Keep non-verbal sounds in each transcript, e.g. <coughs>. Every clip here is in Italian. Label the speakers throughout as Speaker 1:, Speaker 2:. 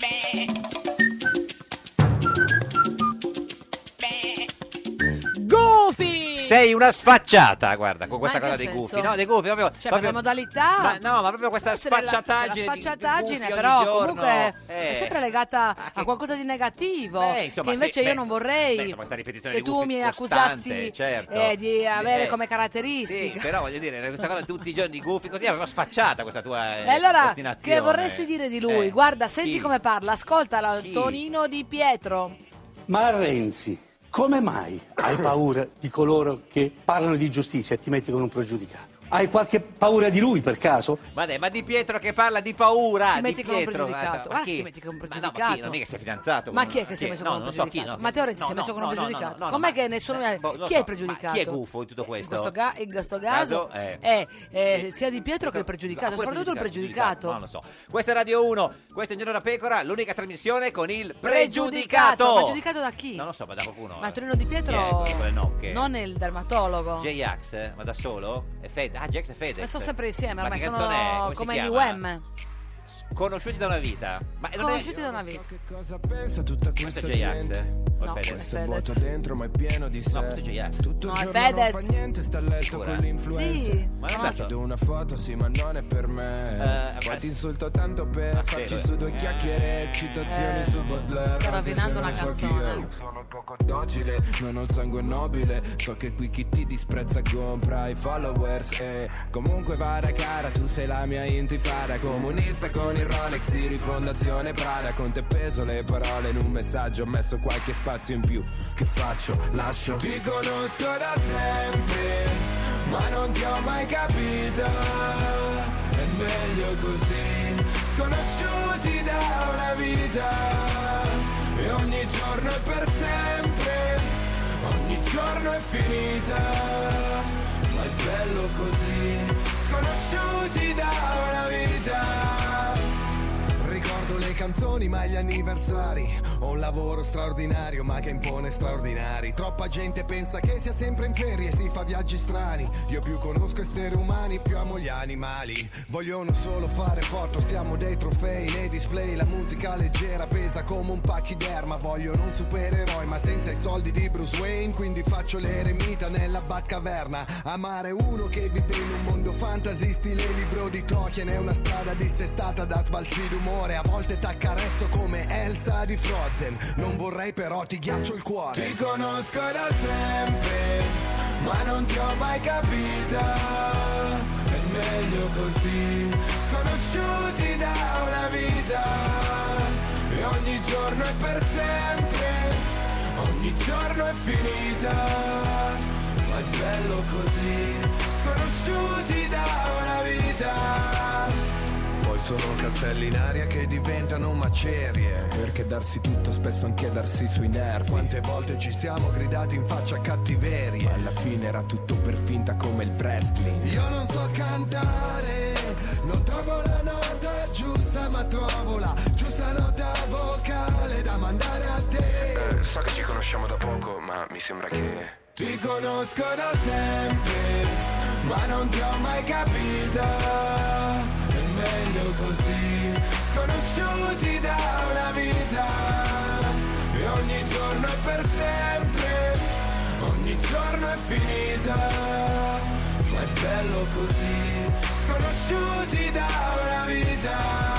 Speaker 1: Beh. Beh.
Speaker 2: Goofy!
Speaker 3: Sei una sfacciata, guarda, con questa
Speaker 2: in che
Speaker 3: cosa dei
Speaker 2: senso?
Speaker 3: gufi. No, dei gufi, proprio.
Speaker 2: Cioè, per
Speaker 3: proprio-
Speaker 2: la modalità.
Speaker 3: Ma no, ma proprio questa
Speaker 2: Forse della-
Speaker 3: sfacciataggine.
Speaker 2: cioè, La
Speaker 3: di- di
Speaker 2: sfacciataggine,
Speaker 3: gufi ogni
Speaker 2: però,
Speaker 3: giorno.
Speaker 2: comunque
Speaker 3: Eh.
Speaker 2: è sempre legata a qualcosa di negativo.
Speaker 3: Eh, insomma,
Speaker 2: che invece
Speaker 3: sì,
Speaker 2: io
Speaker 3: beh,
Speaker 2: non vorrei
Speaker 3: beh, insomma, questa ripetizione
Speaker 2: che
Speaker 3: di
Speaker 2: tu
Speaker 3: gufi
Speaker 2: mi
Speaker 3: costante,
Speaker 2: accusassi
Speaker 3: certo.
Speaker 2: eh, di avere
Speaker 3: Eh,
Speaker 2: come
Speaker 3: Sì,
Speaker 2: caratteristica.
Speaker 3: però voglio dire, questa cosa tutti i giorni gufi, così è proprio sfacciata questa tua. eh,
Speaker 2: E allora,
Speaker 3: ostinazione.
Speaker 2: che vorresti dire di lui?
Speaker 3: Eh,
Speaker 2: Guarda, senti
Speaker 3: chi?
Speaker 2: come parla, ascoltala, Tonino Di Pietro.
Speaker 4: Ma Renzi, come mai hai paura di coloro che parlano di giustizia e ti metti con un pregiudicato? Hai qualche paura di lui per caso?
Speaker 3: Ma, dai, ma di Pietro che parla di paura.
Speaker 2: Ti
Speaker 3: di
Speaker 2: metti con un
Speaker 3: Pietro,
Speaker 2: pregiudicato.
Speaker 3: guarda,
Speaker 2: Guarda
Speaker 3: Ma
Speaker 2: che ti
Speaker 3: chi?
Speaker 2: metti con un
Speaker 3: Ma no, ma chi?
Speaker 2: pregiudicato.
Speaker 3: Non mica sei fidanzato.
Speaker 2: Ma
Speaker 3: con-
Speaker 2: chi è che si è messo
Speaker 3: no,
Speaker 2: con un
Speaker 3: non so chi,
Speaker 2: pregiudicato?
Speaker 3: no.
Speaker 2: Matteo Renzi si è
Speaker 3: No,
Speaker 2: messo
Speaker 3: no,
Speaker 2: con un
Speaker 3: no, no, no,
Speaker 2: pregiudicato.
Speaker 3: no, no,
Speaker 2: Com'è
Speaker 3: ma-
Speaker 2: che nessuno-
Speaker 3: eh, boh, lo
Speaker 2: chi è il
Speaker 3: so,
Speaker 2: pregiudicato?
Speaker 3: ma Chi è gufo in tutto
Speaker 2: In
Speaker 3: questo?
Speaker 2: questo, ga- in questo caso
Speaker 3: Caso, eh.
Speaker 2: è eh,
Speaker 3: Sì.
Speaker 2: sia di Pietro che il pregiudicato,
Speaker 3: Ah, pure
Speaker 2: soprattutto il pregiudicato.
Speaker 3: No, lo so. Questa è Radio 1, questo è Un Giorno da Pecora, l'unica trasmissione con il
Speaker 2: Pregiudicato. eh,
Speaker 3: pregiudicato.
Speaker 2: Ma giudicato da chi?
Speaker 3: Non lo so, ma da qualcuno. eh.
Speaker 2: Ma Antonino
Speaker 3: Chi
Speaker 2: Di
Speaker 3: è
Speaker 2: Pietro
Speaker 3: quello con le nocche?
Speaker 2: non è il dermatologo.
Speaker 3: J-Ax, eh? ma da solo? E Fed, ah, J-Ax e Fede.
Speaker 2: Ma sono sempre insieme,
Speaker 3: ma
Speaker 2: ormai
Speaker 3: che
Speaker 2: sono
Speaker 3: canzone è? Come, si
Speaker 2: come gli
Speaker 3: chiama?
Speaker 2: UM.
Speaker 3: Conosciuti da una vita. Ma non è-
Speaker 2: Sconosciuti da una vita.
Speaker 5: Che cosa pensa tutta questa
Speaker 3: Questo è J-Ax,
Speaker 5: gente?
Speaker 3: eh? O
Speaker 2: No,
Speaker 3: è Fedez?
Speaker 2: questo
Speaker 5: Questo è vuoto
Speaker 2: Fedez.
Speaker 5: dentro ma è pieno di sé
Speaker 3: No, questo è J-Ax.
Speaker 5: Tutto
Speaker 2: No,
Speaker 5: il
Speaker 2: è
Speaker 5: giorno non fa
Speaker 2: Fedez.
Speaker 5: niente, sta a letto
Speaker 3: Sicura?
Speaker 5: con l'influenza
Speaker 2: Sì.
Speaker 3: Ma non
Speaker 2: No,
Speaker 3: è
Speaker 2: sì.
Speaker 5: Chiedo una foto, sì, ma non è per me.
Speaker 3: Eh,
Speaker 5: Poi
Speaker 3: ma-
Speaker 5: ti insulto tanto per
Speaker 3: Ah, sì,
Speaker 5: farci
Speaker 3: lui-
Speaker 5: su due
Speaker 3: eh.
Speaker 5: chiacchiere, citazioni
Speaker 2: Eh,
Speaker 5: su Baudelaire.
Speaker 2: sta
Speaker 5: anche se
Speaker 2: rovinando
Speaker 5: non
Speaker 2: la
Speaker 5: so chi
Speaker 2: canzone.
Speaker 5: è. Sono poco docile, non ho il sangue nobile. So che qui chi ti disprezza compra i followers. E comunque vada cara, tu sei la mia intifada. Comunista con il Rolex di rifondazione Prada. Con te peso le parole in un messaggio. Ho messo qualche spazio in più. Che faccio? Lascio. Ti conosco da sempre ma non ti ho mai capito. È meglio così, sconosciuti da una vita. E ogni giorno è per sempre, ogni giorno è finita. Ma è bello così, sconosciuti da una vita. Ricordo le canzoni ma gli anniversari Ho un lavoro straordinario ma che impone straordinari Troppa gente pensa che sia sempre in ferie e si fa viaggi strani Io più conosco esseri umani, più amo gli animali Vogliono solo fare foto, siamo dei trofei nei display La musica leggera pesa come un pachiderma Vogliono un supereroi ma senza i soldi di Bruce Wayne Quindi faccio l'eremita nella Batcaverna Amare uno che vive in un mondo fantasy stile libro di Tolkien È una strada dissestata da sbalzi d'umore A volte t'accarezzo come Elsa di Frozen Non vorrei però ti ghiaccio il cuore Ti conosco da sempre Ma non ti ho mai capita È meglio così Sconosciuti da una vita E ogni giorno è per sempre Ogni giorno è finita, ma è bello così, sconosciuti da una vita. Poi sono castelli in aria che diventano macerie. Perché darsi tutto, spesso anche darsi sui nervi. Quante volte ci siamo gridati in faccia a cattiverie. Ma alla fine era tutto per finta come il wrestling. Io non so cantare, non trovo la nota giusta, ma trovo la giusta nota vocale da mandare a te.
Speaker 6: Eh, So che ci conosciamo da poco, ma mi sembra che...
Speaker 5: Ti conosco da sempre, ma non ti ho mai capita. È meglio così, sconosciuti da una vita. E ogni giorno è per sempre, ogni giorno è finita. Ma è bello così, sconosciuti da una vita.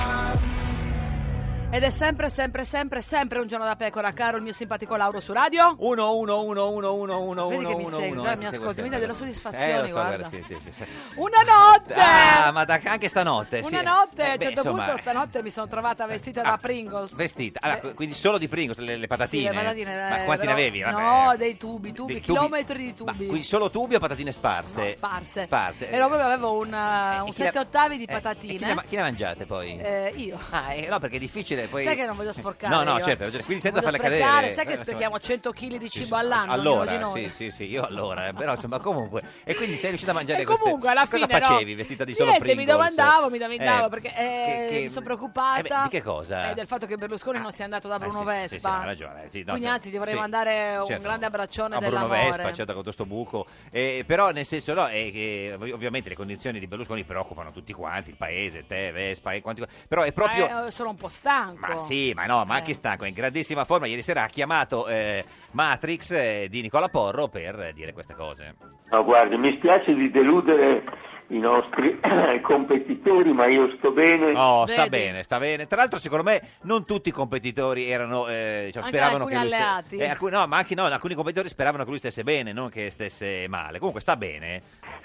Speaker 2: Ed è sempre, sempre, sempre, sempre un giorno da pecora, caro il mio simpatico Lauro su radio.
Speaker 3: 1 1 1 1 1 1
Speaker 2: Vedi che
Speaker 3: 1
Speaker 2: mi
Speaker 3: 1
Speaker 2: segui,
Speaker 3: 1
Speaker 2: guarda, mi ascolti, mi dai delle soddisfazioni,
Speaker 3: Eh, lo so,
Speaker 2: guarda.
Speaker 3: sì, sì, sì, sì.
Speaker 2: Una notte!
Speaker 3: Ah, ma da- anche stanotte, sì.
Speaker 2: Una notte,
Speaker 3: Eh,
Speaker 2: a un
Speaker 3: beh,
Speaker 2: certo
Speaker 3: insomma,
Speaker 2: punto stanotte mi sono trovata vestita da
Speaker 3: ah,
Speaker 2: Pringles.
Speaker 3: Vestita, allora,
Speaker 2: Beh,
Speaker 3: quindi solo di Pringles, le, le patatine.
Speaker 2: Sì, le patatine,
Speaker 3: Ma
Speaker 2: eh,
Speaker 3: quanti ne
Speaker 2: però-
Speaker 3: avevi?
Speaker 2: no, dei tubi, tubi,
Speaker 3: Dei
Speaker 2: chilometri di
Speaker 3: Ma
Speaker 2: tubi.
Speaker 3: quindi solo tubi o patatine sparse?
Speaker 2: no, sparse.
Speaker 3: Sparse.
Speaker 2: E proprio avevo un,
Speaker 3: Eh,
Speaker 2: eh, un
Speaker 3: e chi le-
Speaker 2: 7 ottavi
Speaker 3: eh,
Speaker 2: di
Speaker 3: e chi le
Speaker 2: patatine.
Speaker 3: ma- chi ne mangiate poi?
Speaker 2: Eh, io.
Speaker 3: Ah, eh, no, perché è difficile eh, poi-
Speaker 2: Sai che non voglio sporcare.
Speaker 3: No, no,
Speaker 2: io. eh.
Speaker 3: certo, quindi senza
Speaker 2: Voglio
Speaker 3: farle
Speaker 2: sprecare,
Speaker 3: cadere. Eh,
Speaker 2: Sai che
Speaker 3: Insomma,
Speaker 2: sprechiamo 100 kg di cibo all'anno? ognuno di
Speaker 3: Allora,
Speaker 2: noi?
Speaker 3: sì, sì, sì, io allora, eh, però insomma comunque. E quindi sei riuscita a mangiare
Speaker 2: E
Speaker 3: Eh, queste-
Speaker 2: comunque alla fine
Speaker 3: Cosa
Speaker 2: no.
Speaker 3: facevi vestita di solo
Speaker 2: Niente, mi
Speaker 3: Pringles?
Speaker 2: domandavo, mi domandavo
Speaker 3: Eh,
Speaker 2: perché eh,
Speaker 3: che- che-
Speaker 2: mi sono
Speaker 3: eh beh,
Speaker 2: preoccupata
Speaker 3: di che cosa?
Speaker 2: eh, del fatto che Berlusconi non sia andato da
Speaker 3: Eh,
Speaker 2: Bruno
Speaker 3: sì,
Speaker 2: Vespa.
Speaker 3: Sì, sì, ha ragione. eh, sì, no,
Speaker 2: Quindi
Speaker 3: che-
Speaker 2: anzi ti vorrei
Speaker 3: sì,
Speaker 2: mandare un
Speaker 3: certo.
Speaker 2: grande abbraccione
Speaker 3: a Bruno
Speaker 2: dell'amore.
Speaker 3: Vespa, certo, con questo buco. Eh, però, nel senso, no, è che ov- ovviamente le condizioni di Berlusconi preoccupano tutti quanti, il paese, te, Vespa e quanti. Però è proprio.
Speaker 2: Ma, eh, sono un po' stanco.
Speaker 3: Ma sì, ma no, ma
Speaker 2: Eh.
Speaker 3: anche stanco, è in grandissima forma. Ieri sera ha chiamato eh, Matrix eh, di Nicola Porro per eh, dire queste cose.
Speaker 7: No, guardi, mi spiace di deludere i nostri <clears throat> competitori, ma io sto bene.
Speaker 3: Oh, sta bene, sta bene. Tra l'altro, secondo me, non tutti i competitori erano. eh, diciamo,
Speaker 2: Anche
Speaker 3: speravano
Speaker 2: alcuni
Speaker 3: che lui ste-
Speaker 2: alleati.
Speaker 3: eh, alcuni- no, ma anche no, alcuni competitori speravano che lui stesse bene, non che stesse male. Comunque, sta bene.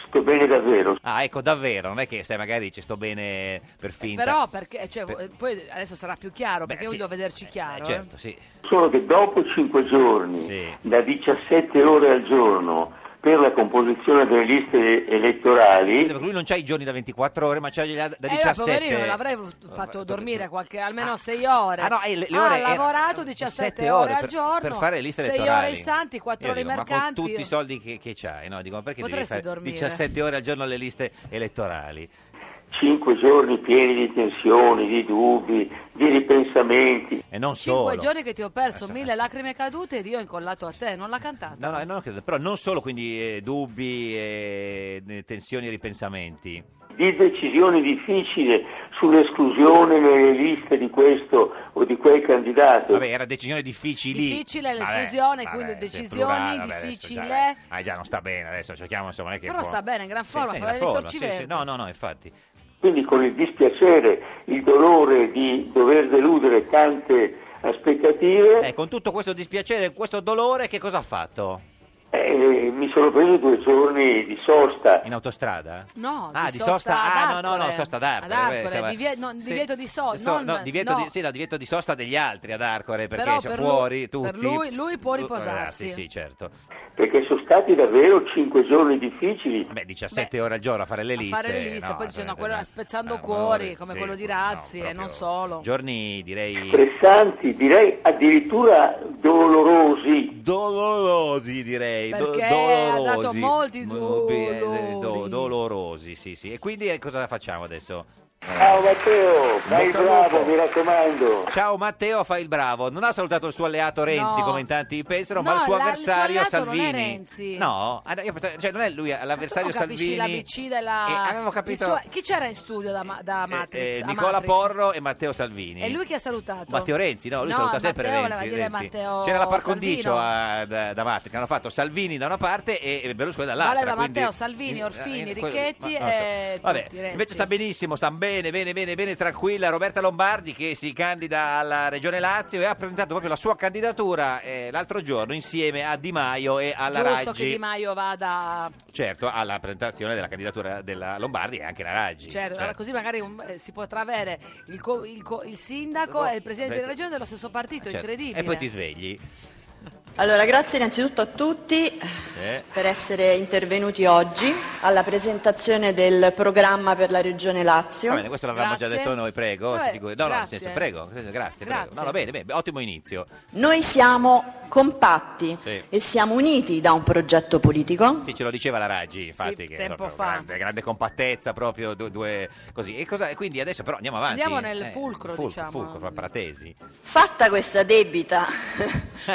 Speaker 7: Sto bene davvero.
Speaker 3: Ah, ecco, davvero, non è che sai, magari ci sto bene per finta.
Speaker 2: Eh, Però perché cioè,
Speaker 3: Per-
Speaker 2: eh, poi adesso sarà più chiaro perché io voglio vederci chiaro. eh.
Speaker 3: certo, sì.
Speaker 7: Solo che dopo 5 giorni, da 17 ore al giorno, per la composizione delle liste elettorali,
Speaker 3: Perché Lui non c'ha i giorni da 24 ore, ma c'ha gli- da
Speaker 2: Eh,
Speaker 3: 17.
Speaker 2: poverino, non l'avrei fatto dormire qualche, almeno 6 ore.
Speaker 3: ah, no, eh, le- le
Speaker 2: Ha
Speaker 3: ore era-
Speaker 2: lavorato 17 ore al
Speaker 3: per-
Speaker 2: giorno.
Speaker 3: per fare le liste
Speaker 2: 6 ore
Speaker 3: elettorali.
Speaker 2: ai santi, 4
Speaker 3: Io
Speaker 2: ore ai
Speaker 3: dico,
Speaker 2: mercanti.
Speaker 3: Ma con tutti i soldi che, che c'hai, no? Dico, ma perché devi
Speaker 2: Potresti
Speaker 3: fare
Speaker 2: dormire.
Speaker 3: 17 ore al giorno alle liste elettorali?
Speaker 7: 5 giorni pieni di tensioni, di dubbi, di ripensamenti.
Speaker 3: E non
Speaker 2: Cinque
Speaker 3: solo.
Speaker 2: giorni che ti ho
Speaker 3: Eh,
Speaker 2: perso, mille lacrime cadute ed io incollato a te, non l'ha cantata.
Speaker 3: No, no, no, credo- però non solo, quindi eh, dubbi, eh, eh, tensioni e ripensamenti.
Speaker 7: di decisioni difficili sull'esclusione nelle liste di questo o di quel candidato.
Speaker 3: Vabbè, era decisione difficile.
Speaker 2: Difficile l'esclusione, quindi decisioni
Speaker 3: Già,
Speaker 2: difficile.
Speaker 3: ah, già non sta bene adesso, cerchiamo insomma, non è che
Speaker 2: Però
Speaker 3: può-
Speaker 2: sta bene, in gran
Speaker 3: Sì,
Speaker 2: forma,
Speaker 3: sì,
Speaker 2: farà
Speaker 3: la forma, sì,
Speaker 2: risorgivere.
Speaker 3: sì, No, no, no, infatti.
Speaker 7: Quindi con il dispiacere, il dolore di dover deludere tante aspettative,
Speaker 3: Eh, con tutto questo dispiacere, questo dolore, che cosa ha fatto?
Speaker 7: eh, mi sono preso due giorni di sosta.
Speaker 3: In autostrada?
Speaker 2: No,
Speaker 3: Ah, di sosta-
Speaker 2: ad
Speaker 3: ah, no, no, no,
Speaker 2: Arcore.
Speaker 3: sosta ad Arcore,
Speaker 2: Ad
Speaker 3: beh, insomma,
Speaker 2: divie- no, divieto di sosta.
Speaker 3: So- no, divieto Di, sì, no, divieto di sosta degli altri ad Arcore, perché
Speaker 2: Però
Speaker 3: sono
Speaker 2: per
Speaker 3: fuori
Speaker 2: lui-
Speaker 3: tutti.
Speaker 2: per lui- lui può
Speaker 3: Eh,
Speaker 2: riposarsi.
Speaker 3: Sì, sì, certo.
Speaker 7: Perché sono stati davvero cinque giorni difficili.
Speaker 3: Beh, 17 ore al giorno a fare le liste.
Speaker 2: fare le liste,
Speaker 3: no,
Speaker 2: poi dicendo
Speaker 3: assolutamente
Speaker 2: quello
Speaker 3: no.
Speaker 2: spezzando
Speaker 3: Eh,
Speaker 2: cuori,
Speaker 3: no,
Speaker 2: come
Speaker 3: sì,
Speaker 2: quello di
Speaker 3: no,
Speaker 2: Razzi e
Speaker 3: proprio-
Speaker 2: non solo.
Speaker 3: Giorni, direi...
Speaker 7: Stressanti, direi addirittura dolorosi.
Speaker 3: Dolorosi, direi. Eh, do-
Speaker 2: Perché ha
Speaker 3: dolorosi.
Speaker 2: dato molti
Speaker 3: Mo- eh, do-
Speaker 2: dolori.
Speaker 3: dolorosi, sì, sì. E quindi eh, cosa facciamo adesso?
Speaker 7: Ciao Matteo, fai
Speaker 3: Bocca al lupo.
Speaker 7: bravo, mi raccomando.
Speaker 3: Ciao Matteo, fa il bravo. Non ha salutato il suo alleato Renzi,
Speaker 7: No.
Speaker 3: come in tanti pensano, ma
Speaker 2: No,
Speaker 3: il suo
Speaker 2: la- il suo
Speaker 3: avversario
Speaker 2: alleato non è
Speaker 3: Salvini.
Speaker 2: Renzi.
Speaker 3: No, ah, no, io pensavo- cioè non è lui, è l'avversario
Speaker 2: Tu capisci
Speaker 3: Salvini.
Speaker 2: la BC della...
Speaker 3: Eh, avevo capito-
Speaker 2: il suo- Chi c'era in studio da, ma- da Matrix?
Speaker 3: eh,
Speaker 2: a
Speaker 3: Nicola
Speaker 2: Matrix?
Speaker 3: Porro e Matteo Salvini.
Speaker 2: E lui chi ha salutato?
Speaker 3: Matteo Renzi, no, lui
Speaker 2: No,
Speaker 3: saluta sempre
Speaker 2: Matteo
Speaker 3: Renzi.
Speaker 2: voleva dire
Speaker 3: Renzi.
Speaker 2: Matteo
Speaker 3: C'era la par condicio
Speaker 2: Salvino.
Speaker 3: a- da, da Matrix, hanno fatto Salvini da una parte e e Berlusconi dall'altra.
Speaker 2: Valeva
Speaker 3: quindi-
Speaker 2: Matteo, Salvini,
Speaker 3: Eh,
Speaker 2: Orfini,
Speaker 3: eh, quello-
Speaker 2: Richetti
Speaker 3: ma- non so.
Speaker 2: e
Speaker 3: Vabbè,
Speaker 2: tutti, Renzi.
Speaker 3: invece sta benissimo, sta bene, bene, bene, bene, tranquilla Roberta Lombardi che si candida alla Regione Lazio e ha presentato proprio la sua candidatura eh, l'altro giorno insieme a Di Maio e alla
Speaker 2: Giusto
Speaker 3: Raggi.
Speaker 2: che Di Maio vada...
Speaker 3: Certo, alla presentazione della candidatura della Lombardi e anche la Raggi.
Speaker 2: Certo, allora così magari un- eh, si potrà avere il, co- il co- il sindaco e il presidente della regione dello stesso partito,
Speaker 3: Certo.
Speaker 2: incredibile.
Speaker 3: E poi ti svegli.
Speaker 8: Allora, grazie innanzitutto a tutti
Speaker 3: Eh.
Speaker 8: per essere intervenuti oggi alla presentazione del programma per la Regione Lazio.
Speaker 2: Eh,
Speaker 3: Va bene, questo l'avevamo già
Speaker 8: Grazie.
Speaker 3: detto noi, prego.
Speaker 8: Vabbè,
Speaker 3: si figuri- no, no, nel
Speaker 8: grazie.
Speaker 3: senso, prego, nel senso, grazie, prego.
Speaker 8: Grazie.
Speaker 3: No, no, bene, bene, ottimo inizio.
Speaker 8: Noi siamo compatti
Speaker 3: Sì.
Speaker 8: e siamo uniti da un progetto politico.
Speaker 3: Sì, ce lo diceva la Raggi, infatti, che è
Speaker 8: tempo
Speaker 3: proprio
Speaker 8: fa.
Speaker 3: Grande, grande compattezza, proprio du- due, così. E cosa- e quindi adesso però andiamo avanti. Eh,
Speaker 8: Andiamo nel fulcro,
Speaker 3: fulcro,
Speaker 8: diciamo.
Speaker 3: Fulcro, fra paratesi.
Speaker 8: Fatta
Speaker 3: <laughs>
Speaker 8: questa debita,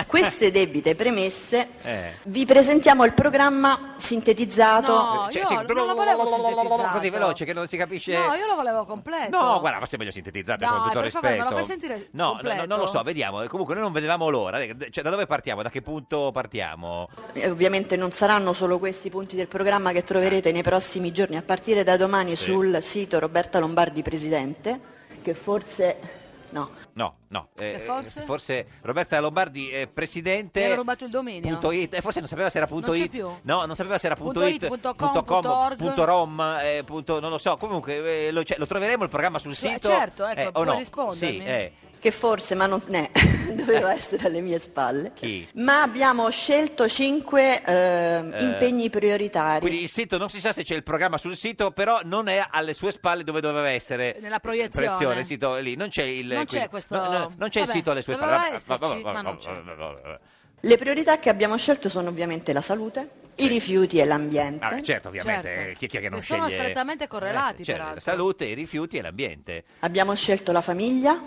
Speaker 8: queste debite premesse,
Speaker 3: Eh.
Speaker 8: vi presentiamo il programma sintetizzato.
Speaker 2: No,
Speaker 3: Cioè,
Speaker 2: io non lo volevo sintetizzato.
Speaker 3: Così veloce che non si capisce...
Speaker 2: No, io lo volevo completo.
Speaker 3: No, guarda, ma se meglio sintetizzate,
Speaker 2: Dai,
Speaker 3: con tutto
Speaker 2: per favore,
Speaker 3: rispetto.
Speaker 2: me lo fai sentire
Speaker 3: no, no,
Speaker 2: completo?
Speaker 3: no, non lo so, vediamo. Comunque noi non vedevamo l'ora. Cioè, da dove partiamo? Da che punto partiamo?
Speaker 8: Eh, Ovviamente non saranno solo questi i punti del programma che troverete nei prossimi giorni, a partire da domani
Speaker 3: Sì.
Speaker 8: sul sito Roberta Lombardi Presidente, che forse no.
Speaker 3: No, no. eh,
Speaker 8: forse?
Speaker 3: Roberta Lombardi è presidente.
Speaker 2: Mi hanno rubato il dominio.
Speaker 3: Punto it, eh, forse non sapeva se era punto
Speaker 2: Non c'è
Speaker 3: it,
Speaker 2: più?
Speaker 3: no, non sapeva se era punto,
Speaker 2: Punto it, punto com, punto org.
Speaker 3: punto rom, eh, punto- non lo so. Comunque, eh, lo, cioè, lo troveremo il programma sul sito,
Speaker 8: certo, ecco,
Speaker 3: eh, o
Speaker 8: puoi
Speaker 3: no?
Speaker 8: rispondermi.
Speaker 3: Sì, eh.
Speaker 8: Che forse, ma non ne. <laughs> doveva essere alle mie spalle.
Speaker 3: Chi?
Speaker 8: Ma abbiamo scelto cinque eh, impegni prioritari.
Speaker 3: Quindi il sito, non si sa se c'è il programma sul sito, però non è alle sue spalle dove doveva essere.
Speaker 2: Nella proiezione.
Speaker 3: il sito è lì, non c'è il...
Speaker 2: Non c'è
Speaker 3: quindi-
Speaker 2: questo-
Speaker 3: no, no, non c'è il
Speaker 2: vabbè,
Speaker 3: sito alle sue
Speaker 2: doveva
Speaker 3: spalle.
Speaker 2: esserci, ma non
Speaker 8: Le priorità che abbiamo scelto sono ovviamente la salute, i rifiuti e l'ambiente.
Speaker 3: Vabbè, certo, ovviamente,
Speaker 2: Certo.
Speaker 3: eh, chi, chi è che non
Speaker 2: Che sono
Speaker 3: sceglie-
Speaker 2: strettamente correlati,
Speaker 3: Eh, cioè,
Speaker 2: peraltro.
Speaker 3: La salute, i rifiuti e l'ambiente.
Speaker 8: Abbiamo scelto la famiglia,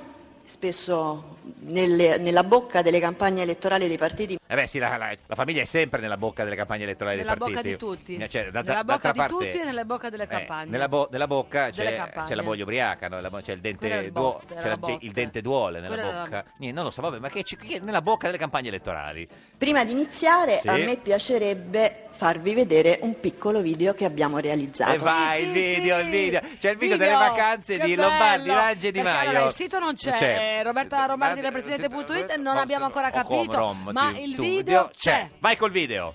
Speaker 8: spesso nelle- nella bocca delle campagne elettorali dei partiti.
Speaker 3: Eh beh, sì, la, la- la famiglia è sempre nella bocca delle campagne elettorali
Speaker 2: Nella
Speaker 3: dei
Speaker 2: bocca
Speaker 3: partiti.
Speaker 2: di tutti.
Speaker 3: Eh, cioè, da- da- d'altra
Speaker 2: nella bocca di
Speaker 3: parte-
Speaker 2: tutti e nella bocca delle
Speaker 3: Eh,
Speaker 2: campagne.
Speaker 3: nella, bo- nella bocca c'è,
Speaker 2: Delle campagne.
Speaker 3: c'è la voglia ubriaca, no? La- c'è il dente
Speaker 2: Quello era il
Speaker 3: duo-
Speaker 2: botte, era
Speaker 3: c'è la-
Speaker 2: la
Speaker 3: c'è il
Speaker 2: botte.
Speaker 3: dente duole nella
Speaker 2: Quello era la-
Speaker 3: bocca. Niente, non lo so, vabbè, ma che, ci- che è nella bocca delle campagne elettorali.
Speaker 8: Prima di iniziare
Speaker 3: Sì.
Speaker 8: a me piacerebbe farvi vedere un piccolo video che abbiamo realizzato.
Speaker 3: E vai, il video, il video. C'è il video, delle
Speaker 2: Video,
Speaker 3: vacanze
Speaker 2: che
Speaker 3: di
Speaker 2: bello.
Speaker 3: Lombardi, Raggi e Di
Speaker 2: Perché,
Speaker 3: Maio. certo.
Speaker 2: allora, il sito non c'è, eh, Roberta Romardi da presidente.it non abbiamo ancora
Speaker 3: O com,
Speaker 2: capito,
Speaker 3: rom,
Speaker 2: ma
Speaker 3: ti-
Speaker 2: il
Speaker 3: tu-
Speaker 2: video c'è.
Speaker 3: Vai col video.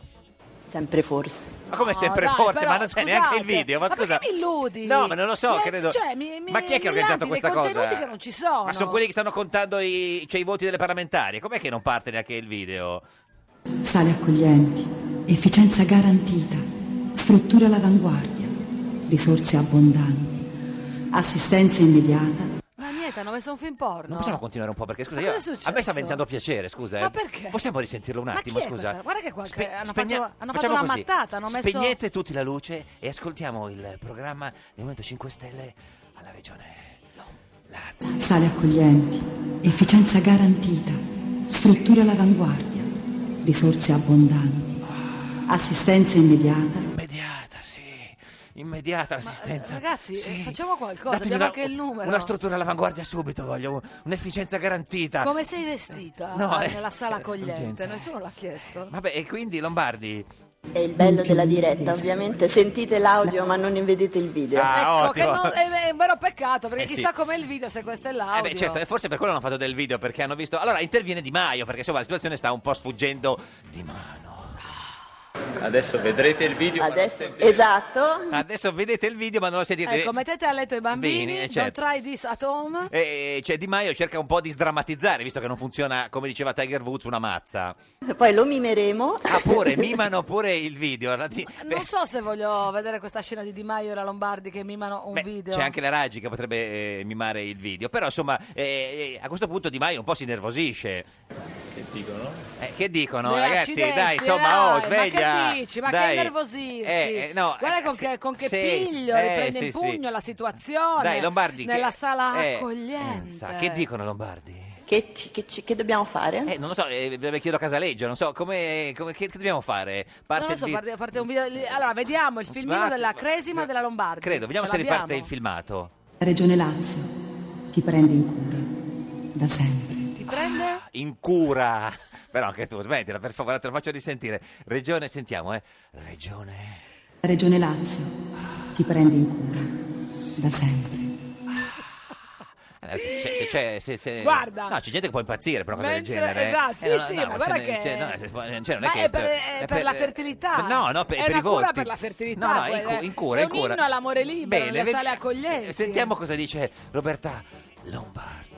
Speaker 8: Sempre forse.
Speaker 3: Ma come
Speaker 2: No,
Speaker 3: sempre
Speaker 2: dai,
Speaker 3: forse,
Speaker 2: però,
Speaker 3: ma non c'è
Speaker 2: scusate,
Speaker 3: neanche il video. Ma,
Speaker 2: ma
Speaker 3: scusa.
Speaker 2: perché mi illudi?
Speaker 3: No, ma non lo so,
Speaker 2: Mi-
Speaker 3: credo.
Speaker 2: cioè, mi- mi-
Speaker 3: ma chi è che ha
Speaker 2: mi
Speaker 3: organizzato
Speaker 2: lanci dei
Speaker 3: questa cosa?
Speaker 2: contenuti che non ci sono.
Speaker 3: Ma sono quelli che stanno contando i, cioè, i voti delle parlamentari. Com'è che non parte neanche il video?
Speaker 9: Sale accoglienti, efficienza garantita, strutture all'avanguardia, risorse abbondanti, assistenza immediata.
Speaker 2: Ma niente, hanno messo un film porno.
Speaker 3: Non possiamo continuare un po' perché scusa,
Speaker 2: Ma
Speaker 3: io-
Speaker 2: cosa è
Speaker 3: a me sta
Speaker 2: successo?
Speaker 3: pensando piacere, scusa. eh.
Speaker 2: Ma perché?
Speaker 3: Possiamo risentirlo un
Speaker 2: Ma
Speaker 3: attimo,
Speaker 2: chi è
Speaker 3: scusa.
Speaker 2: questa? Guarda che qua- che hanno
Speaker 3: spegna-
Speaker 2: fatto- hanno fatto
Speaker 3: facciamo
Speaker 2: una
Speaker 3: così.
Speaker 2: mattata, hanno messo-
Speaker 3: Spegnete tutti la luce e ascoltiamo il programma del Movimento 5 Stelle alla regione Lazio.
Speaker 9: Sale accoglienti, efficienza garantita, strutture all'avanguardia, risorse abbondanti, assistenza immediata.
Speaker 3: Immediata, Ah, sì. Immediata l'assistenza.
Speaker 2: eh, Ragazzi,
Speaker 3: Sì.
Speaker 2: eh, facciamo qualcosa,
Speaker 3: Datemi
Speaker 2: abbiamo
Speaker 3: una-
Speaker 2: anche il numero.
Speaker 3: Una struttura all'avanguardia subito, voglio. Un'efficienza garantita. Eh
Speaker 2: Come sei vestita
Speaker 3: No,
Speaker 2: eh,
Speaker 3: eh,
Speaker 2: nella sala accogliente?
Speaker 3: urgenza.
Speaker 2: Nessuno l'ha chiesto.
Speaker 3: Vabbè, e quindi Lombardi?
Speaker 8: È il bello della diretta, ovviamente sentite l'audio ma non vedete il video.
Speaker 3: Ah,
Speaker 2: ecco, che
Speaker 3: ottimo. <laughs>
Speaker 2: non- è, è un vero peccato, perché
Speaker 3: Eh sì.
Speaker 2: chissà com'è il video se questo è l'audio.
Speaker 3: Eh beh, certo, e forse per quello hanno fatto del video, perché hanno visto... Allora, interviene Di Maio, perché insomma la situazione sta un po' sfuggendo di mano.
Speaker 10: Adesso vedrete il video.
Speaker 8: Adesso, esatto,
Speaker 3: Adesso vedete il video, ma non lo sentite.
Speaker 2: Ecco, mettete a letto i bambini,
Speaker 3: Bene, certo.
Speaker 2: don't try this at home.
Speaker 3: Eh, cioè, Di Maio cerca un po' di sdrammatizzare, visto che non funziona, come diceva Tiger Woods, una mazza.
Speaker 8: poi lo mimeremo.
Speaker 3: Ah, pure, mimano pure il video. La di- beh,
Speaker 2: Non so se voglio vedere questa scena di Di Maio e la Lombardi che mimano un
Speaker 3: beh,
Speaker 2: video.
Speaker 3: c'è anche la Raggi che potrebbe eh, mimare il video, però insomma eh, eh, a questo punto Di Maio un po' si nervosisce.
Speaker 10: Che dicono?
Speaker 3: Eh, che dicono
Speaker 2: Dai,
Speaker 3: ragazzi?
Speaker 2: accidenti,
Speaker 3: Dai, insomma, oh,
Speaker 2: dai,
Speaker 3: sveglia.
Speaker 2: Ma che dici? Ma
Speaker 3: Dai.
Speaker 2: che nervosissi?
Speaker 3: Eh, eh, no,
Speaker 2: Guarda
Speaker 3: eh,
Speaker 2: con
Speaker 3: sì,
Speaker 2: che, con che
Speaker 3: sì,
Speaker 2: piglio
Speaker 3: eh,
Speaker 2: riprende
Speaker 3: sì,
Speaker 2: in
Speaker 3: sì.
Speaker 2: pugno la situazione
Speaker 3: Dai, Lombardi.
Speaker 2: nella
Speaker 3: che-
Speaker 2: sala
Speaker 3: eh,
Speaker 2: accogliente.
Speaker 3: pensa, che dicono Lombardi?
Speaker 8: Che, ci- che ci- che dobbiamo fare?
Speaker 3: Eh, non lo so, eh, ve- ve chiedo a Casaleggio, non so, come, come- che, che dobbiamo fare? Parte
Speaker 2: non lo so,
Speaker 3: il vi-
Speaker 2: parte, parte un video. lì. Allora, vediamo il filmino
Speaker 3: attimo, Cioè,
Speaker 2: della Cresima della Lombardi.
Speaker 3: Credo, vediamo
Speaker 2: Ce
Speaker 3: se riparte il
Speaker 2: l'abbiamo?
Speaker 3: filmato.
Speaker 9: La Regione Lazio ti prende in cura da sempre.
Speaker 2: Ti prende?
Speaker 3: In cura. <laughs> Però anche tu, smettila, per favore, te lo faccio risentire. Regione, sentiamo, eh. Regione.
Speaker 9: La Regione Lazio ti prende in cura da sempre.
Speaker 3: Eh, se- se- se c'è- se- se-
Speaker 2: Guarda.
Speaker 3: no, c'è gente che può impazzire per una cosa
Speaker 2: Mentre-
Speaker 3: del genere.
Speaker 2: esatto,
Speaker 3: Eh,
Speaker 2: sì,
Speaker 3: no, no,
Speaker 2: sì,
Speaker 3: no,
Speaker 2: ma guarda
Speaker 3: se ne-
Speaker 2: che-
Speaker 3: cioè, no, eh, può- cioè, non
Speaker 2: Ma
Speaker 3: che
Speaker 2: è per,
Speaker 3: sto-
Speaker 2: è per la fertilità.
Speaker 3: No, no, per,
Speaker 2: è
Speaker 3: per
Speaker 2: una
Speaker 3: i voti.
Speaker 2: cura per la fertilità.
Speaker 3: No, no, in,
Speaker 2: quella-
Speaker 3: cu- in cura,
Speaker 2: È
Speaker 3: in
Speaker 2: un
Speaker 3: cura.
Speaker 2: inno all'amore libero nelle
Speaker 3: vedi-
Speaker 2: sale accoglienti.
Speaker 3: eh, Sentiamo cosa dice Roberta Lombardi.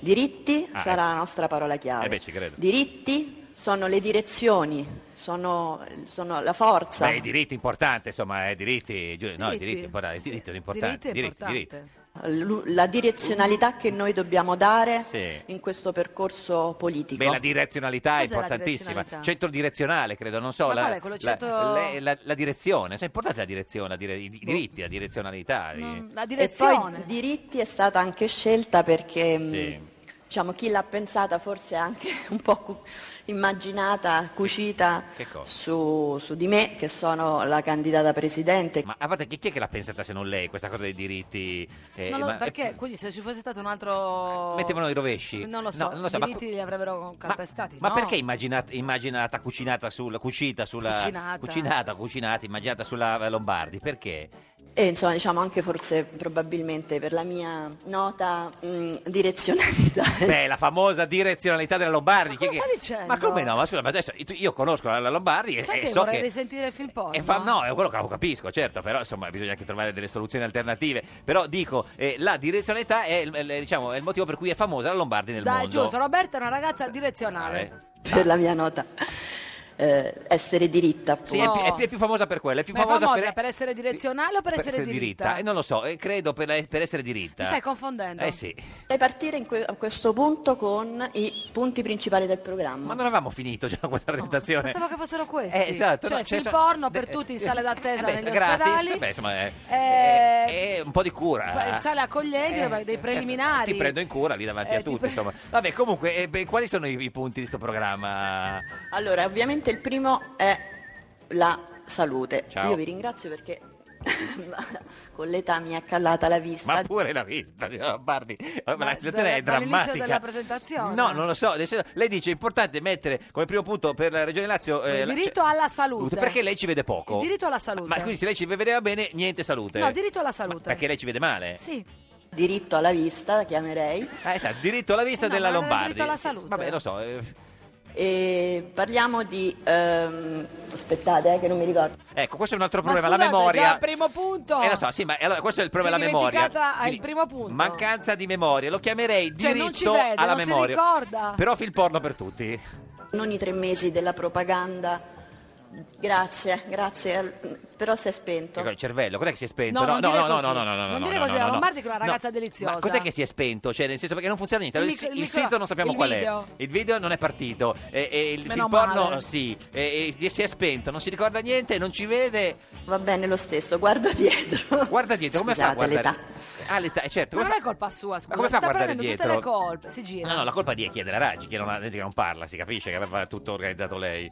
Speaker 8: Diritti
Speaker 3: Ah,
Speaker 8: sarà la nostra parola chiave.
Speaker 3: Eh beh, ci credo.
Speaker 8: Diritti sono le direzioni, sono, sono la forza.
Speaker 3: Beh, i diritti importanti, insomma, eh, diritti, giu- no, i
Speaker 2: Diritti.
Speaker 3: diritti importanti, i diritti sono importanti,
Speaker 2: Diritti è
Speaker 3: diritti,
Speaker 2: importante.
Speaker 3: diritti.
Speaker 8: Lu- La direzionalità che noi dobbiamo dare
Speaker 3: Sì.
Speaker 8: in questo percorso politico.
Speaker 3: Beh, la direzionalità è
Speaker 2: Cos'è la
Speaker 3: importantissima.
Speaker 2: direzionalità?
Speaker 3: Centro direzionale, credo, non so.
Speaker 2: Ma
Speaker 3: la,
Speaker 2: qual è quello
Speaker 3: la-
Speaker 2: centro- Boh.
Speaker 3: le- la- la direzione, è importante la direzione, la dire- i di- diritti, la direzionalità. i-
Speaker 2: Non- la
Speaker 8: e poi
Speaker 2: direzione.
Speaker 8: diritti è stata anche scelta perché
Speaker 3: Sì.
Speaker 8: mh, diciamo, chi l'ha pensata forse anche <laughs> un po' cu- immaginata, cucita
Speaker 3: che cosa?
Speaker 8: su, su di me che sono la candidata presidente.
Speaker 3: Ma a parte chi chi è che l'ha pensata se non lei, questa cosa dei diritti? Eh,
Speaker 2: Non lo-
Speaker 3: ma-
Speaker 2: perché quindi se ci fosse stato un altro
Speaker 3: Mettevano i rovesci.
Speaker 2: non lo so,
Speaker 3: No, non lo so,
Speaker 2: i
Speaker 3: ma-
Speaker 2: diritti li avrebbero
Speaker 3: Ma-
Speaker 2: calpestati
Speaker 3: Ma,
Speaker 2: no.
Speaker 3: perché immaginata, immaginata cucinata sulla cucita sulla
Speaker 2: Cucinata.
Speaker 3: cucinata, cucinata, immaginata sulla eh, Lombardi? Perché?
Speaker 8: E insomma diciamo anche forse probabilmente per la mia nota mm, mh, direzionalità.
Speaker 3: Beh, la famosa direzionalità della Lombardi. chi è che- Ma,
Speaker 2: Cosa dicendo?
Speaker 3: come no? Ma scusa, ma adesso tu- io conosco la, la Lombardi e,
Speaker 2: Sai
Speaker 3: e
Speaker 2: che
Speaker 3: so
Speaker 2: vorrei
Speaker 3: che...
Speaker 2: risentire il film porno?
Speaker 3: e fa- no, è quello che lo capisco, certo, però insomma bisogna anche trovare delle soluzioni alternative. Però dico, eh, la direzionalità è, il- il- diciamo, è il motivo per cui è famosa la Lombardi nel
Speaker 2: Dai,
Speaker 3: mondo. Eh,
Speaker 2: giusto, Roberta è una ragazza direzionale.
Speaker 8: <laughs> per la mia nota eh, essere diritta
Speaker 3: Sì, è, pi- è pi- è più famosa per quella, è più
Speaker 2: Ma è
Speaker 3: famosa,
Speaker 2: famosa per...
Speaker 3: per,
Speaker 2: essere direzionale o per,
Speaker 3: per essere diritta. Eh, non lo so, eh, credo per, la- per essere diritta.
Speaker 2: Mi stai confondendo.
Speaker 3: Eh sì,
Speaker 8: Vorrei partire in que- a questo punto con i punti principali del programma.
Speaker 3: ma non avevamo finito già questa presentazione.
Speaker 2: Pensavo che fossero questi.
Speaker 3: Eh, esatto,
Speaker 2: cioè,
Speaker 3: no, c'è
Speaker 2: film
Speaker 3: so-
Speaker 2: porno per
Speaker 3: de-
Speaker 2: tutti in sale d'attesa
Speaker 3: Eh, Beh,
Speaker 2: negli
Speaker 3: gratis, Eh,
Speaker 2: ospedali.
Speaker 3: beh, insomma, è,
Speaker 2: Eh,
Speaker 3: è un po' di cura.
Speaker 2: pa- sale accoglienti dove- dei preliminari.
Speaker 3: Eh, certo. Ti prendo in cura lì davanti
Speaker 8: Eh,
Speaker 3: a
Speaker 8: ti
Speaker 3: tutti,
Speaker 8: pre-
Speaker 3: insomma. Vabbè, comunque, eh, beh, quali sono i, i punti di sto
Speaker 2: <laughs>
Speaker 3: programma?
Speaker 8: Allora, ovviamente il primo è la salute.
Speaker 3: Ciao.
Speaker 8: Io vi ringrazio perché <laughs> con l'età mi è calata la vista.
Speaker 3: Ma pure la vista, signora Bardi. oh, Ma, la situazione
Speaker 8: da-
Speaker 3: è
Speaker 8: dall'inizio
Speaker 3: drammatica.
Speaker 2: della presentazione.
Speaker 3: No, non lo so. nel senso- lei dice è importante mettere come primo punto per la Regione Lazio eh,
Speaker 2: Il
Speaker 3: la-
Speaker 2: diritto alla salute.
Speaker 3: cioè, perché lei ci vede
Speaker 2: Il
Speaker 3: poco.
Speaker 2: diritto alla salute.
Speaker 3: Ma quindi se lei ci vedeva bene, niente salute.
Speaker 2: No, diritto alla salute.
Speaker 3: Perché lei ci vede male.
Speaker 2: Sì.
Speaker 8: Diritto alla vista, la chiamerei.
Speaker 3: Ah, esatto, diritto alla vista
Speaker 8: Eh no,
Speaker 3: della
Speaker 8: ma non è
Speaker 3: Lombardi.
Speaker 8: diritto alla salute.
Speaker 3: Vabbè, lo so. eh,
Speaker 8: E parliamo di... ehm, aspettate, eh, che non mi ricordo.
Speaker 3: Ecco, questo è un altro
Speaker 2: Ma
Speaker 3: problema,
Speaker 2: scusate,
Speaker 3: la memoria.
Speaker 2: Già al primo punto.
Speaker 3: Eh, lo so, sì, ma allora questo è il problema
Speaker 2: Si è
Speaker 3: della memoria.
Speaker 2: dimenticata al
Speaker 3: Quindi,
Speaker 2: Ah, primo punto.
Speaker 3: Mancanza di memoria, lo chiamerei
Speaker 2: Cioè, non ci
Speaker 3: diritto
Speaker 2: vede,
Speaker 3: alla
Speaker 2: non si
Speaker 3: memoria.
Speaker 2: ricorda.
Speaker 3: Però film porno per tutti.
Speaker 8: Non i tre mesi della propaganda. Grazie, grazie. al- Però si è spento.
Speaker 3: Ecco, il cervello, cos'è che si è spento?
Speaker 8: Certo. No, non
Speaker 3: no,
Speaker 8: dire
Speaker 3: no, no,
Speaker 8: così.
Speaker 3: no, no, no, no,
Speaker 8: Non
Speaker 3: no,
Speaker 8: dire
Speaker 3: no,
Speaker 8: così,
Speaker 3: no,
Speaker 8: la
Speaker 3: no.
Speaker 8: Lombardi che è una
Speaker 3: No,
Speaker 8: ragazza deliziosa.
Speaker 3: Ma cos'è che si è spento? Cioè, nel senso perché non funziona niente.
Speaker 2: Il
Speaker 3: Allora,
Speaker 2: micro-
Speaker 3: il,
Speaker 2: il
Speaker 3: il
Speaker 2: micro-
Speaker 3: sito non sappiamo
Speaker 2: il
Speaker 3: qual
Speaker 2: video.
Speaker 3: è. Il video non è partito. E, e il
Speaker 8: Meno
Speaker 3: film porno
Speaker 8: male.
Speaker 3: sì. E, e si è spento, non si ricorda niente, non ci vede.
Speaker 8: Va bene lo stesso, guardo dietro.
Speaker 3: Guarda dietro, come fa a
Speaker 8: Scusate,
Speaker 3: guardare? Ah, l'età, eh, certo.
Speaker 2: Ma
Speaker 3: Come
Speaker 2: non
Speaker 3: fa?
Speaker 2: è colpa sua, scusa.
Speaker 3: come fa
Speaker 2: si
Speaker 3: a
Speaker 2: sta
Speaker 3: guardare
Speaker 2: prendendo tutte le
Speaker 3: dietro?
Speaker 2: colpe. Si gira.
Speaker 3: No, no, la colpa di chi è della Raggi, che non, ha- che non parla, si capisce che aveva tutto organizzato lei.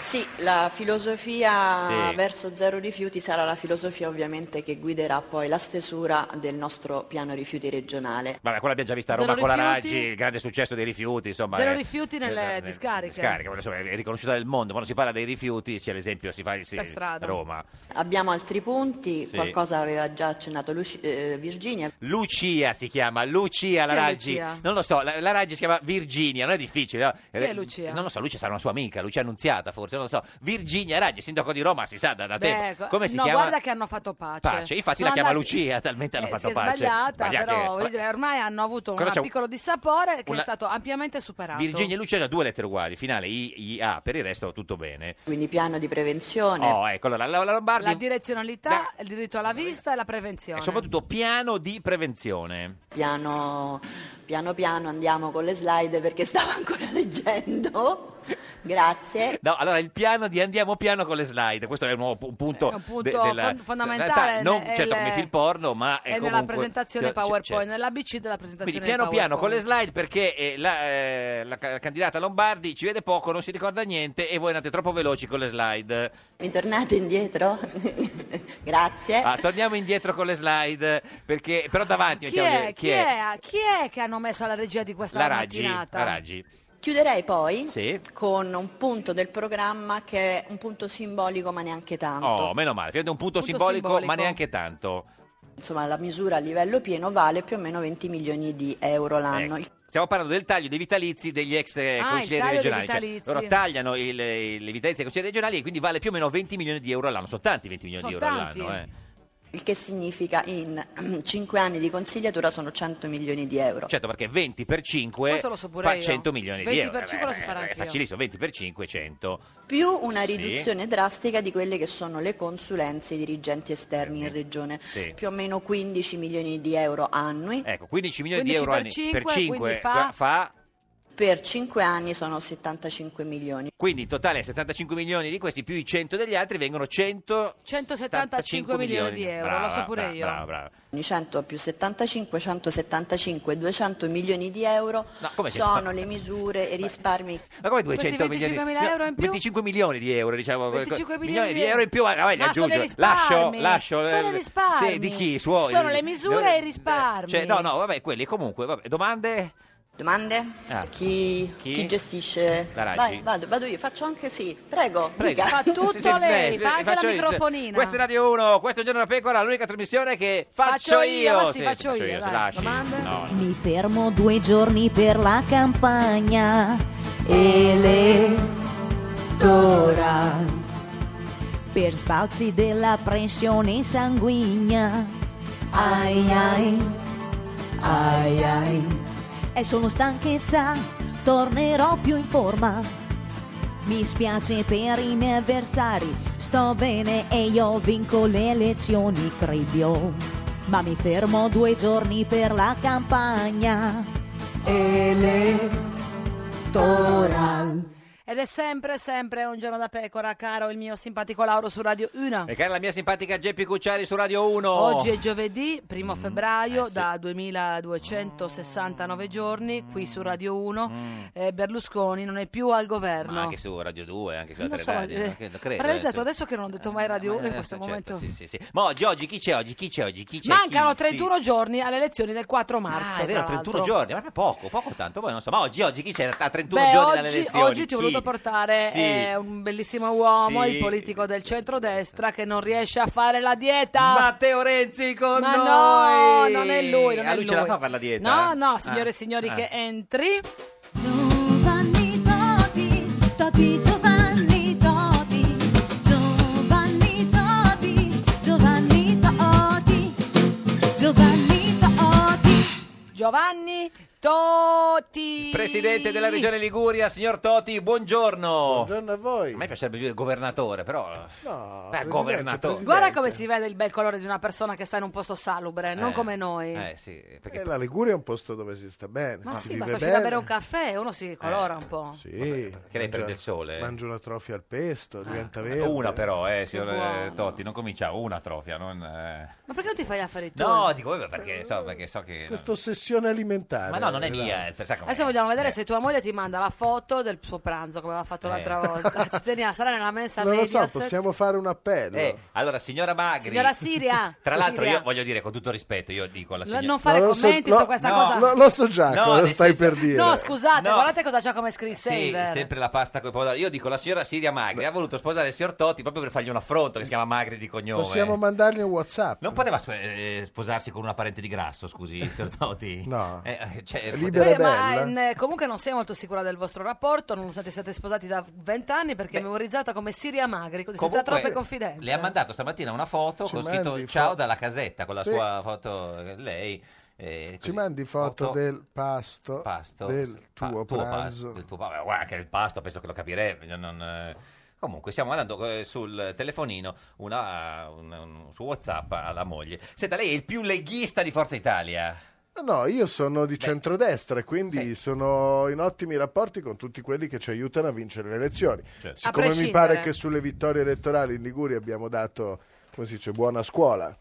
Speaker 8: Sì, la filosofia
Speaker 3: Sì.
Speaker 8: verso zero rifiuti sarà la filosofia ovviamente che guiderà poi la stesura del nostro piano rifiuti regionale.
Speaker 3: Vabbè, quella l'abbiamo già vista a
Speaker 8: Zero
Speaker 3: Roma con la
Speaker 8: rifiuti.
Speaker 3: Raggi, il grande successo dei rifiuti, insomma.
Speaker 2: Zero
Speaker 3: eh,
Speaker 2: rifiuti nelle
Speaker 3: eh,
Speaker 2: discariche.
Speaker 3: discariche, ma insomma, è riconosciuta nel mondo. Quando si parla dei rifiuti, c'è l'esempio, si fa sì,
Speaker 8: Per strada.
Speaker 3: Roma.
Speaker 8: Abbiamo altri punti,
Speaker 3: Sì.
Speaker 8: qualcosa aveva già accennato Luci- eh, Virginia.
Speaker 3: Lucia si chiama, Lucia la
Speaker 8: Chi è
Speaker 3: Raggi.
Speaker 8: Lucia?
Speaker 3: Non lo so, la, la Raggi si chiama Virginia, non è difficile. no?
Speaker 8: Chi è Lucia?
Speaker 3: Non lo so, Lucia sarà una sua amica, Lucia Annunziata forse, non lo so. Virginia Raggi, sindaco di Roma, si sa da, da
Speaker 2: Beh,
Speaker 3: tempo.
Speaker 2: ecco,
Speaker 3: Come si
Speaker 2: no,
Speaker 3: chiama?
Speaker 2: guarda che hanno fatto pace.
Speaker 3: Pace, infatti
Speaker 2: Sono
Speaker 3: la chiama
Speaker 2: andati-
Speaker 3: Lucia, <laughs> talmente hanno
Speaker 2: Eh,
Speaker 3: fatto
Speaker 2: si è
Speaker 3: pace.
Speaker 2: sbagliata,
Speaker 3: Sbagliate-
Speaker 2: però voglio dire, ormai hanno avuto
Speaker 3: Cosa
Speaker 2: un
Speaker 3: c'è?
Speaker 2: piccolo dissapore che
Speaker 3: Una-
Speaker 2: è stato ampiamente superato.
Speaker 3: Virginia e Lucia hanno due lettere uguali, finale I, I, A, per il resto tutto bene.
Speaker 8: Quindi piano di prevenzione.
Speaker 3: Oh, ecco, allora la, la Lombardi
Speaker 2: La direzionalità, il diritto alla vista e la prevenzione.
Speaker 3: è soprattutto piano di prevenzione.
Speaker 8: Piano, piano piano andiamo con le slide perché stavo ancora <laughs> leggendo. Grazie.
Speaker 3: No, allora il piano di andiamo piano con le slide, questo è un, nuovo pu- un punto,
Speaker 2: È un punto
Speaker 3: de- della-
Speaker 2: fon- fondamentale
Speaker 3: non
Speaker 2: nel-
Speaker 3: certo come film porno, ma è
Speaker 2: è
Speaker 3: eh, comunque
Speaker 2: nella presentazione
Speaker 3: cioè, c'è-
Speaker 2: PowerPoint,
Speaker 3: c'è.
Speaker 2: nella BC della presentazione
Speaker 3: Quindi piano piano con le slide perché eh, la, eh, la ca- candidata Lombardi ci vede poco, non si ricorda niente e voi andate troppo veloci con le slide.
Speaker 8: Mi tornate indietro? Grazie.
Speaker 3: Ah, torniamo indietro con le slide perché però davanti
Speaker 2: Chi
Speaker 3: mettiamo
Speaker 2: è,
Speaker 3: chi
Speaker 2: chi, è? chi è che hanno messo alla regia di questa
Speaker 3: La Raggi, la
Speaker 2: mattinata?
Speaker 3: Raggi.
Speaker 8: Chiuderei poi
Speaker 3: Sì.
Speaker 8: con un punto del programma che è un punto simbolico ma neanche tanto.
Speaker 3: Oh, meno male, finalmente un punto,
Speaker 8: Punto
Speaker 3: simbolico, ma
Speaker 8: simbolico.
Speaker 3: neanche tanto.
Speaker 8: Insomma, la misura a livello pieno vale più o meno 20 milioni di euro
Speaker 3: Ecco.
Speaker 8: l'anno. Il-
Speaker 3: Stiamo parlando del taglio dei vitalizi degli ex eh,
Speaker 8: Ah, il
Speaker 3: consiglieri
Speaker 8: taglio dei
Speaker 3: regionali. Cioè,
Speaker 8: vitalizi.
Speaker 3: loro tagliano il, il- le vitalizie dei consiglieri regionali e quindi vale più o meno 20 milioni di euro all'anno. Sono tanti 20 milioni
Speaker 8: Sono
Speaker 3: di euro
Speaker 8: tanti.
Speaker 3: all'anno. eh.
Speaker 8: Il che significa in <clears throat> 5 anni di consigliatura sono 100 milioni di euro.
Speaker 3: Certo, perché 20 per 5
Speaker 8: Questo lo so pure
Speaker 3: fa
Speaker 8: io.
Speaker 3: 100 milioni
Speaker 8: 20
Speaker 3: di euro.
Speaker 8: per
Speaker 3: Eh,
Speaker 8: 5 lo so
Speaker 3: eh,
Speaker 8: fare
Speaker 3: È
Speaker 8: anch'io.
Speaker 3: facilissimo, 20 per 5 100.
Speaker 8: Più una
Speaker 3: Sì.
Speaker 8: riduzione drastica di quelle che sono le consulenze ai dirigenti esterni in regione.
Speaker 3: Sì.
Speaker 8: Più o meno 15 milioni di euro annui.
Speaker 3: Ecco, 15 milioni di
Speaker 8: 15
Speaker 3: euro
Speaker 8: per
Speaker 3: anni-
Speaker 8: 5,
Speaker 3: per 5
Speaker 8: quindi fa-
Speaker 3: fa
Speaker 8: Per 5 anni sono 75 milioni.
Speaker 3: Quindi in totale 75 milioni di questi più i 100 degli altri vengono 100
Speaker 2: 175 milioni di euro,
Speaker 3: Brava,
Speaker 2: lo so pure
Speaker 3: brava,
Speaker 2: io.
Speaker 3: brava, brava.
Speaker 8: 100 più 75, 175, 200 milioni di euro
Speaker 3: No, come
Speaker 8: sono
Speaker 3: 100?
Speaker 8: le misure e i risparmi.
Speaker 3: Ma come
Speaker 8: Questi
Speaker 3: 200 milioni?
Speaker 8: 25.000
Speaker 3: No,
Speaker 8: euro in più?
Speaker 3: 25 milioni di euro, diciamo.
Speaker 8: 25
Speaker 3: milioni di euro in più, ah, vai,
Speaker 2: Ma sono i
Speaker 3: aggiungo. Lascio,
Speaker 2: risparmi,
Speaker 3: lascio.
Speaker 2: sono i
Speaker 3: eh,
Speaker 2: risparmi.
Speaker 3: Sì, di chi? Suoi.
Speaker 2: Sono le misure e i risparmi.
Speaker 3: Cioè, no, no, vabbè, quelli comunque, vabbè, domande?
Speaker 8: Domande?
Speaker 3: Ah.
Speaker 8: Chi,
Speaker 3: Chi?
Speaker 8: chi gestisce?
Speaker 3: La Raggi.
Speaker 8: Vai, vado, vado io, faccio anche sì. Prego,
Speaker 3: Prego.
Speaker 8: dica.
Speaker 2: Fa tutto
Speaker 3: <laughs> Sì, sì,
Speaker 2: lei,
Speaker 3: beh,
Speaker 2: fa anche
Speaker 3: faccio
Speaker 2: la
Speaker 3: io. cioè,
Speaker 2: microfonina.
Speaker 3: Questo è Radio 1, questo è Giorno da Pecora, l'unica trasmissione che faccio,
Speaker 2: Faccio io, ma sì,
Speaker 3: Sì,
Speaker 2: faccio io,
Speaker 3: se
Speaker 2: dai.
Speaker 3: lasci.
Speaker 2: Domande?
Speaker 3: No, no.
Speaker 9: Mi fermo due giorni per la campagna elettorale per sbalzi della pressione sanguigna. Ai ai, ai ai. E sono stanchezza, tornerò più in forma. Mi spiace per i miei avversari, sto bene e io vinco le elezioni, credo. Ma mi fermo due giorni per la campagna elettorale.
Speaker 2: Ed è sempre, sempre un giorno da pecora, caro il mio simpatico Lauro su Radio 1.
Speaker 3: E cara la mia simpatica Geppi Cucciari su Radio 1.
Speaker 2: Oggi è giovedì, primo febbraio,
Speaker 3: eh sì.
Speaker 2: da 2269 giorni, qui su Radio 1. eh, Berlusconi non è più al governo.
Speaker 3: Mm. Ma anche su Radio 2, anche su
Speaker 2: Non
Speaker 3: altre
Speaker 2: so,
Speaker 3: radio.
Speaker 2: eh,
Speaker 3: no? Che- credo,
Speaker 2: ho realizzato
Speaker 3: eh,
Speaker 2: adesso che non ho detto mai Radio 1 in
Speaker 3: eh,
Speaker 2: questo
Speaker 3: certo,
Speaker 2: momento.
Speaker 3: Sì, sì, sì. Ma oggi, oggi, chi c'è oggi? Chi c'è oggi? Chi c'è?
Speaker 2: Mancano
Speaker 3: Chi? Sì.
Speaker 2: 31 giorni alle elezioni del 4 marzo.
Speaker 3: Ah, è vero,
Speaker 2: tra
Speaker 3: 31
Speaker 2: l'altro.
Speaker 3: giorni, ma è poco, poco tanto, poi non so. Ma oggi, oggi chi c'è a 31
Speaker 2: Beh,
Speaker 3: giorni dalle
Speaker 2: oggi,
Speaker 3: elezioni?
Speaker 2: oggi ti ho voluto
Speaker 3: Chi?
Speaker 2: portare
Speaker 3: Sì.
Speaker 2: eh, un bellissimo uomo,
Speaker 3: Sì.
Speaker 2: il politico del centrodestra che non riesce a fare la dieta.
Speaker 3: Matteo Renzi con
Speaker 2: Ma
Speaker 3: noi!
Speaker 2: no, non è lui, non
Speaker 3: Ah,
Speaker 2: è
Speaker 3: lui ce la fa a fare la dieta?
Speaker 2: No, no,
Speaker 3: Ah,
Speaker 2: signore e signori
Speaker 3: ah.
Speaker 2: che entri.
Speaker 11: Giovanni Toti, Toti Giovanni Toti, Giovanni Toti, Giovanni Toti, Giovanni Toti.
Speaker 2: Giovanni Toti.
Speaker 3: Presidente della Regione Liguria, signor Toti, buongiorno. Buongiorno
Speaker 12: a voi.
Speaker 3: A me piacerebbe dire governatore, però. eh, No, Beh, governatore.
Speaker 2: Guarda come si vede il bel colore di una persona che sta in un posto salubre, non
Speaker 12: Eh,
Speaker 2: come noi.
Speaker 3: Eh, sì, perché
Speaker 12: Eh, la Liguria è un posto dove si sta bene.
Speaker 2: Ma
Speaker 12: si
Speaker 2: sì,
Speaker 12: vive
Speaker 2: basta uscire
Speaker 12: bene.
Speaker 2: a bere un caffè e uno si
Speaker 3: Eh.
Speaker 2: colora un po'.
Speaker 12: Sì, che
Speaker 3: lei prende il sole. Ah,
Speaker 12: Mangio una trofia al pesto, diventa verde.
Speaker 3: Una però, eh, signor eh,
Speaker 12: buono.
Speaker 3: Totti, non cominciamo, una trofia, non... eh.
Speaker 2: Ma perché non ti fai gli affari tu?
Speaker 3: No, dico, eh, perché so, perché so che...
Speaker 12: Questa ossessione alimentare.
Speaker 3: Ma no, non è
Speaker 12: Esatto.
Speaker 3: mia, eh, per- sa com'è.
Speaker 2: Adesso vogliamo vedere se tua moglie ti manda la foto del suo pranzo come aveva fatto
Speaker 3: Eh.
Speaker 2: l'altra
Speaker 3: <laughs>
Speaker 2: volta. Ci teniamo, sarà nella mensa
Speaker 12: Non lo so,
Speaker 2: Mediaset.
Speaker 12: possiamo fare un appello.
Speaker 3: Eh, allora, signora Magri...
Speaker 2: Signora Siria.
Speaker 3: <laughs> Tra l'altro
Speaker 2: Siria.
Speaker 3: io voglio dire, con tutto rispetto, io dico alla
Speaker 2: No,
Speaker 3: signora...
Speaker 2: non fare
Speaker 12: No, lo so-
Speaker 2: commenti su
Speaker 12: no,
Speaker 2: questa
Speaker 3: no,
Speaker 2: cosa.
Speaker 12: Lo, lo so già
Speaker 3: No,
Speaker 12: cosa
Speaker 3: nel
Speaker 12: stai
Speaker 3: senso-
Speaker 12: per dire.
Speaker 2: No, scusate,
Speaker 3: No.
Speaker 2: guardate cosa c'è come screen
Speaker 3: Sì,
Speaker 2: saver.
Speaker 3: sempre la pasta con i pomodori. Io dico la signora Siria Magri ha voluto sposare il signor Totti proprio per fargli un affronto che si chiama Magri di cognome.
Speaker 12: Possiamo mandargli un WhatsApp.
Speaker 3: Non poteva sp- eh, sposarsi con una parente di grasso, scusi, il signor
Speaker 12: <laughs>
Speaker 3: Totti? No. cioè,
Speaker 12: Libera
Speaker 3: poteva-
Speaker 12: e
Speaker 2: Beh, ma eh, comunque non sei molto sicura del vostro rapporto, nonostante siate sposati da vent'anni, perché è memorizzata come Siria Magri, così senza
Speaker 3: Comunque,
Speaker 2: troppe confidenze.
Speaker 3: Le ha mandato stamattina una foto
Speaker 12: Ci
Speaker 3: con
Speaker 12: mandi
Speaker 3: scritto
Speaker 12: fo-
Speaker 3: ciao dalla casetta con la
Speaker 12: Sì.
Speaker 3: sua foto eh, lei eh,
Speaker 12: Ci
Speaker 3: così.
Speaker 12: mandi foto, del pasto,
Speaker 3: pasto
Speaker 12: del
Speaker 3: pa-
Speaker 12: tuo
Speaker 3: pasto,
Speaker 12: pranzo.
Speaker 3: del tuo pa- Beh, guarda che il pasto penso che lo capirei non- non, eh. Comunque stiamo mandando eh, sul telefonino una, un, un- su Whatsapp alla moglie. Senta, lei è il più leghista di Forza Italia.
Speaker 12: No, io sono di centrodestra e quindi sono in ottimi rapporti con tutti quelli che ci aiutano a vincere le elezioni.
Speaker 3: Certo.
Speaker 12: Siccome
Speaker 3: A
Speaker 12: mi
Speaker 3: prescindere.
Speaker 12: pare che sulle vittorie elettorali in Liguria abbiamo dato, come si dice, buona scuola.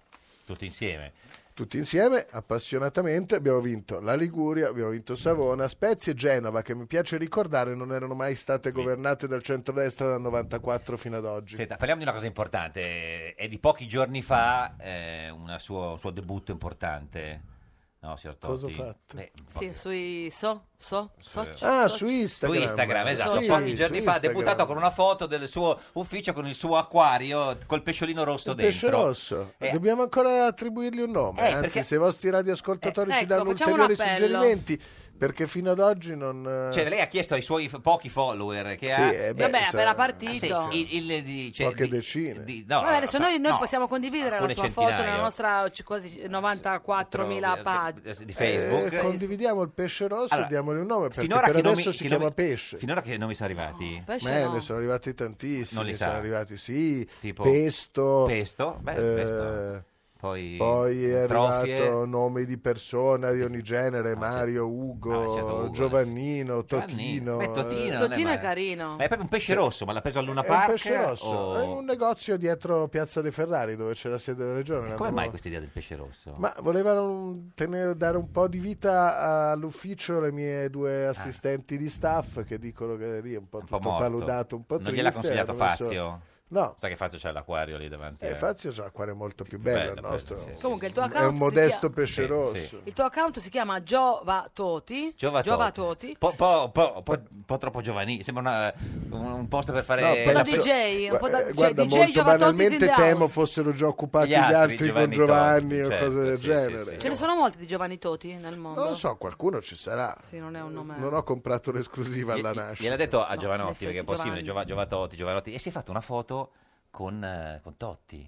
Speaker 3: Tutti insieme.
Speaker 12: Tutti insieme, appassionatamente, abbiamo vinto la Liguria, abbiamo vinto Savona, Spezia e Genova, che mi piace ricordare non erano mai state governate dal centrodestra dal 94 fino ad oggi.
Speaker 3: Senta, parliamo di una cosa importante. eh, È di pochi giorni fa eh, una sua- un suo debutto importante. No, signor
Speaker 12: Cosa
Speaker 3: Totti?
Speaker 12: ho fatto?
Speaker 3: Beh,
Speaker 2: Sì, sui so, so, so,
Speaker 12: Ah, su Instagram.
Speaker 3: Su Instagram, esatto.
Speaker 12: Sì,
Speaker 3: Pochi giorni
Speaker 12: su
Speaker 3: fa ha
Speaker 12: Instagram.
Speaker 3: debuttato con una foto del suo ufficio con il suo acquario col pesciolino rosso
Speaker 12: Il
Speaker 3: dentro.
Speaker 12: pesce rosso.
Speaker 3: Eh,
Speaker 12: Dobbiamo ancora attribuirgli un nome.
Speaker 3: Eh,
Speaker 12: Anzi,
Speaker 3: perché-
Speaker 12: se i vostri radioascoltatori
Speaker 3: Eh,
Speaker 12: ci
Speaker 3: ecco,
Speaker 12: danno
Speaker 3: facciamo un
Speaker 12: ulteriori
Speaker 3: appello.
Speaker 12: suggerimenti, perché fino ad oggi non. eh,
Speaker 3: Cioè, lei ha chiesto ai suoi f- pochi follower che
Speaker 12: Sì,
Speaker 3: ha.
Speaker 12: eh,
Speaker 2: beh, Vabbè, appena
Speaker 3: eh,
Speaker 2: partito.
Speaker 3: sì, sì, il- il- di- cioè,
Speaker 12: Qualche
Speaker 3: di-
Speaker 12: decina.
Speaker 3: di- no,
Speaker 2: Va bene, se
Speaker 3: no,
Speaker 2: noi, noi
Speaker 3: no.
Speaker 2: possiamo condividere la
Speaker 3: alcune
Speaker 2: tua foto
Speaker 3: centinaia. Eh,
Speaker 2: nella nostra c- quasi 94.000 pagina.
Speaker 3: Di Facebook.
Speaker 12: eh, condividiamo il pesce rosso
Speaker 3: Allora,
Speaker 12: e diamogli un nome, perché
Speaker 3: finora
Speaker 12: per
Speaker 3: che nomi-
Speaker 12: adesso si
Speaker 3: che
Speaker 12: chiama
Speaker 3: nomi-
Speaker 12: pesce.
Speaker 3: Finora che nomi sono arrivati?
Speaker 12: Beh, ne sono arrivati tantissimi.
Speaker 3: Non li
Speaker 12: ne
Speaker 3: sa.
Speaker 12: sono arrivati, sì.
Speaker 3: Tipo-
Speaker 12: pesto.
Speaker 3: Pesto, beh,
Speaker 12: eh,
Speaker 3: pesto. Poi,
Speaker 12: Poi è
Speaker 3: trofie. Ah,
Speaker 12: arrivato nomi di persona di ogni genere, Mario, Ugo,
Speaker 3: certo,
Speaker 12: Giovannino, Totino.
Speaker 3: eh. Beh, Totino,
Speaker 12: eh.
Speaker 3: non
Speaker 2: Totino
Speaker 3: ma-
Speaker 2: è carino.
Speaker 3: Ma è proprio un pesce rosso, ma l'ha preso al Luna
Speaker 12: È un
Speaker 3: Park?
Speaker 12: pesce rosso, Eh,
Speaker 3: o-
Speaker 12: è un negozio dietro Piazza dei Ferrari dove c'è la sede della regione.
Speaker 3: Come
Speaker 12: l'abbiamo-
Speaker 3: mai questa idea del pesce rosso?
Speaker 12: Ma volevano un- tenere- dare un po' di vita all'ufficio le mie due assistenti di staff che dicono che lì è un po' tutto
Speaker 3: Ah. morto.
Speaker 12: paludato, un po'
Speaker 3: Non
Speaker 12: triste.
Speaker 3: gliel'ha consigliato
Speaker 12: hanno messo-
Speaker 3: Fazio?
Speaker 12: No.
Speaker 3: Sai che Fazio c'è l'acquario lì davanti.
Speaker 12: E
Speaker 3: eh?
Speaker 12: Fazio c'è l'acquario molto più bello, il
Speaker 3: bello,
Speaker 12: nostro.
Speaker 3: bello, sì,
Speaker 2: Comunque il tuo
Speaker 12: È
Speaker 2: account
Speaker 12: un modesto
Speaker 2: si
Speaker 12: pesce
Speaker 3: Sì,
Speaker 12: rosso.
Speaker 3: sì.
Speaker 2: chiama, il tuo account si chiama Giova Toti.
Speaker 3: Giova
Speaker 2: Toti.
Speaker 3: Po- po- po- po- un po' troppo giovanile, sembra una- un, un posto per fare...
Speaker 12: No,
Speaker 3: la-
Speaker 12: penso-
Speaker 2: DJ, un po' da-
Speaker 12: Gua-
Speaker 2: cioè,
Speaker 12: guarda,
Speaker 2: DJ
Speaker 12: molto
Speaker 2: Giovanotti is in
Speaker 12: banalmente
Speaker 2: the
Speaker 12: temo
Speaker 2: house.
Speaker 12: fossero già occupati
Speaker 3: Gli
Speaker 12: gli
Speaker 3: altri,
Speaker 12: altri, con
Speaker 3: Giovanni
Speaker 12: Giovanni
Speaker 3: Toti,
Speaker 12: o
Speaker 3: certo,
Speaker 12: cose del
Speaker 3: sì, sì,
Speaker 12: genere.
Speaker 3: sì,
Speaker 2: Ce ne sono molti di Giovanni Toti nel mondo.
Speaker 12: Non lo so, qualcuno ci sarà.
Speaker 2: Sì, non è un nome.
Speaker 12: Non ho comprato l'esclusiva alla nascita.
Speaker 3: Gliel'ha detto a
Speaker 2: in
Speaker 3: Giovanotti,
Speaker 2: effetti,
Speaker 3: perché è possibile,
Speaker 2: Giovanni.
Speaker 3: Giova- Giovatotti, Giovanotti, e si è fatto una foto con, eh, con Totti.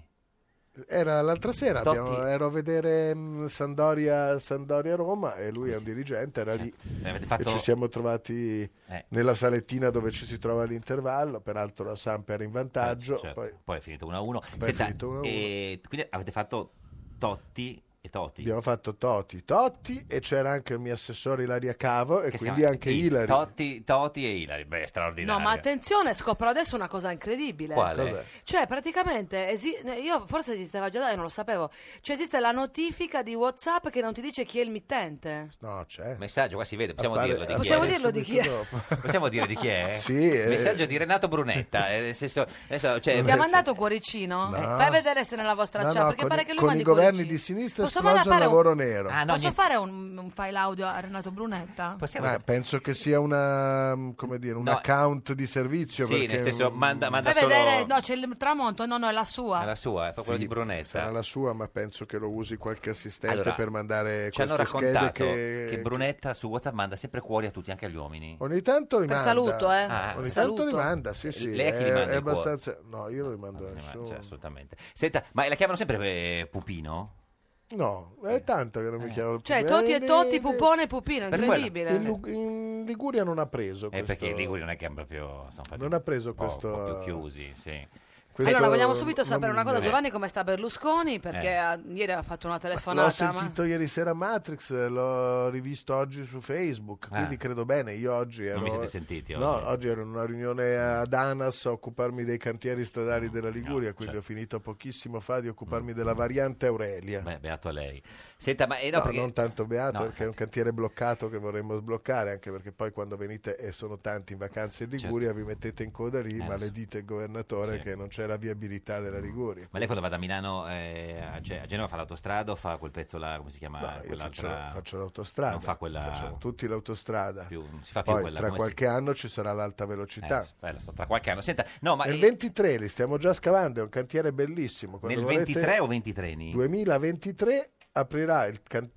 Speaker 12: Era l'altra sera,
Speaker 3: Totti.
Speaker 12: abbiamo- ero a vedere mh, Sandoria, Sandoria Roma e lui è un dirigente, era lì.
Speaker 3: Eh, avete
Speaker 12: E
Speaker 3: fatto-
Speaker 12: ci siamo trovati
Speaker 3: Eh.
Speaker 12: nella salettina dove ci si trova l'intervallo, peraltro la Sampa era in vantaggio.
Speaker 3: Certo.
Speaker 12: Poi
Speaker 3: Poi, è finito 1-1.
Speaker 12: Poi è
Speaker 3: Senta,
Speaker 12: finito 1-1.
Speaker 3: e quindi avete fatto Totti e Totti.
Speaker 12: abbiamo fatto Toti, Totti e c'era anche il mio assessore Ilaria Cavo e
Speaker 3: Che si
Speaker 12: quindi
Speaker 3: chiama
Speaker 12: anche
Speaker 3: I-
Speaker 12: Ilari.
Speaker 3: Totti, Totti e Ilari, beh, straordinario.
Speaker 2: No, ma attenzione, scopro adesso una cosa incredibile.
Speaker 3: Quale?
Speaker 12: Cos'è?
Speaker 2: Cioè, praticamente, esi- io forse esisteva già da, io non lo sapevo. Cioè, esiste la notifica di WhatsApp che non ti dice chi è il mittente.
Speaker 12: No, c'è.
Speaker 3: Messaggio, qua si vede, possiamo
Speaker 12: Appare-
Speaker 3: dirlo di chi
Speaker 2: Possiamo
Speaker 3: è?
Speaker 2: dirlo di chi è?
Speaker 12: subito dopo.
Speaker 3: <laughs> Possiamo dire di chi è?
Speaker 12: <laughs> Sì, eh.
Speaker 3: Messaggio di Renato Brunetta. eh, nel senso- adesso, cioè,
Speaker 2: Ti ha mandato un cuoricino?
Speaker 12: No.
Speaker 2: Eh, Fai vedere se nella vostra
Speaker 12: No,
Speaker 2: chat,
Speaker 12: no,
Speaker 2: perché
Speaker 12: con
Speaker 2: pare
Speaker 12: i-
Speaker 2: che lui
Speaker 12: con
Speaker 2: mandi
Speaker 12: i governi
Speaker 2: cuoricini.
Speaker 12: di sinistra
Speaker 2: Posso
Speaker 12: esploso il
Speaker 2: mandare un-
Speaker 12: lavoro nero.
Speaker 3: Ah, no,
Speaker 2: Posso
Speaker 3: niente.
Speaker 2: fare un, un file audio a Renato Brunetta?
Speaker 3: possiamo-
Speaker 12: Ma penso che sia una, mm, come dire, un
Speaker 3: No.
Speaker 12: account di servizio.
Speaker 3: Sì,
Speaker 12: perché,
Speaker 3: nel senso,
Speaker 12: mm,
Speaker 3: manda, manda
Speaker 2: Fai
Speaker 3: solo...
Speaker 2: vedere, no, c'è il tramonto, no, no, è la
Speaker 3: è
Speaker 2: sua.
Speaker 12: Eh,
Speaker 3: la sua, è quello
Speaker 12: Sì,
Speaker 3: di Brunetta.
Speaker 12: Sarà la sua, ma penso che lo usi qualche assistente
Speaker 3: Allora,
Speaker 12: per mandare
Speaker 3: Ci hanno
Speaker 12: queste
Speaker 3: raccontato
Speaker 12: schede
Speaker 3: che...
Speaker 12: che,
Speaker 3: Brunetta su WhatsApp manda sempre cuori a tutti, anche agli uomini.
Speaker 12: Ogni tanto
Speaker 2: Per
Speaker 12: rimanda.
Speaker 2: saluto, eh.
Speaker 3: Ah, Eh,
Speaker 12: Ogni
Speaker 2: Saluto.
Speaker 12: tanto rimanda, sì, sì.
Speaker 3: Lei a chi
Speaker 12: è,
Speaker 3: li manda
Speaker 12: è
Speaker 3: i cuori?
Speaker 12: abbastanza. No, io non li mando a
Speaker 3: Eh, ma-
Speaker 12: nessuno.
Speaker 3: cioè, assolutamente. Senta, ma la chiamano sempre eh, Pupino?
Speaker 12: No, è tanto che non mi chiamano.
Speaker 2: Cioè,
Speaker 12: più.
Speaker 2: Totti e
Speaker 12: Eh,
Speaker 2: Totti,
Speaker 12: eh,
Speaker 2: Pupone e Pupino,
Speaker 3: Per
Speaker 2: incredibile.
Speaker 12: In, Lu- in Liguria non ha preso.
Speaker 3: Eh,
Speaker 12: questo-
Speaker 3: perché i Liguri non è che hanno proprio... Sono fatti
Speaker 12: Non ha preso
Speaker 3: un po'-
Speaker 12: questo-
Speaker 3: Un po' più chiusi, sì.
Speaker 12: questo
Speaker 2: allora, vogliamo subito sapere
Speaker 12: non-
Speaker 2: una cosa,
Speaker 12: eh.
Speaker 2: Giovanni, come sta Berlusconi? Perché
Speaker 3: Eh.
Speaker 2: ah, ieri ha fatto una
Speaker 12: L'ho
Speaker 2: telefonata. ma-
Speaker 12: sentito ieri sera a Matrix, l'ho rivisto oggi su Facebook,
Speaker 3: Ah.
Speaker 12: quindi credo bene. Io oggi ero.
Speaker 3: Non vi siete sentiti oggi?
Speaker 12: No, oggi ero in una riunione ad ANAS a occuparmi dei cantieri stradali della Liguria,
Speaker 3: no,
Speaker 12: quindi
Speaker 3: certo.
Speaker 12: ho finito pochissimo fa di occuparmi della variante Aurelia.
Speaker 3: Beh, beato a lei. Senta, ma... eh, no,
Speaker 12: No,
Speaker 3: perché-
Speaker 12: non tanto beato
Speaker 3: No,
Speaker 12: perché è un cantiere bloccato che vorremmo sbloccare, anche perché poi quando venite e sono tanti in vacanza in Liguria vi mettete in coda lì,
Speaker 3: Certo. Eh, lo so.
Speaker 12: maledite il governatore
Speaker 3: Sì. Mm.
Speaker 12: che non c'è la viabilità della Liguria.
Speaker 3: Ma lei quando va da Milano eh, a, cioè, a Genova fa l'autostrada o fa quel pezzo là, come si chiama?
Speaker 12: No, io faccio,
Speaker 3: quell'altra- Eh,
Speaker 12: faccio l'autostrada.
Speaker 3: Non fa quella-
Speaker 12: Facciamo tutti l'autostrada.
Speaker 3: più- non si fa più
Speaker 12: Poi
Speaker 3: quella,
Speaker 12: tra
Speaker 3: come
Speaker 12: qualche anno ci sarà l'alta
Speaker 3: si-
Speaker 12: velocità.
Speaker 3: eh, eh, lo so, tra qualche anno. Senta, no, ma
Speaker 12: Nel
Speaker 3: eh,
Speaker 12: 23 li stiamo già scavando, è un cantiere bellissimo. Quando
Speaker 3: nel
Speaker 12: volete-
Speaker 3: 23 o 23?
Speaker 12: 2023 aprirà il can-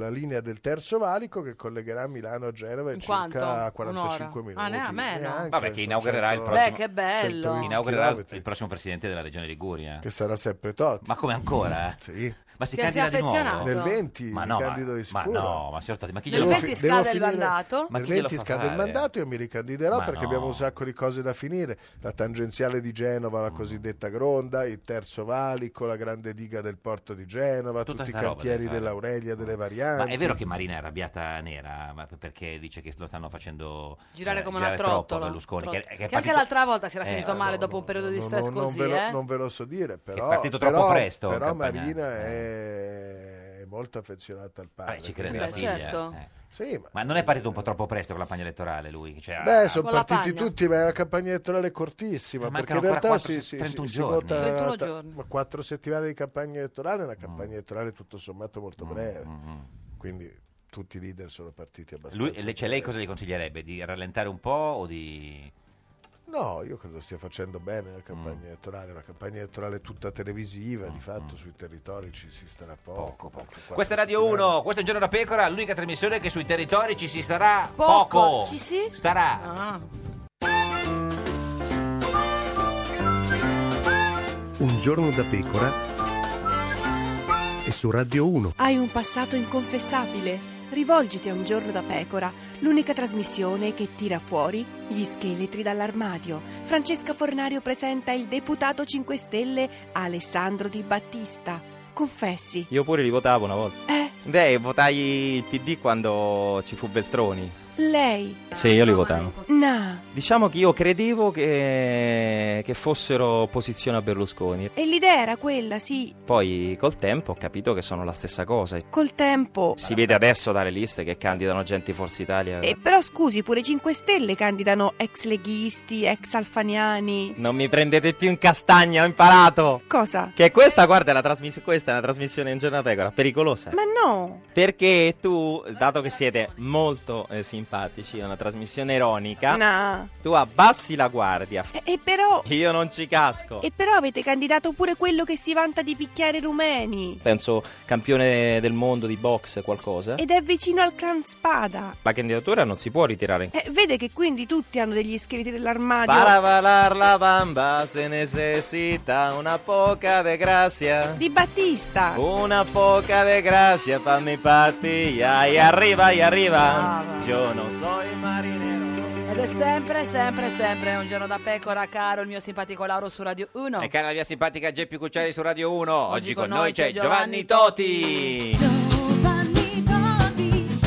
Speaker 12: la linea del terzo valico che collegherà Milano a Genova in,
Speaker 2: In quanto?
Speaker 12: circa 45
Speaker 2: Un'ora?
Speaker 12: minuti.
Speaker 2: Ah, ne- a meno.
Speaker 12: Neanche,
Speaker 3: Vabbè, che
Speaker 12: sono
Speaker 3: inaugurerà il
Speaker 12: 100
Speaker 3: prossimo-
Speaker 2: Beh, che bello.
Speaker 12: 120
Speaker 3: Inaugurerà il-
Speaker 12: chilometri.
Speaker 3: il prossimo presidente della regione Liguria.
Speaker 12: Che sarà sempre Totti.
Speaker 3: Ma come ancora?
Speaker 12: <laughs> Sì.
Speaker 3: Ma si
Speaker 2: Ti sei
Speaker 3: candida di nuovo?
Speaker 2: affezionato?
Speaker 12: Nel 20
Speaker 3: Ma
Speaker 12: mi
Speaker 3: no, ma,
Speaker 12: candido di
Speaker 3: ma
Speaker 12: sicuro.
Speaker 3: no, ma signor Totti, ma chi
Speaker 2: Nel
Speaker 3: glielo
Speaker 12: Devo
Speaker 2: 20
Speaker 12: fi- devo
Speaker 2: scade il
Speaker 12: finire-
Speaker 2: mandato.
Speaker 3: Ma
Speaker 12: Nel
Speaker 3: chi glielo
Speaker 12: 20
Speaker 3: fa
Speaker 12: scade il
Speaker 3: fare?
Speaker 12: mandato, io mi ricandiderò
Speaker 3: Ma
Speaker 12: perché
Speaker 3: no.
Speaker 12: abbiamo un sacco di cose da finire. La tangenziale di Genova,
Speaker 3: Mm.
Speaker 12: la cosiddetta Gronda, il terzo valico, la grande diga del porto di Genova,
Speaker 3: Tutta
Speaker 12: tutti i
Speaker 3: sta roba deve
Speaker 12: cantieri
Speaker 3: fare. Mm.
Speaker 12: dell'Aurelia, delle
Speaker 3: Ma
Speaker 12: varianti.
Speaker 3: è vero che Marina è arrabbiata nera ma p- perché dice che lo stanno facendo eh,
Speaker 2: Girare come
Speaker 3: girare
Speaker 2: una
Speaker 3: troppo a
Speaker 2: trottola.
Speaker 3: Berlusconi.
Speaker 2: Trottola.
Speaker 3: Che, che è
Speaker 2: Che anche
Speaker 3: partito-
Speaker 2: l'altra volta si era
Speaker 3: Eh,
Speaker 2: sentito male dopo un periodo di
Speaker 12: No,
Speaker 2: stress
Speaker 12: no, non
Speaker 2: così,
Speaker 12: ve lo,
Speaker 2: eh.
Speaker 12: non ve lo so dire, però...
Speaker 3: partito troppo
Speaker 12: però-
Speaker 3: presto,
Speaker 12: Però
Speaker 3: Campagnano.
Speaker 12: Marina è molto Eh, affezionata al padre.
Speaker 3: Vabbè, eh, ci crede
Speaker 12: quindi-
Speaker 3: la
Speaker 2: Beh,
Speaker 3: figlia.
Speaker 2: certo.
Speaker 3: eh.
Speaker 12: Sì, ma...
Speaker 3: Ma non è partito un po' troppo presto con la campagna elettorale lui? Cioè,
Speaker 12: Beh,
Speaker 3: ah,
Speaker 12: sono
Speaker 2: Con la
Speaker 12: partiti
Speaker 2: pagna.
Speaker 12: tutti, ma è una campagna elettorale cortissima.
Speaker 3: Eh,
Speaker 12: perché
Speaker 3: mancano
Speaker 12: in realtà
Speaker 3: ancora
Speaker 12: si,
Speaker 3: quattro-
Speaker 12: si,
Speaker 3: 31
Speaker 12: si
Speaker 3: giorni.
Speaker 12: vota
Speaker 2: 31
Speaker 12: ta-
Speaker 2: giorni.
Speaker 12: ma quattro settimane di campagna elettorale è una
Speaker 3: Mm.
Speaker 12: campagna elettorale tutto sommato molto breve. Quindi tutti i leader sono partiti abbastanza.
Speaker 3: lui- le- cioè, lei
Speaker 12: presto.
Speaker 3: cosa gli consiglierebbe? Di rallentare un po' o di...
Speaker 12: No, io credo stia facendo bene la
Speaker 3: Mm.
Speaker 12: campagna elettorale, una campagna elettorale tutta televisiva, di fatto sui territori ci si starà poco. perché quattro
Speaker 3: Questa è Radio
Speaker 12: settimane-
Speaker 3: 1, questo è Un Giorno da Pecora, l'unica trasmissione che sui territori ci si starà
Speaker 2: Poco.
Speaker 3: poco.
Speaker 2: Ci si?
Speaker 3: Starà.
Speaker 2: Ah.
Speaker 13: Un giorno da pecora e su Radio 1.
Speaker 14: Hai un passato inconfessabile? Rivolgiti a Un giorno da pecora, l'unica trasmissione che tira fuori gli scheletri dall'armadio. Francesca Fornario presenta il deputato 5 Stelle Alessandro Di Battista. Confessi.
Speaker 15: Io pure li votavo una volta.
Speaker 14: Eh?
Speaker 15: Dai, votai il PD quando ci fu Veltroni.
Speaker 14: lei,
Speaker 15: Sì, io li votavo.
Speaker 14: na,
Speaker 15: Diciamo che io credevo che, che fossero opposizione a Berlusconi.
Speaker 14: e l'idea era quella, sì,
Speaker 15: Poi col tempo ho capito che sono la stessa cosa.
Speaker 14: col tempo.
Speaker 15: Si vede adesso dalle liste che candidano gente di Forza Italia.
Speaker 14: E però scusi, pure i 5 Stelle candidano ex leghisti, ex alfaniani.
Speaker 15: Non mi prendete più in castagna, ho imparato!
Speaker 14: Cosa?
Speaker 15: Che questa, guarda, è la trasmissione, questa è una trasmissione in giornata pecora, pericolosa.
Speaker 14: Ma no!
Speaker 15: Perché tu, dato che siete molto eh, simpatici, è una trasmissione ironica,
Speaker 14: No.
Speaker 15: tu abbassi la guardia.
Speaker 14: E, e però.
Speaker 15: Io non ci casco.
Speaker 14: E però avete candidato pure quello che si vanta di picchiare rumeni.
Speaker 15: Penso campione del mondo di box qualcosa.
Speaker 14: Ed è vicino al clan Spada.
Speaker 15: La candidatura non si può ritirare.
Speaker 14: Eh, vede che quindi tutti hanno degli scheletri dell'armadio.
Speaker 15: Paravalar la bamba se necessita una poca de gracia.
Speaker 14: Di Battista.
Speaker 15: Una poca de gracia fammi partire. E arriva, e
Speaker 14: Ah,
Speaker 15: arriva. Io non so.
Speaker 2: Ed è sempre, sempre, sempre un giorno da pecora, caro il mio simpatico Lauro su Radio 1.
Speaker 3: E cara la mia simpatica Geppi Cucciari su Radio 1. Oggi, con noi c'è Giovanni Toti,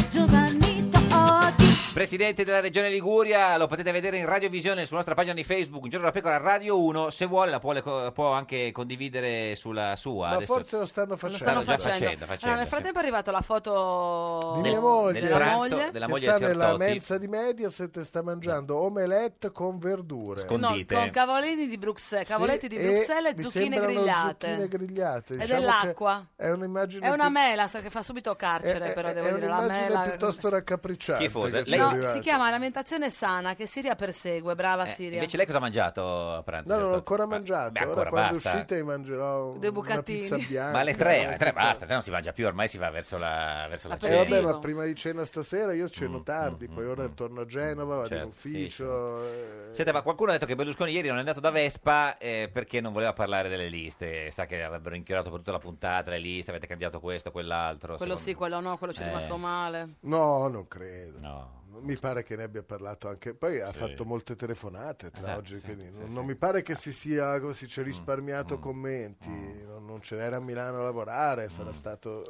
Speaker 11: Giovanni Toti,
Speaker 3: presidente della Regione Liguria. Lo potete vedere in radiovisione sulla nostra pagina di Facebook, Un giorno da pecora Radio 1. Se vuole la può, le- può anche condividere sulla sua.
Speaker 12: Ma
Speaker 3: Adesso-
Speaker 12: forse lo stanno
Speaker 3: Lo
Speaker 12: facendo.
Speaker 3: stanno già facendo,
Speaker 2: Allora,
Speaker 3: facendo.
Speaker 2: nel frattempo è arrivata la foto
Speaker 12: Di mia moglie,
Speaker 2: della moglie.
Speaker 3: della
Speaker 12: che
Speaker 3: moglie
Speaker 12: sta
Speaker 3: del signor
Speaker 12: nella
Speaker 3: Totti.
Speaker 12: mensa di Mediaset e sta mangiando omelette con verdure.
Speaker 2: No, con cavolini di Bruxelles, cavoletti di Bruxelles e
Speaker 12: mi
Speaker 2: zucchine
Speaker 12: sembrano
Speaker 2: grigliate.
Speaker 12: zucchine grigliate,
Speaker 2: E
Speaker 12: diciamo
Speaker 2: dell'acqua.
Speaker 12: È un'immagine
Speaker 2: È una
Speaker 12: più-
Speaker 2: mela sa che fa subito carcere,
Speaker 12: è-
Speaker 2: però
Speaker 12: è-
Speaker 2: devo
Speaker 12: Eh, è
Speaker 2: dire la
Speaker 12: un'immagine
Speaker 2: mela.
Speaker 12: piuttosto raccapricciante.
Speaker 3: Schifosa.
Speaker 12: che ci
Speaker 3: Lei-
Speaker 12: è
Speaker 3: No,
Speaker 12: arrivata.
Speaker 2: Si chiama alimentazione sana che Siria persegue, brava
Speaker 3: Eh,
Speaker 2: Siria.
Speaker 3: invece lei cosa ha mangiato a pranzo?
Speaker 12: No, non ho
Speaker 3: signor Totti?
Speaker 12: ancora mangiato.
Speaker 3: Beh, ancora
Speaker 12: Ora quando
Speaker 3: basta.
Speaker 12: uscite mangerò
Speaker 2: Dei
Speaker 12: una
Speaker 2: bucatini.
Speaker 12: pizza bianca.
Speaker 3: Ma alle tre, alle tre basta, alle tre non si mangia più, ormai si va verso la, verso
Speaker 2: Ah,
Speaker 3: la Mm,
Speaker 12: Eh,
Speaker 3: cena.
Speaker 12: vabbè, ma prima di cena stasera io ceno tardi, poi ora torno a Genova, vado in
Speaker 3: Certo, sì, certo.
Speaker 12: ufficio. eh.
Speaker 3: Senta, ma qualcuno ha detto che Berlusconi ieri non è andato da Vespa eh, perché non voleva parlare delle liste. Sa che avrebbero inchiorato per tutta la puntata le liste, avete cambiato questo, quell'altro.
Speaker 2: Quello
Speaker 3: secondo-
Speaker 2: sì, quello no, quello ci è
Speaker 3: Eh.
Speaker 2: rimasto male.
Speaker 12: No, non credo. Mi pare che ne abbia parlato anche. Poi ha fatto molte telefonate tra
Speaker 13: Esatto,
Speaker 12: oggi.
Speaker 13: sì,
Speaker 12: quindi
Speaker 13: sì,
Speaker 12: non,
Speaker 13: sì.
Speaker 12: non mi pare che
Speaker 3: Ah.
Speaker 12: si sia come
Speaker 3: Mm,
Speaker 12: si dice, risparmiato commenti. Non, non ce n'era a Milano a lavorare,
Speaker 3: Mm.
Speaker 12: sarà stato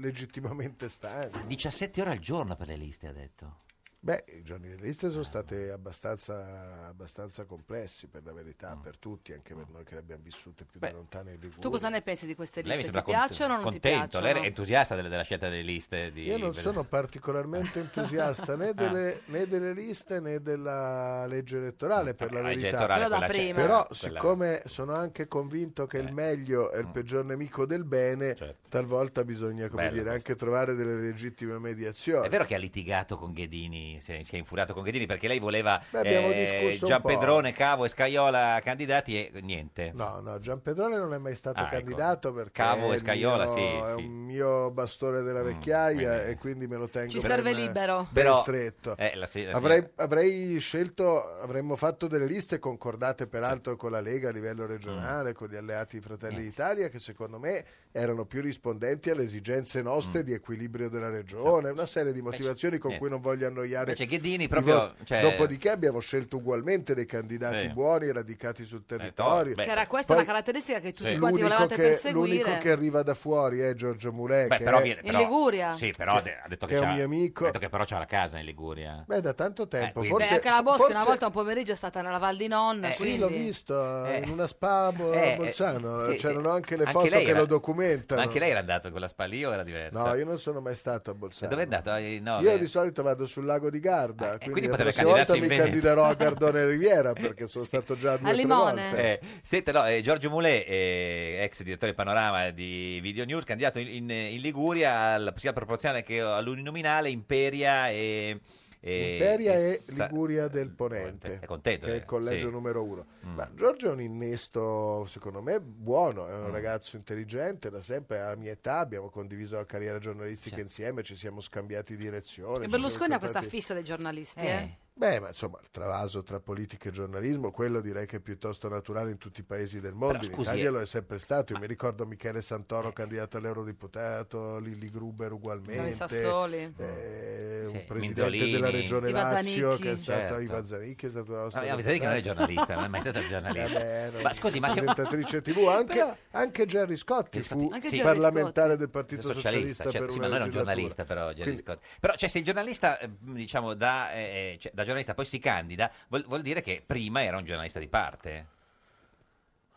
Speaker 12: legittimamente stanco.
Speaker 3: 17 ore al giorno per le liste, ha detto.
Speaker 12: Beh, i giorni delle liste sono stati abbastanza, abbastanza complessi, per la verità, per tutti, anche per noi che le abbiamo vissute più da lontane di voi.
Speaker 2: Tu cosa ne pensi di queste
Speaker 3: Lei mi
Speaker 2: liste? Ti
Speaker 3: sembra cont-
Speaker 2: piacciono o non ti
Speaker 3: contento,
Speaker 2: piacciono?
Speaker 3: lei è entusiasta delle- della scelta delle liste. Di
Speaker 12: Io non
Speaker 3: Berlusconi.
Speaker 12: sono particolarmente entusiasta né, delle, né delle liste né della legge elettorale, per la
Speaker 3: La legge
Speaker 12: verità.
Speaker 3: elettorale, Quella da quella c'è. prima.
Speaker 12: Però,
Speaker 3: Quella-
Speaker 12: siccome sono anche convinto che il meglio è il peggior nemico del bene, talvolta bisogna come
Speaker 3: Bello
Speaker 12: dire, anche trovare delle legittime mediazioni.
Speaker 3: È vero che ha litigato con Ghedini, si è, si è infuriato con Ghedini perché lei voleva
Speaker 12: Beh, abbiamo discusso un
Speaker 3: Giampedrone, Cavo e Scaiola candidati e niente.
Speaker 12: No, no, Giampedrone non è mai stato
Speaker 3: Ah, ecco.
Speaker 12: candidato perché
Speaker 3: Cavo e
Speaker 12: è il
Speaker 3: Scaiola,
Speaker 12: mio-
Speaker 3: sì,
Speaker 12: è
Speaker 3: sì. Mm,
Speaker 12: un mio bastone della vecchiaia e quindi me lo tengo
Speaker 2: Ci
Speaker 12: ben-
Speaker 2: serve libero.
Speaker 12: ben
Speaker 3: Però-
Speaker 12: stretto.
Speaker 3: Eh, la si- la
Speaker 12: avrei, avrei scelto, avremmo fatto delle liste concordate peraltro con la Lega a livello
Speaker 3: Mm.
Speaker 12: regionale, con gli alleati di Fratelli d'Italia, che secondo me erano più rispondenti alle esigenze
Speaker 3: Mm.
Speaker 12: nostre di equilibrio della regione, una serie di motivazioni con
Speaker 3: niente.
Speaker 12: cui non voglio annoiare.
Speaker 3: Invece Ghedini
Speaker 12: i
Speaker 3: proprio,
Speaker 12: vostri-
Speaker 3: cioè-
Speaker 12: Dopodiché abbiamo scelto ugualmente dei candidati
Speaker 3: Sì.
Speaker 12: buoni radicati sul
Speaker 3: Eh,
Speaker 12: territorio.
Speaker 2: Che Cioè, era questa
Speaker 12: Poi-
Speaker 2: una caratteristica che tutti
Speaker 12: sì.
Speaker 2: quanti
Speaker 12: l'unico,
Speaker 2: volevate
Speaker 12: che, l'unico
Speaker 2: perseguire.
Speaker 12: che arriva da fuori è Giorgio Mulè
Speaker 3: Beh,
Speaker 12: che
Speaker 3: però
Speaker 12: è-
Speaker 3: viene-
Speaker 2: In
Speaker 3: però-
Speaker 2: Liguria.
Speaker 3: Sì, però ha de- ha detto che,
Speaker 12: che è
Speaker 3: c'ha-
Speaker 12: un mio amico.
Speaker 3: Ha detto che però c'ha la casa in Liguria.
Speaker 12: Beh, da tanto tempo.
Speaker 3: Eh, quindi-
Speaker 12: forse,
Speaker 2: Beh, anche la Boschi una
Speaker 12: forse- Eh,
Speaker 2: volta un pomeriggio è stata nella Val di Nonna.
Speaker 12: Sì,
Speaker 2: quindi...
Speaker 12: l'ho visto in una spa a Bo-
Speaker 3: Eh,
Speaker 12: a Bolzano,
Speaker 3: eh, sì,
Speaker 12: c'erano
Speaker 3: sì.
Speaker 12: anche le
Speaker 3: Anche
Speaker 12: foto
Speaker 3: lei
Speaker 12: che
Speaker 3: era-
Speaker 12: lo documentano.
Speaker 3: Ma anche lei era andato con la spa lì o era diversa?
Speaker 12: No, io non sono mai stato a
Speaker 3: E
Speaker 12: Bolzano.
Speaker 3: dove è andato? Eh, no,
Speaker 12: Io
Speaker 3: eh,
Speaker 12: di solito vado sul lago di Garda, quindi,
Speaker 3: quindi
Speaker 12: la
Speaker 3: potrebbe
Speaker 12: prossima volta
Speaker 3: candidarsi
Speaker 12: mi
Speaker 3: in Veneto.
Speaker 12: candiderò
Speaker 3: <laughs>
Speaker 12: a Gardone Riviera perché sono stato già due o tre volte.
Speaker 3: Eh, senta, no, eh, Giorgio Mulè, eh, ex direttore Panorama di Video News, candidato in, in- in Liguria al, sia al proporzionale che all'uninominale, Imperia e... e-
Speaker 12: Imperia e
Speaker 3: Eh, sa-
Speaker 12: Liguria del Ponente,
Speaker 3: È contento,
Speaker 12: che è
Speaker 3: eh,
Speaker 12: il collegio
Speaker 3: sì. Mm.
Speaker 12: numero uno. Ma Giorgio è un innesto, secondo me, buono. È un
Speaker 3: Mm.
Speaker 12: ragazzo intelligente da sempre. Alla mia età abbiamo condiviso la carriera giornalistica insieme, ci siamo scambiati direzione.
Speaker 2: E
Speaker 12: ci siamo
Speaker 2: Berlusconi ha questa
Speaker 12: incontrati-
Speaker 2: fissa dei giornalisti, eh.
Speaker 12: Eh. Beh, ma insomma, il travaso tra politica e giornalismo, quello direi che è piuttosto naturale in tutti i paesi del mondo.
Speaker 3: Però,
Speaker 12: in
Speaker 3: scusi,
Speaker 12: Italia
Speaker 3: eh,
Speaker 12: lo è sempre stato. Io mi ricordo Michele Santoro, candidato all'eurodiputato, Lilli Gruber ugualmente.
Speaker 2: Dai, Sassoli.
Speaker 12: eh,
Speaker 3: Sì,
Speaker 12: un presidente
Speaker 3: Minzolini.
Speaker 12: della regione
Speaker 3: Iva
Speaker 12: Lazio,
Speaker 3: Zanicchi.
Speaker 12: che è stato
Speaker 3: Certo.
Speaker 12: Iva Zanicchi, è stato la nostra
Speaker 3: Vabbè, Iva Zanicchi non è giornalista, non è mai
Speaker 12: <laughs>
Speaker 3: stata giornalista.
Speaker 12: Vabbè, non-
Speaker 3: Ma scusi, ma siamo-
Speaker 12: presentatrice TV, anche, anche Gerry Scotti fu
Speaker 3: Anche Gerry
Speaker 12: parlamentare del Partito
Speaker 3: Socialista,
Speaker 12: Socialista,
Speaker 3: certo.
Speaker 12: per
Speaker 3: Sì,
Speaker 12: una
Speaker 3: ma non era un
Speaker 12: legislatura.
Speaker 3: giornalista però Gerry
Speaker 12: Quindi-
Speaker 3: Scotti. Però cioè, se il giornalista eh, diciamo da, eh, cioè, da giornalista poi si candida vuol, vuol dire che prima era un giornalista di parte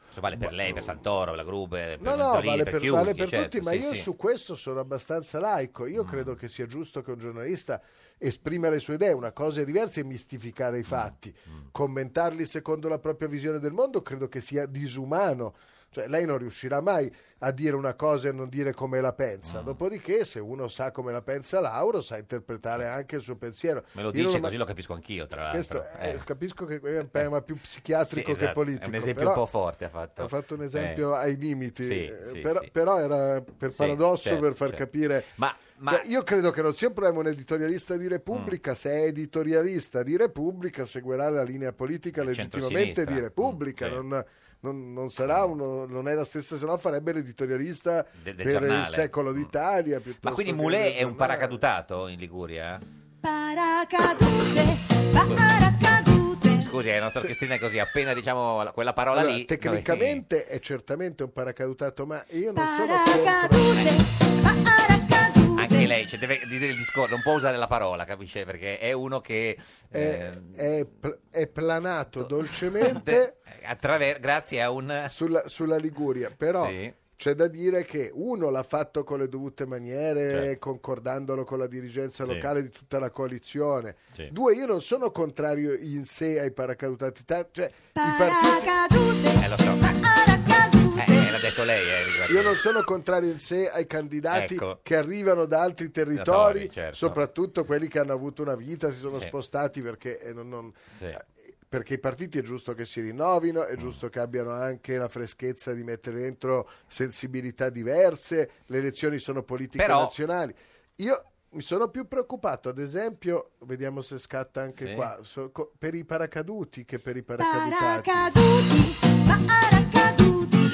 Speaker 3: Questo vale per lei, per Santoro, per la Gruber, per
Speaker 12: No, no,
Speaker 3: Manzolini,
Speaker 12: vale
Speaker 3: per,
Speaker 12: per,
Speaker 3: chiunchi,
Speaker 12: vale per
Speaker 3: certo,
Speaker 12: tutti, ma
Speaker 3: sì,
Speaker 12: io
Speaker 3: sì. Mm.
Speaker 12: su questo sono abbastanza laico. Io credo che sia giusto che un giornalista esprima le sue idee, una cosa è diversa è mistificare
Speaker 3: Mm,
Speaker 12: i fatti, commentarli secondo la propria visione del mondo credo che sia disumano. Cioè, lei non riuscirà mai a dire una cosa e non dire come la pensa.
Speaker 3: Mm.
Speaker 12: Dopodiché, se uno sa come la pensa Lauro, sa interpretare anche il suo pensiero.
Speaker 3: Me lo
Speaker 12: Io non
Speaker 3: dice
Speaker 12: ho mai-
Speaker 3: così lo capisco anch'io tra l'altro.
Speaker 12: questo è-
Speaker 3: Eh.
Speaker 12: capisco che è un tema più
Speaker 3: <laughs>
Speaker 12: psichiatrico
Speaker 3: Sì, esatto,
Speaker 12: che politico.
Speaker 3: È un esempio
Speaker 12: però-
Speaker 3: un po' forte ha fatto.
Speaker 12: ha fatto un esempio
Speaker 3: Eh.
Speaker 12: ai limiti,
Speaker 3: Sì,
Speaker 12: eh,
Speaker 3: sì,
Speaker 12: però,
Speaker 3: sì.
Speaker 12: però era per
Speaker 3: Sì,
Speaker 12: paradosso
Speaker 3: certo,
Speaker 12: per far
Speaker 3: certo.
Speaker 12: capire.
Speaker 3: Ma, ma- Mm.
Speaker 12: Cioè, io credo che non sia un problema un editorialista di Repubblica, se è editorialista di Repubblica seguirà la linea politica legittimamente
Speaker 3: centrosinistra.
Speaker 12: di Repubblica,
Speaker 3: Mm, sì. Mm.
Speaker 12: non, non- non sarà uno- non è la stessa, se no farebbe l'editorialista
Speaker 3: Del- del
Speaker 12: per
Speaker 3: giornale. Mm.
Speaker 12: il secolo d'Italia.
Speaker 3: ma
Speaker 12: piuttosto
Speaker 3: quindi
Speaker 12: che
Speaker 3: Moulet
Speaker 12: del
Speaker 3: è un
Speaker 12: giornale.
Speaker 3: paracadutato in Liguria?
Speaker 11: Paracadute,
Speaker 3: Scusi, eh, la nostra orchestrina è così, appena diciamo la- quella parola
Speaker 12: Allora,
Speaker 3: lì...
Speaker 12: Ah, tecnicamente è certamente un paracadutato, ma io non sono
Speaker 3: noi- anche lei cioè, deve dire il discorso, non può usare la parola, capisce? Perché è uno che...
Speaker 12: è, è pl- è planato
Speaker 3: eh, <laughs>
Speaker 12: dolcemente
Speaker 3: attraver- grazie a un...
Speaker 12: sulla, sulla Liguria, però
Speaker 3: Sì.
Speaker 12: c'è da dire che uno l'ha fatto con le dovute maniere,
Speaker 3: Certo.
Speaker 12: concordandolo con la dirigenza
Speaker 3: Sì.
Speaker 12: locale di tutta la coalizione.
Speaker 3: Sì.
Speaker 12: Due, io non sono contrario in sé ai paracadutati, ta- cioè i
Speaker 3: Eh, lo so. Eh, eh, l'ha detto lei, eh, riguardo-
Speaker 12: Io non sono contrario in sé ai candidati
Speaker 3: Ecco.
Speaker 12: che arrivano da altri territori,
Speaker 3: Territori, certo.
Speaker 12: soprattutto quelli che hanno avuto una vita, si sono
Speaker 3: Sì.
Speaker 12: spostati perché, eh, non- non-
Speaker 3: Sì.
Speaker 12: perché i partiti è giusto che si rinnovino, è giusto che abbiano anche la freschezza di mettere dentro sensibilità diverse, le elezioni sono politiche
Speaker 3: Però-
Speaker 12: nazionali. Io mi sono più preoccupato, ad esempio, vediamo se scatta anche
Speaker 3: Sì.
Speaker 12: qua, so- co- per i paracaduti che per i paracadutati.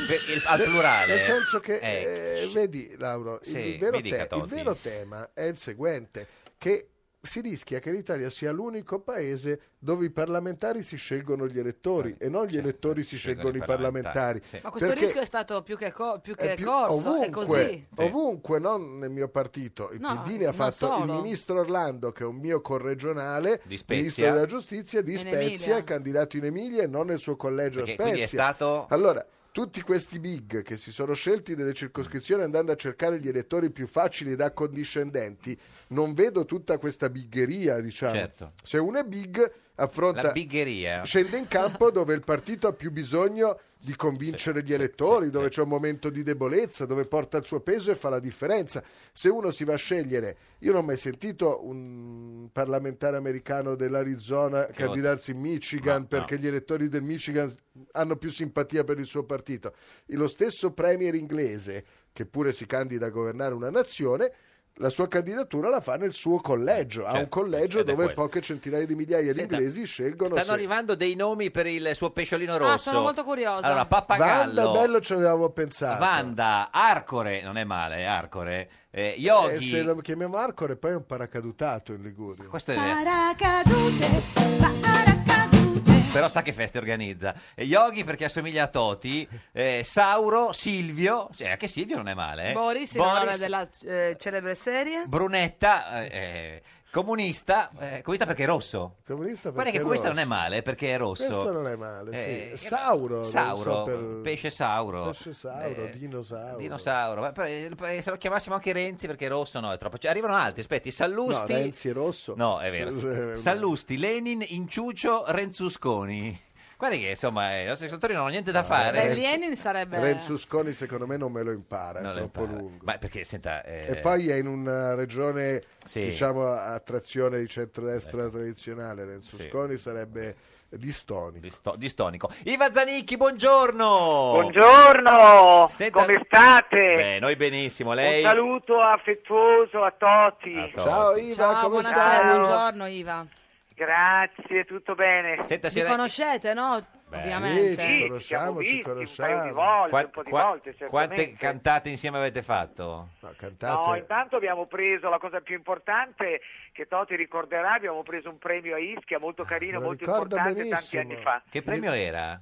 Speaker 3: Per- il- al plurale.
Speaker 12: Nel senso che,
Speaker 3: Eh,
Speaker 12: eh, vedi Lauro,
Speaker 3: Sì,
Speaker 12: il, vero
Speaker 3: mi dica,
Speaker 12: te- il
Speaker 3: Totti.
Speaker 12: vero tema è il seguente, che si rischia che l'Italia sia l'unico paese dove i parlamentari si scelgono gli elettori
Speaker 3: Eh,
Speaker 12: e non gli
Speaker 3: certo,
Speaker 12: elettori si scelgono i parlamentari.
Speaker 2: Ma questo
Speaker 12: Perché
Speaker 2: rischio è stato più che, co- più che
Speaker 12: è più-
Speaker 2: corso,
Speaker 12: ovunque,
Speaker 2: è così.
Speaker 12: ovunque, non nel mio partito. Il
Speaker 2: No,
Speaker 12: PD ne ha
Speaker 2: non
Speaker 12: fatto il
Speaker 2: solo.
Speaker 12: ministro Orlando, che è un mio corregionale,
Speaker 3: Di Spezia.
Speaker 12: ministro della giustizia di
Speaker 3: In
Speaker 12: Spezia,
Speaker 3: Emilia.
Speaker 12: candidato in Emilia e non nel suo collegio
Speaker 3: Perché
Speaker 12: a Spezia.
Speaker 3: quindi è stato-
Speaker 12: Allora, tutti questi big che si sono scelti delle circoscrizioni andando a cercare gli elettori più facili ed accondiscendenti, non vedo tutta questa bigheria, diciamo.
Speaker 3: Certo.
Speaker 12: Se uno è big, affronta
Speaker 3: La bigheria.
Speaker 12: scende in campo dove il partito ha più bisogno di convincere gli elettori, dove c'è un momento di debolezza, dove porta il suo peso e fa la differenza. Se uno si va a scegliere, io non ho mai sentito un parlamentare americano dell'Arizona
Speaker 3: Che
Speaker 12: candidarsi in Michigan
Speaker 3: No,
Speaker 12: perché
Speaker 3: no.
Speaker 12: gli elettori del Michigan hanno più simpatia per il suo partito. E lo stesso premier inglese, che pure si candida a governare una nazione, la sua candidatura la fa nel suo collegio, ha
Speaker 3: Certo,
Speaker 12: un collegio
Speaker 3: ed è
Speaker 12: dove
Speaker 3: quello.
Speaker 12: poche centinaia di migliaia
Speaker 3: Senta,
Speaker 12: di inglesi scelgono
Speaker 3: Stanno
Speaker 12: se-
Speaker 3: arrivando dei nomi per il suo pesciolino rosso.
Speaker 2: Ah, sono molto curiosa.
Speaker 3: Allora,
Speaker 12: Vanda
Speaker 3: Pappagallo,
Speaker 12: Bello ci avevamo pensato.
Speaker 3: Vanda, Arcore, non è male, Arcore, eh,
Speaker 12: Eh,
Speaker 3: Yogi,
Speaker 12: se lo chiamiamo Arcore, poi è un paracadutato in Liguria.
Speaker 3: questo
Speaker 2: Ah,
Speaker 3: è-
Speaker 2: eh.
Speaker 3: però sa che feste organizza, Eh, Yogi perché assomiglia a Toti, eh, Sauro, Silvio, sì, anche Silvio non è male, eh.
Speaker 2: Boris, il nome della eh, celebre serie.
Speaker 3: Brunetta, eh, eh, comunista, eh, comunista perché è rosso.
Speaker 12: Comunista
Speaker 3: Guarda
Speaker 12: perché
Speaker 3: che comunista
Speaker 12: rosso.
Speaker 3: non è male perché è rosso.
Speaker 12: Questo non è male, sì.
Speaker 3: Eh,
Speaker 12: Sauro, non
Speaker 3: Sauro,
Speaker 12: so per-
Speaker 3: pesce Sauro.
Speaker 12: Pesce Sauro,
Speaker 3: Eh,
Speaker 12: dinosauro.
Speaker 3: Dinosauro, ma per- per- se lo chiamassimo anche Renzi perché è rosso no, è troppo. Cioè, arrivano altri, aspetti,
Speaker 12: No,
Speaker 3: Sallusti.
Speaker 12: Renzi Eh, è rosso.
Speaker 3: No,
Speaker 12: <laughs>
Speaker 3: è vero. Sallusti, Lenin, Inciucio, Renzusconi. Guarda che insomma, eh, i nostri ascoltatori non hanno niente da fare.
Speaker 2: Beh, Lenin sarebbe...
Speaker 12: Renzusconi secondo me non me lo impara,
Speaker 3: Non
Speaker 12: è
Speaker 3: lo
Speaker 12: troppo
Speaker 3: impara.
Speaker 12: lungo.
Speaker 3: Ma perché senta eh,
Speaker 12: E poi è in una regione,
Speaker 3: Sì.
Speaker 12: diciamo, a trazione di centrodestra tradizionale. Renzusconi sarebbe distonico.
Speaker 3: disto- distonico. Iva Zanicchi, buongiorno.
Speaker 16: Buongiorno, come state?
Speaker 3: Beh, Eh, noi benissimo, lei
Speaker 16: Un saluto affettuoso a Totti.
Speaker 3: A Totti. Ciao,
Speaker 12: Iva,
Speaker 2: Ciao, buonasera, buongiorno Iva.
Speaker 16: Grazie, tutto bene.
Speaker 3: Senta,
Speaker 2: Vi conoscete, no? Ovviamente.
Speaker 12: ci conosciamo, ci conosciamo.
Speaker 3: Qua-
Speaker 16: un po' di
Speaker 3: qua-
Speaker 16: volte,
Speaker 3: quante
Speaker 16: certamente.
Speaker 3: cantate insieme avete fatto?
Speaker 16: No, intanto abbiamo preso la cosa più importante che Toti ricorderà, abbiamo preso un premio a Ischia molto carino,
Speaker 12: Ah, Me lo
Speaker 16: molto
Speaker 12: ricordo
Speaker 16: importante
Speaker 12: benissimo.
Speaker 16: tanti anni fa.
Speaker 3: Che premio era?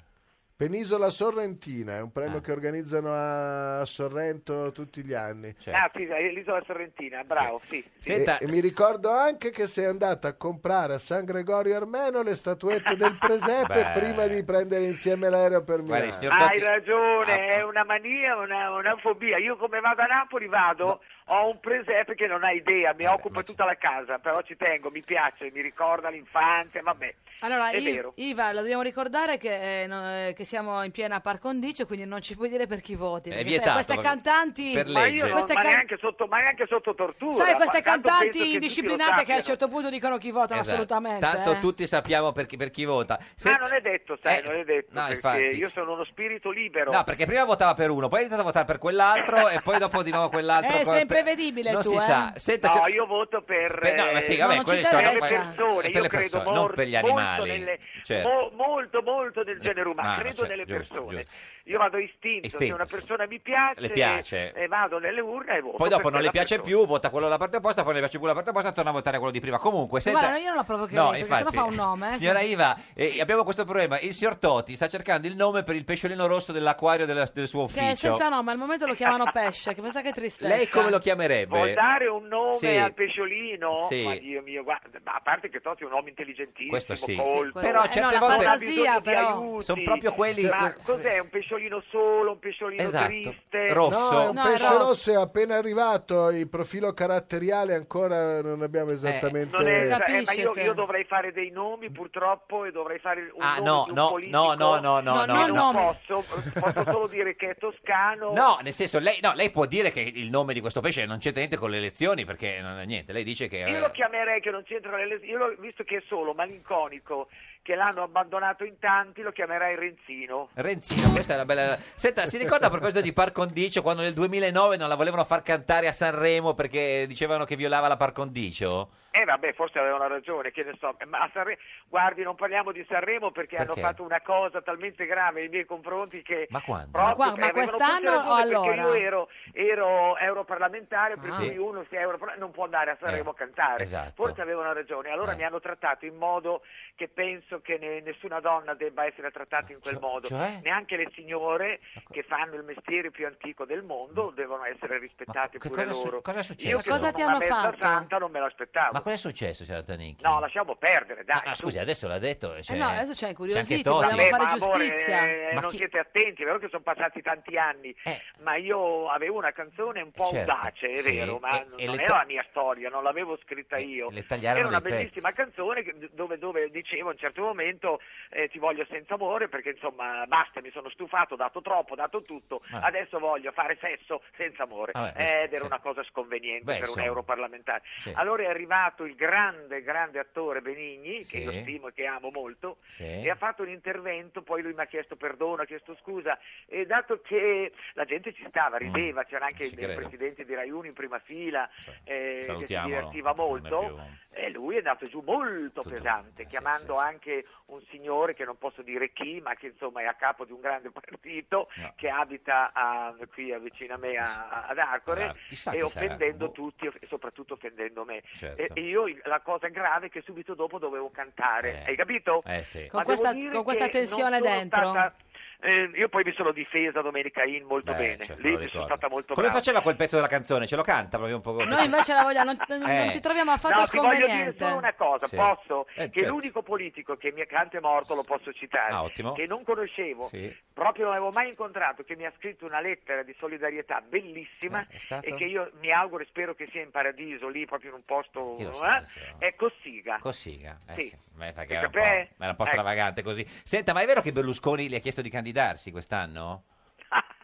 Speaker 12: Penisola Sorrentina è un
Speaker 3: Ah.
Speaker 12: premio che organizzano a Sorrento tutti gli anni.
Speaker 3: Cioè,
Speaker 16: Ah, sì, è l'isola sorrentina, bravo, sì.
Speaker 12: e, e mi ricordo anche che sei andata a comprare a San Gregorio Armeno le statuette del presepe
Speaker 3: Beh.
Speaker 12: prima di prendere insieme l'aereo per
Speaker 3: Guarda,
Speaker 12: Milano.
Speaker 3: il signor
Speaker 16: Hai
Speaker 3: Ah,
Speaker 16: ragione, è una mania, una, una fobia. Io come vado a Napoli vado, ho un presepe che non ha idea,
Speaker 3: Eh,
Speaker 16: mi occupa tutta la casa, però ci tengo, mi piace, mi ricorda l'infanzia, vabbè.
Speaker 2: Allora,
Speaker 16: è
Speaker 2: I-
Speaker 16: vero.
Speaker 2: Iva, lo dobbiamo ricordare che, eh, no, eh, che siamo in piena par condicio, quindi non ci puoi dire per chi voti. perché sai,
Speaker 16: vietato,
Speaker 2: queste
Speaker 16: per-
Speaker 2: cantanti,
Speaker 16: ma io non,
Speaker 2: queste
Speaker 16: ma,
Speaker 2: can-
Speaker 16: neanche sotto, ma neanche sotto tortura.
Speaker 2: sai, queste
Speaker 16: ma tanto penso
Speaker 2: cantanti
Speaker 16: che
Speaker 2: disciplinate
Speaker 16: tutti
Speaker 2: che a un certo punto dicono chi votano,
Speaker 3: Esatto.
Speaker 2: assolutamente.
Speaker 3: Tanto
Speaker 2: eh.
Speaker 3: tutti sappiamo per chi, per chi vota.
Speaker 16: lo
Speaker 3: Se- Eh,
Speaker 16: sanno. Ma Ah, non è detto, sai, non è detto,
Speaker 3: no,
Speaker 16: perché
Speaker 3: infatti.
Speaker 16: io sono uno spirito libero.
Speaker 3: No, perché prima votava per uno, poi ha iniziato a votare per quell'altro e poi dopo di nuovo quell'altro.
Speaker 2: Eh,
Speaker 3: Poi-
Speaker 2: sei imprevedibile
Speaker 3: non
Speaker 2: tu,
Speaker 3: si
Speaker 2: eh.
Speaker 3: sa. Senta,
Speaker 16: no,
Speaker 3: se-
Speaker 16: io voto per,
Speaker 3: Beh, no, ma sì,
Speaker 16: eh,
Speaker 3: vabbè, quelle sono
Speaker 16: per le
Speaker 3: quelle-
Speaker 16: persone,
Speaker 3: per
Speaker 16: io
Speaker 3: le
Speaker 16: credo
Speaker 3: persone,
Speaker 16: mol-
Speaker 3: non per gli
Speaker 16: molto
Speaker 3: animali,
Speaker 16: nelle-
Speaker 3: certo.
Speaker 16: mo- molto, molto del genere umano,
Speaker 3: umano,
Speaker 16: credo
Speaker 3: cioè,
Speaker 16: nelle
Speaker 3: giusto,
Speaker 16: persone.
Speaker 3: giusto.
Speaker 16: Io vado istinto, se
Speaker 3: Istinto,
Speaker 16: una
Speaker 3: sì.
Speaker 16: persona mi piace,
Speaker 3: Le piace.
Speaker 16: e vado nelle urne e voto.
Speaker 3: poi dopo
Speaker 16: per
Speaker 3: non le
Speaker 16: Boh, quella
Speaker 3: piace
Speaker 16: persona.
Speaker 3: più, vota quello della parte opposta, poi non le piace più la parte opposta, torna a votare quello di prima. Comunque, senta...
Speaker 2: Guarda, io non la provocherei,
Speaker 3: No,
Speaker 2: perché
Speaker 3: infatti,
Speaker 2: sennò fa un nome. eh.
Speaker 3: Signora Iva, eh, abbiamo questo problema. Il signor Toti sta cercando il nome per il pesciolino rosso dell'acquario della- del suo
Speaker 2: Che è
Speaker 3: ufficio.
Speaker 2: senza nome, al momento lo chiamano pesce, che pensa che tristezza.
Speaker 3: Lei come lo chiamerebbe?
Speaker 16: Vuol dare un nome
Speaker 3: eh. Sì.
Speaker 16: al pesciolino?
Speaker 3: Sì.
Speaker 16: Ma Dio mio, guarda, ma a parte che Totti è un uomo intelligentissimo,
Speaker 3: Questo sì. Sì,
Speaker 16: colto,
Speaker 3: quello- Però eh, certe no, la volte- fantasia,
Speaker 16: ha bisogno di
Speaker 3: però.
Speaker 16: aiuti.
Speaker 3: Sono proprio quelli-
Speaker 16: Ma cos'è un pesciolino solo, un pesciolino
Speaker 3: Esatto.
Speaker 16: triste?
Speaker 12: No, è un pesce rosso. è appena arrivato, il profilo caratteriale ancora non
Speaker 3: Eh,
Speaker 12: abbiamo esattamente...
Speaker 16: Non è- eh, ma io, io dovrei fare dei nomi purtroppo e dovrei fare un
Speaker 3: Ah,
Speaker 16: nome
Speaker 3: no,
Speaker 16: di un
Speaker 3: no,
Speaker 16: politico
Speaker 3: no, no, no, no, no,
Speaker 16: che
Speaker 3: no.
Speaker 16: non posso posso solo dire che è toscano
Speaker 3: No, nel senso, lei, no, lei può dire che il nome di questo pesce non c'entra niente con le elezioni, perché non è niente. Lei dice che...
Speaker 16: Io lo chiamerei che non c'entra nelle... Io l'ho visto che è solo malinconico, che l'hanno abbandonato in tanti, lo chiamerei Renzino.
Speaker 3: Renzino, questa è una bella. Senta, si ricorda a proposito di par condicio quando nel 2009 non la volevano far cantare a Sanremo perché dicevano che violava la par condicio?
Speaker 16: Eh vabbè, forse avevano ragione, che ne so. Ma a Sanre- Guardi, non parliamo di Sanremo perché, hanno
Speaker 3: Perché?
Speaker 16: fatto una cosa talmente grave nei miei confronti che...
Speaker 3: Ma quando?
Speaker 16: proprio-
Speaker 2: Ma qua- ma
Speaker 16: eh, avevano tutti
Speaker 2: quest'anno
Speaker 16: ragione
Speaker 2: o
Speaker 16: Perché
Speaker 2: allora?
Speaker 16: io ero, ero europarlamentare, per
Speaker 3: Ah.
Speaker 16: cui
Speaker 3: Sì. Eh,
Speaker 16: uno se è europar- non può andare a Sanremo a cantare.
Speaker 3: esatto.
Speaker 16: Forse avevano ragione. Allora
Speaker 3: Eh.
Speaker 16: mi hanno trattato in modo che penso che ne- nessuna donna debba essere trattata in quel
Speaker 3: Cioè-
Speaker 16: modo.
Speaker 3: cioè?
Speaker 16: Neanche le signore che fanno il mestiere più antico del mondo devono essere rispettate
Speaker 3: che
Speaker 16: pure
Speaker 3: cosa è su-
Speaker 16: loro.
Speaker 3: cosa è successo?
Speaker 16: Io che
Speaker 3: Cosa
Speaker 16: sono
Speaker 3: ti
Speaker 16: una
Speaker 3: hanno
Speaker 16: mezza
Speaker 3: fatto?
Speaker 16: santa non me l'aspettavo.
Speaker 3: Certo. Ma cosa è successo, signora Tanicchi?
Speaker 16: No, lasciamo perdere, dai.
Speaker 3: Ah, scusi, adesso l'ha detto. Cioè...
Speaker 2: Eh no, adesso ci hai incuriositi,
Speaker 3: Toti.
Speaker 2: vogliamo
Speaker 3: Vabbè,
Speaker 2: fare
Speaker 16: ma amore,
Speaker 2: giustizia.
Speaker 16: eh,
Speaker 3: Ma
Speaker 16: non
Speaker 3: chi- Eh.
Speaker 16: siete attenti, è vero che sono passati tanti anni, ma io avevo una canzone un po'
Speaker 3: Certo,
Speaker 16: audace, è
Speaker 3: sì,
Speaker 16: vero, ma
Speaker 3: e-
Speaker 16: non
Speaker 3: e le
Speaker 16: era
Speaker 3: ta- Eh,
Speaker 16: la mia storia, non l'avevo scritta io.
Speaker 3: le tagliarono
Speaker 16: Era una
Speaker 3: dei
Speaker 16: bellissima canzone che- dove, dove dicevo a un certo momento eh, ti voglio senza amore perché insomma basta, mi sono stufato, ho dato troppo, ho dato tutto,
Speaker 3: Ah.
Speaker 16: adesso voglio fare sesso senza amore. Eh,
Speaker 3: Ah, beh,
Speaker 16: Ed
Speaker 3: questo-
Speaker 16: era
Speaker 3: sì.
Speaker 16: una cosa sconveniente
Speaker 3: Beh,
Speaker 16: per
Speaker 3: insomma.
Speaker 16: un europarlamentare.
Speaker 3: Sì.
Speaker 16: Allora è arrivato il grande, grande attore Benigni,
Speaker 3: Sì.
Speaker 16: che io stimo e che amo molto,
Speaker 3: Sì.
Speaker 16: e ha fatto un intervento, poi lui mi ha chiesto perdono, ha chiesto scusa, e dato che la gente ci stava, rideva, c'era anche
Speaker 3: Mm. ci
Speaker 16: il
Speaker 3: credo.
Speaker 16: presidente di Rai Uno in prima fila, eh, che si
Speaker 3: salutiamolo,
Speaker 16: divertiva
Speaker 3: se non è
Speaker 16: molto, e lui è andato giù molto pesante, chiamando anche un signore che non posso dire chi, ma che insomma è a capo di un grande partito,
Speaker 3: No.
Speaker 16: che abita a- qui a- vicino a me a- a- ad Arcore,
Speaker 3: Ah, chissà
Speaker 16: e
Speaker 3: chi sarà,
Speaker 16: offendendo
Speaker 3: boh.
Speaker 16: tutti e soprattutto offendendo me.
Speaker 3: Certo.
Speaker 16: E, e io la cosa grave è che subito dopo dovevo cantare, hai capito?
Speaker 3: Eh sì.
Speaker 2: Con
Speaker 16: Ma devo
Speaker 2: questa-
Speaker 16: dire
Speaker 2: con questa
Speaker 16: che non
Speaker 2: tensione
Speaker 16: sono
Speaker 2: dentro.
Speaker 16: stata- eh, io poi mi sono difesa domenica in molto
Speaker 3: Beh,
Speaker 16: bene,
Speaker 3: certo,
Speaker 16: lì
Speaker 3: lo
Speaker 16: mi sono
Speaker 3: ricordo.
Speaker 16: stata molto
Speaker 3: Come
Speaker 16: brava.
Speaker 3: faceva quel pezzo della canzone? Ce lo canta proprio un po' come...
Speaker 2: Noi invece la vogliamo, non, non-
Speaker 3: Eh.
Speaker 2: non ti troviamo affatto
Speaker 16: No, ti voglio dire
Speaker 2: sconveniente.
Speaker 16: solo una cosa,
Speaker 3: Sì.
Speaker 16: posso?
Speaker 3: Eh,
Speaker 16: che
Speaker 3: certo.
Speaker 16: l'unico politico che mi accanto è morto, lo posso citare,
Speaker 3: Ah, ottimo.
Speaker 16: che non conoscevo,
Speaker 3: Sì.
Speaker 16: proprio non avevo mai incontrato, che mi ha scritto una lettera di solidarietà bellissima
Speaker 3: Eh, è stato?
Speaker 16: e che io mi auguro e spero che sia in paradiso, lì proprio in un posto...
Speaker 3: Chi lo sa,
Speaker 16: eh, È Cossiga.
Speaker 3: Cossiga, eh
Speaker 16: Sì.
Speaker 3: sì. Beh, perché
Speaker 16: Sì,
Speaker 3: era un, po',
Speaker 16: sapè?
Speaker 3: era un po'
Speaker 16: Ecco.
Speaker 3: stravagante così. Senta, ma è vero che Berlusconi le ha chiesto di candidarsi quest'anno?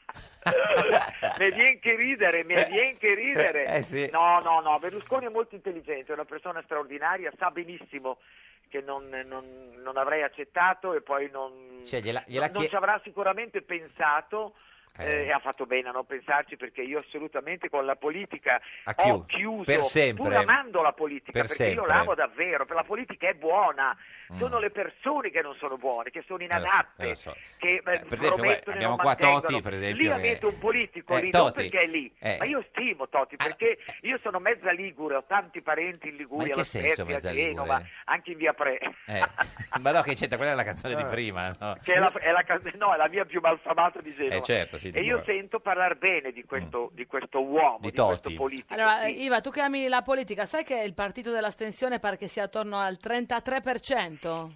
Speaker 16: <laughs> mi viene che ridere, mi viene che ridere.
Speaker 3: Eh, sì.
Speaker 16: No, no, no, Berlusconi è molto intelligente, è una persona straordinaria, sa benissimo che non, non- non avrei accettato e poi non,
Speaker 3: Cioè, gliela- gliela
Speaker 16: non
Speaker 3: chie-
Speaker 16: ci avrà sicuramente pensato. eh, e ha fatto bene a non pensarci perché io assolutamente con la politica
Speaker 3: Ha
Speaker 16: ho
Speaker 3: chiuso,
Speaker 16: chiuso,
Speaker 3: per sempre.
Speaker 16: pur amando la politica,
Speaker 3: Per
Speaker 16: perché io
Speaker 3: sempre.
Speaker 16: l'amo davvero, per la politica è buona,
Speaker 3: Mm.
Speaker 16: sono le persone che non sono buone, che sono
Speaker 3: lo so,
Speaker 16: inadatte,
Speaker 3: eh, lo so.
Speaker 16: che eh,
Speaker 3: per esempio,
Speaker 16: promettono e
Speaker 3: beh, abbiamo
Speaker 16: non
Speaker 3: qua
Speaker 16: mantengono.
Speaker 3: Totti, per esempio,
Speaker 16: Lì
Speaker 3: che-
Speaker 16: la metto un politico
Speaker 3: Eh,
Speaker 16: lì,
Speaker 3: Totti.
Speaker 16: non perché è lì,
Speaker 3: Eh. Ah,
Speaker 16: ma io stimo Totti perché io sono mezza Ligure, ho tanti parenti
Speaker 3: Ma
Speaker 16: in
Speaker 3: in
Speaker 16: Liguria,
Speaker 3: che
Speaker 16: alla
Speaker 3: senso
Speaker 16: Spezia, a
Speaker 3: mezza ligure?
Speaker 16: Genova, anche in via Pre. <laughs>
Speaker 3: Eh, <laughs> ma no, che c'entra? Quella è la canzone di prima. no?
Speaker 16: Eh. Che è la, è la can- no, è la via più malfamata di Genova.
Speaker 3: Eh, certo, sì, di
Speaker 16: e io
Speaker 3: Genova.
Speaker 16: sento parlare bene di questo, di questo uomo,
Speaker 3: Di
Speaker 16: di, questo
Speaker 3: Totti.
Speaker 16: politico.
Speaker 2: Allora, Iva, tu che ami la politica, sai che il partito dell'astensione pare che sia attorno al 33%?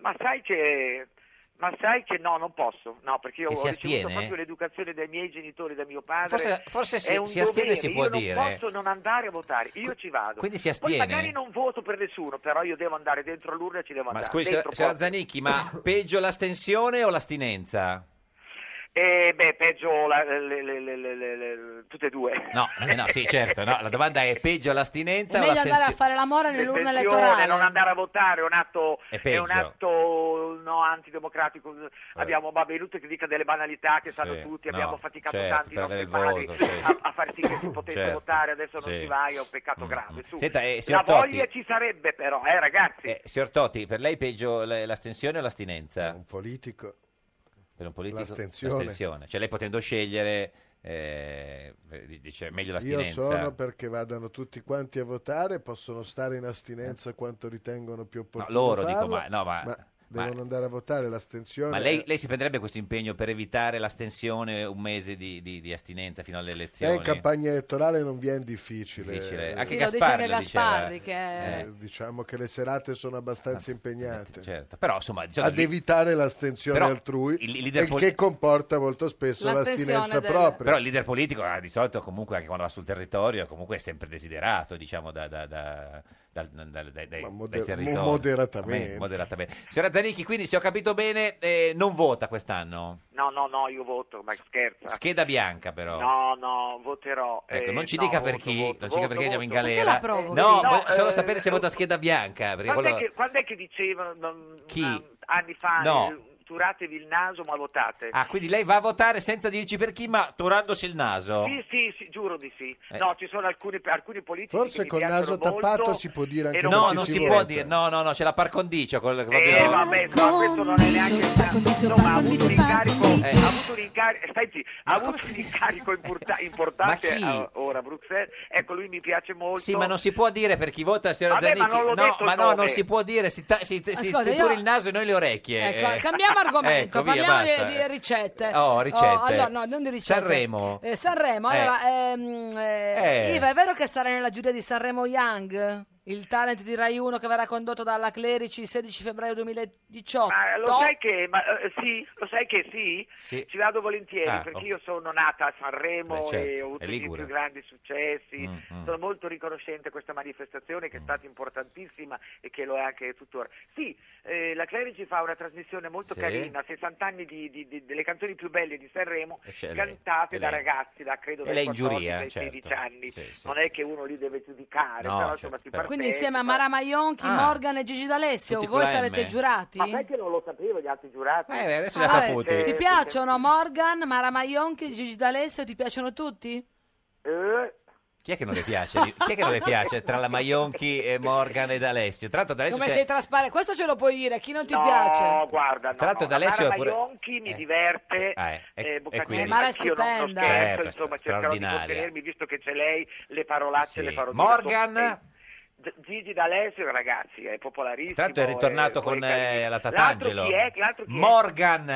Speaker 16: Ma sai che... Ma sai che no, non posso, no, perché io
Speaker 3: Che
Speaker 16: ho
Speaker 3: si
Speaker 16: ricevuto
Speaker 3: astiene?
Speaker 16: proprio l'educazione dai miei genitori, da mio padre.
Speaker 3: Forse- forse si-
Speaker 16: È un
Speaker 3: si astiene
Speaker 16: dovere,
Speaker 3: si può
Speaker 16: io non
Speaker 3: dire.
Speaker 16: posso non andare a votare, io ci vado.
Speaker 3: quindi si
Speaker 16: Poi
Speaker 3: astiene?
Speaker 16: magari non voto per nessuno, però io devo andare dentro all'urna e ci devo
Speaker 3: Ma
Speaker 16: andare.
Speaker 3: scusi,
Speaker 16: dentro
Speaker 3: signora- signora
Speaker 16: proprio.
Speaker 3: Zanicchi, ma peggio l'astensione o l'astinenza?
Speaker 16: Eh, beh, peggio la- le- le- le- le- le- le- tutte e due.
Speaker 3: No, eh, no, sì, certo, no, la domanda è peggio
Speaker 2: È
Speaker 3: l'astinenza o
Speaker 2: meglio andare a
Speaker 3: l'astensione?
Speaker 2: fare l'amore nell'urna
Speaker 16: Attenzione,
Speaker 2: elettorale.
Speaker 16: non andare a votare è un atto,
Speaker 3: È
Speaker 16: è un
Speaker 3: peggio.
Speaker 16: atto, no, antidemocratico. Abbiamo Babenuto che dica delle banalità che sanno
Speaker 3: Sì,
Speaker 16: tutti,
Speaker 3: no,
Speaker 16: abbiamo faticato
Speaker 3: certo,
Speaker 16: tanti i
Speaker 3: per
Speaker 16: nostri
Speaker 3: avere il
Speaker 16: padri
Speaker 3: voto, sì. <laughs>
Speaker 16: <laughs> a, a far sì che si potesse
Speaker 3: Certo,
Speaker 16: votare, adesso non
Speaker 3: sì. Mm.
Speaker 16: si va, è un peccato grave. Su.
Speaker 3: Senta, eh,
Speaker 16: La
Speaker 3: signor Totti-
Speaker 16: voglia ci sarebbe però, eh ragazzi.
Speaker 3: Eh, signor Totti, per lei peggio l- l'astensione o l'astinenza? Un
Speaker 12: politico.
Speaker 3: Per un politico?
Speaker 12: L'astensione.
Speaker 3: L'astensione. Cioè lei potendo scegliere, eh, dice meglio
Speaker 12: Io
Speaker 3: l'astinenza.
Speaker 12: sono perché vadano tutti quanti a votare, possono stare in astinenza quanto ritengono più opportuno.
Speaker 3: No, loro, dico,
Speaker 12: farlo,
Speaker 3: ma- no, ma-
Speaker 12: devono andare a votare l'astensione.
Speaker 3: Ma lei, lei si prenderebbe questo impegno per evitare l'astensione un mese di, di- di astinenza fino alle
Speaker 12: Eh,
Speaker 3: elezioni?
Speaker 12: in campagna elettorale non viene difficile.
Speaker 3: Difficile.
Speaker 12: Eh,
Speaker 3: Anche Sì, lo dice Gasparri lo Gasparri,
Speaker 2: diceva. che-
Speaker 12: Eh, diciamo che le serate sono abbastanza impegnate.
Speaker 3: Certo, però insomma... diciamo,
Speaker 12: Ad
Speaker 3: lì-
Speaker 12: evitare l'astensione
Speaker 3: Però
Speaker 12: altrui,
Speaker 3: il- il
Speaker 12: il,
Speaker 3: leader poli-
Speaker 12: che comporta molto spesso l'astinenza propria.
Speaker 3: Però il leader politico ah, di solito comunque anche quando va sul territorio comunque è sempre desiderato, diciamo, da, da, da, dal- dal- dai- dai- dai
Speaker 12: moder-
Speaker 3: territori.
Speaker 12: mo- moderatamente.
Speaker 3: Vabbè, moderatamente. Signora Zanicchi, quindi se ho capito bene, eh, non vota quest'anno.
Speaker 16: No, no, no, io voto, ma scherza.
Speaker 3: Scheda bianca però.
Speaker 16: No, no, voterò.
Speaker 3: Ecco,
Speaker 16: eh,
Speaker 3: non ci
Speaker 16: no,
Speaker 3: dica
Speaker 16: voto,
Speaker 3: per chi,
Speaker 16: voto,
Speaker 3: non ci dica perché
Speaker 16: voto,
Speaker 3: andiamo in
Speaker 16: voto. eh,
Speaker 3: galera. no, voglio solo sapere se vota scheda bianca. Perché
Speaker 16: Quando,
Speaker 3: quello-
Speaker 16: è che, quando è che dicevano mm,
Speaker 3: Chi?
Speaker 16: una- anni fa
Speaker 3: No.
Speaker 16: eh, turatevi il naso ma votate?
Speaker 3: Ah, quindi lei va a votare senza dirci per chi, ma turandosi il naso.
Speaker 16: Sì, sì, sì, giuro di sì.
Speaker 3: Eh.
Speaker 16: No, ci sono alcuni, alcuni politici
Speaker 12: Forse
Speaker 16: che mi
Speaker 12: col naso
Speaker 16: piacciono
Speaker 12: tappato
Speaker 16: molto.
Speaker 12: si può dire anche
Speaker 3: no,
Speaker 12: per chi
Speaker 3: non si,
Speaker 12: vota.
Speaker 3: può dire, no, no, no, c'è la par condicio. Col,
Speaker 16: Eh,
Speaker 3: proprio-
Speaker 16: vabbè, ma questo non è neanche... Insomma, ha avuto un incarico...
Speaker 3: Eh,
Speaker 16: Ha avuto un incarico... Senti, ha avuto un incarico importa- importante
Speaker 3: Ma chi?
Speaker 16: eh, ora a Bruxelles. Ecco, lui mi piace molto.
Speaker 3: Sì, ma non si può dire per chi vota, signora
Speaker 16: Vabbè, ma
Speaker 3: Zanicchi.
Speaker 16: non l'ho
Speaker 3: no,
Speaker 16: detto
Speaker 3: ma
Speaker 16: il
Speaker 3: no,
Speaker 16: nome.
Speaker 3: non si può dire, si, ta- si, si- si
Speaker 2: Ascolta,
Speaker 3: trittura
Speaker 2: io-
Speaker 3: il naso e noi le orecchie.
Speaker 2: Ecco,
Speaker 3: <laughs> eh.
Speaker 2: cambiamo argomento,
Speaker 3: Ecco, via,
Speaker 2: parliamo
Speaker 3: basta.
Speaker 2: di, di ricette.
Speaker 3: Oh, ricette.
Speaker 2: allora, no, non di ricette.
Speaker 3: Sanremo.
Speaker 2: Eh, Sanremo,
Speaker 3: Eh.
Speaker 2: allora, ehm, eh,
Speaker 3: Eh.
Speaker 2: Iva, è vero che sarà nella giuria di Sanremo Young, il talent di Rai 1 che verrà condotto dalla Clerici il 16 febbraio 2018?
Speaker 16: Ma lo sai che, ma, eh, sì, lo sai che sì?
Speaker 3: Sì.
Speaker 16: Ci vado volentieri
Speaker 3: Ah,
Speaker 16: perché
Speaker 3: ok.
Speaker 16: io sono nata a Sanremo
Speaker 3: Beh, certo,
Speaker 16: e
Speaker 3: è
Speaker 16: ho avuto i
Speaker 3: ligure.
Speaker 16: più grandi successi.
Speaker 3: Mm, mm.
Speaker 16: Sono molto riconoscente a questa manifestazione che è stata importantissima e che lo è anche tuttora. Sì, eh, la Clerici fa una trasmissione molto
Speaker 3: Sì.
Speaker 16: carina, 60 anni di- di- di- delle canzoni più belle di Sanremo
Speaker 3: E Eh, c'è lei,
Speaker 16: cantate
Speaker 3: e
Speaker 16: da
Speaker 3: lei.
Speaker 16: ragazzi da credo
Speaker 3: E
Speaker 16: dai
Speaker 3: lei in
Speaker 16: 14
Speaker 3: giuria,
Speaker 16: ai
Speaker 3: certo.
Speaker 16: 16 anni.
Speaker 3: Sì, sì.
Speaker 16: Non è che uno li deve giudicare,
Speaker 3: No,
Speaker 16: però
Speaker 3: certo,
Speaker 16: insomma si
Speaker 3: però-
Speaker 2: Quindi insieme a
Speaker 16: partecipa.
Speaker 2: Mara Maionchi,
Speaker 3: Ah.
Speaker 2: Morgan e Gigi D'Alessio,
Speaker 3: Tutti
Speaker 2: voi
Speaker 3: con la
Speaker 2: sarete
Speaker 3: M?
Speaker 2: giurati?
Speaker 16: Ma sai che non lo sapevo gli altri giurati?
Speaker 3: Eh, beh, adesso
Speaker 2: Ah,
Speaker 3: li ha
Speaker 2: vabbè,
Speaker 3: saputi.
Speaker 2: Ti piacciono Morgan, Mara Maionchi, Gigi D'Alessio, ti piacciono tutti?
Speaker 16: Eh?
Speaker 3: Chi è che non le piace? Chi è che non le piace tra la Maionchi, e Morgan ed Alessio? Tra l'altro D'Alessio
Speaker 2: Come
Speaker 3: c'è-
Speaker 2: sei trasparente, questo ce lo puoi dire, a chi non ti
Speaker 16: No,
Speaker 2: piace?
Speaker 16: guarda, no,
Speaker 3: Tra l'altro
Speaker 16: no,
Speaker 3: D'Alessio
Speaker 16: Mara
Speaker 3: è pure- Eh,
Speaker 16: Maionchi mi diverte,
Speaker 3: Ah, eh, e-
Speaker 16: eh,
Speaker 3: e
Speaker 16: Boccanegra,
Speaker 3: quindi-
Speaker 2: Mara è
Speaker 16: anch'io non- non
Speaker 2: stupenda.
Speaker 16: scherzo,
Speaker 3: Certo,
Speaker 16: insomma,
Speaker 3: stra-
Speaker 16: cercherò di
Speaker 3: straordinaria.
Speaker 16: contenermi, visto che c'è lei, le parolacce
Speaker 3: Sì.
Speaker 16: le farò dire.
Speaker 3: Morgan?
Speaker 16: Sono- eh, Gigi D'Alessio, ragazzi, è popolarissimo.
Speaker 3: Tra l'altro è ritornato
Speaker 16: eh,
Speaker 3: con
Speaker 16: poi carino.
Speaker 3: eh, la
Speaker 16: L'altro
Speaker 3: Tatangelo.
Speaker 16: chi è? L'altro chi è?
Speaker 3: Morgan!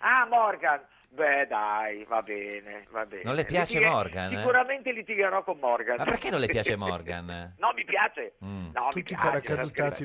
Speaker 16: Ah, Morgan. Beh, dai, va bene, va bene.
Speaker 3: Non le piace Morgan, eh?
Speaker 16: Sicuramente litigherò con Morgan.
Speaker 3: Ma perché non le piace
Speaker 16: <laughs>
Speaker 3: Morgan?
Speaker 16: No, mi piace.
Speaker 3: Mm.
Speaker 16: No, mi
Speaker 12: Tutti i
Speaker 16: piace,
Speaker 12: paracadutati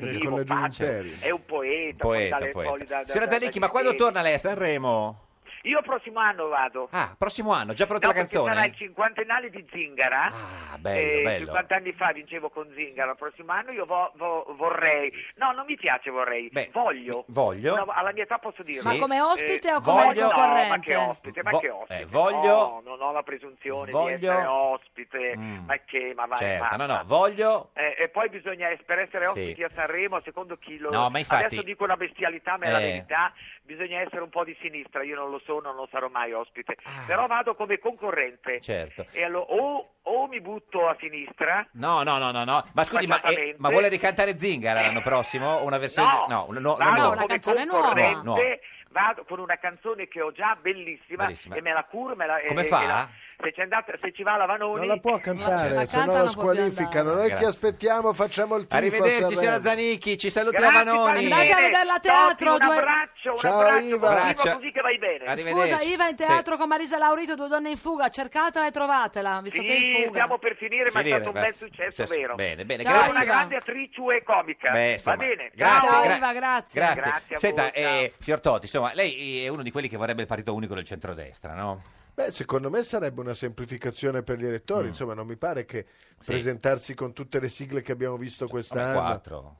Speaker 16: perché
Speaker 12: del
Speaker 16: vivo,
Speaker 12: Collegio
Speaker 16: faccio.
Speaker 12: Imperi.
Speaker 16: È un poeta.
Speaker 3: Poeta,
Speaker 16: poi dalle-
Speaker 3: poeta.
Speaker 16: poi da- da-
Speaker 3: Signora
Speaker 16: da- da-
Speaker 3: Zanicchi,
Speaker 16: da-
Speaker 3: ma quando
Speaker 16: eh,
Speaker 3: torna lei a Sanremo?
Speaker 16: Io prossimo anno vado.
Speaker 3: Ah, prossimo anno, già pronta
Speaker 16: No,
Speaker 3: la
Speaker 16: perché sarà il
Speaker 3: canzone?
Speaker 16: cinquantenale di Zingara.
Speaker 3: Ah, bello,
Speaker 16: Eh,
Speaker 3: bello.
Speaker 16: 50 anni fa vincevo con Zingara. Il prossimo anno io vo- vo- vorrei. No, non mi piace vorrei.
Speaker 3: Beh,
Speaker 16: voglio.
Speaker 3: voglio.
Speaker 16: No, alla mia età posso dirlo.
Speaker 3: Ma come
Speaker 2: ospite o come
Speaker 16: voglio-
Speaker 2: concorrente?
Speaker 16: No, ma che ospite, ma
Speaker 3: Vo-
Speaker 16: che ospite.
Speaker 3: eh, voglio-
Speaker 16: No, non ho la presunzione
Speaker 3: Voglio-
Speaker 16: di essere ospite.
Speaker 3: Mm.
Speaker 16: Ma che, ma vai,
Speaker 3: Certo,
Speaker 16: basta.
Speaker 3: no, no, voglio...
Speaker 16: Eh, e poi bisogna, es- per essere
Speaker 3: Sì.
Speaker 16: ospiti a Sanremo, secondo chi lo...
Speaker 3: No, ma infatti-
Speaker 16: Adesso dico una bestialità, ma è la
Speaker 3: Eh.
Speaker 16: verità, bisogna essere un po' di sinistra, io non lo sono, non sarò mai ospite, però vado come concorrente.
Speaker 3: Ah. Certo.
Speaker 16: E allora o, o mi butto a sinistra,
Speaker 3: No, no, no, no, no. Ma scusi, ma, eh,
Speaker 16: Sbagliatamente.
Speaker 3: ma vuole ricantare Zingara l'anno prossimo? O Una versione? No, no, no,
Speaker 16: vado
Speaker 3: nuova.
Speaker 16: come
Speaker 3: No,
Speaker 16: concorrente,
Speaker 3: nuova.
Speaker 16: vado con una canzone che ho già bellissima,
Speaker 3: Bellissima.
Speaker 16: e me la curo, me la... e-
Speaker 3: Come
Speaker 16: e-
Speaker 3: fa?
Speaker 16: e la- se, c'è andata, se ci va la Vanoni...
Speaker 12: Non la può
Speaker 3: Cioè,
Speaker 12: cantare,
Speaker 16: Ma-
Speaker 12: se no
Speaker 16: canta,
Speaker 12: la
Speaker 16: non può più
Speaker 12: squalificano. Noi ti
Speaker 3: Grazie.
Speaker 12: aspettiamo, facciamo il tifo. a
Speaker 3: Arrivederci, signora
Speaker 12: Sanremo.
Speaker 3: Zanicchi. Ci saluti la
Speaker 12: Grazie,
Speaker 3: Manoni.
Speaker 2: Andate a vederla a teatro.
Speaker 16: Totti, un
Speaker 2: due-
Speaker 16: abbraccio, un
Speaker 3: Ciao,
Speaker 16: abbraccio,
Speaker 3: Iva.
Speaker 16: continua
Speaker 3: Abbraccio.
Speaker 16: così che vai bene.
Speaker 3: Arrivederci.
Speaker 2: Scusa, Iva in
Speaker 3: Sì.
Speaker 2: teatro con Marisa Laurito, due donne in fuga. Cercatela e trovatela, visto
Speaker 16: Sì,
Speaker 2: che è in fuga.
Speaker 16: stiamo per finire, ma
Speaker 3: Finire,
Speaker 16: è stato un
Speaker 3: basta.
Speaker 16: bel successo,
Speaker 3: Successo.
Speaker 16: vero?
Speaker 3: Bene, bene,
Speaker 16: Ciao,
Speaker 3: grazie.
Speaker 16: una
Speaker 3: Iva.
Speaker 16: grande attrice e comica.
Speaker 3: Beh,
Speaker 16: Va
Speaker 3: insomma,
Speaker 16: bene.
Speaker 3: grazie,
Speaker 2: Ciao,
Speaker 3: gra-
Speaker 2: Iva, grazie.
Speaker 3: Grazie.
Speaker 16: Grazie a
Speaker 3: Senta,
Speaker 16: voi,
Speaker 3: eh, signor Totti, insomma, lei è uno di quelli che vorrebbe il partito unico del centrodestra, no?
Speaker 12: Beh, secondo me sarebbe una semplificazione per gli
Speaker 3: Mm.
Speaker 12: elettori. Insomma, non mi pare che presentarsi con tutte le sigle che abbiamo visto quest'anno.
Speaker 3: quattro.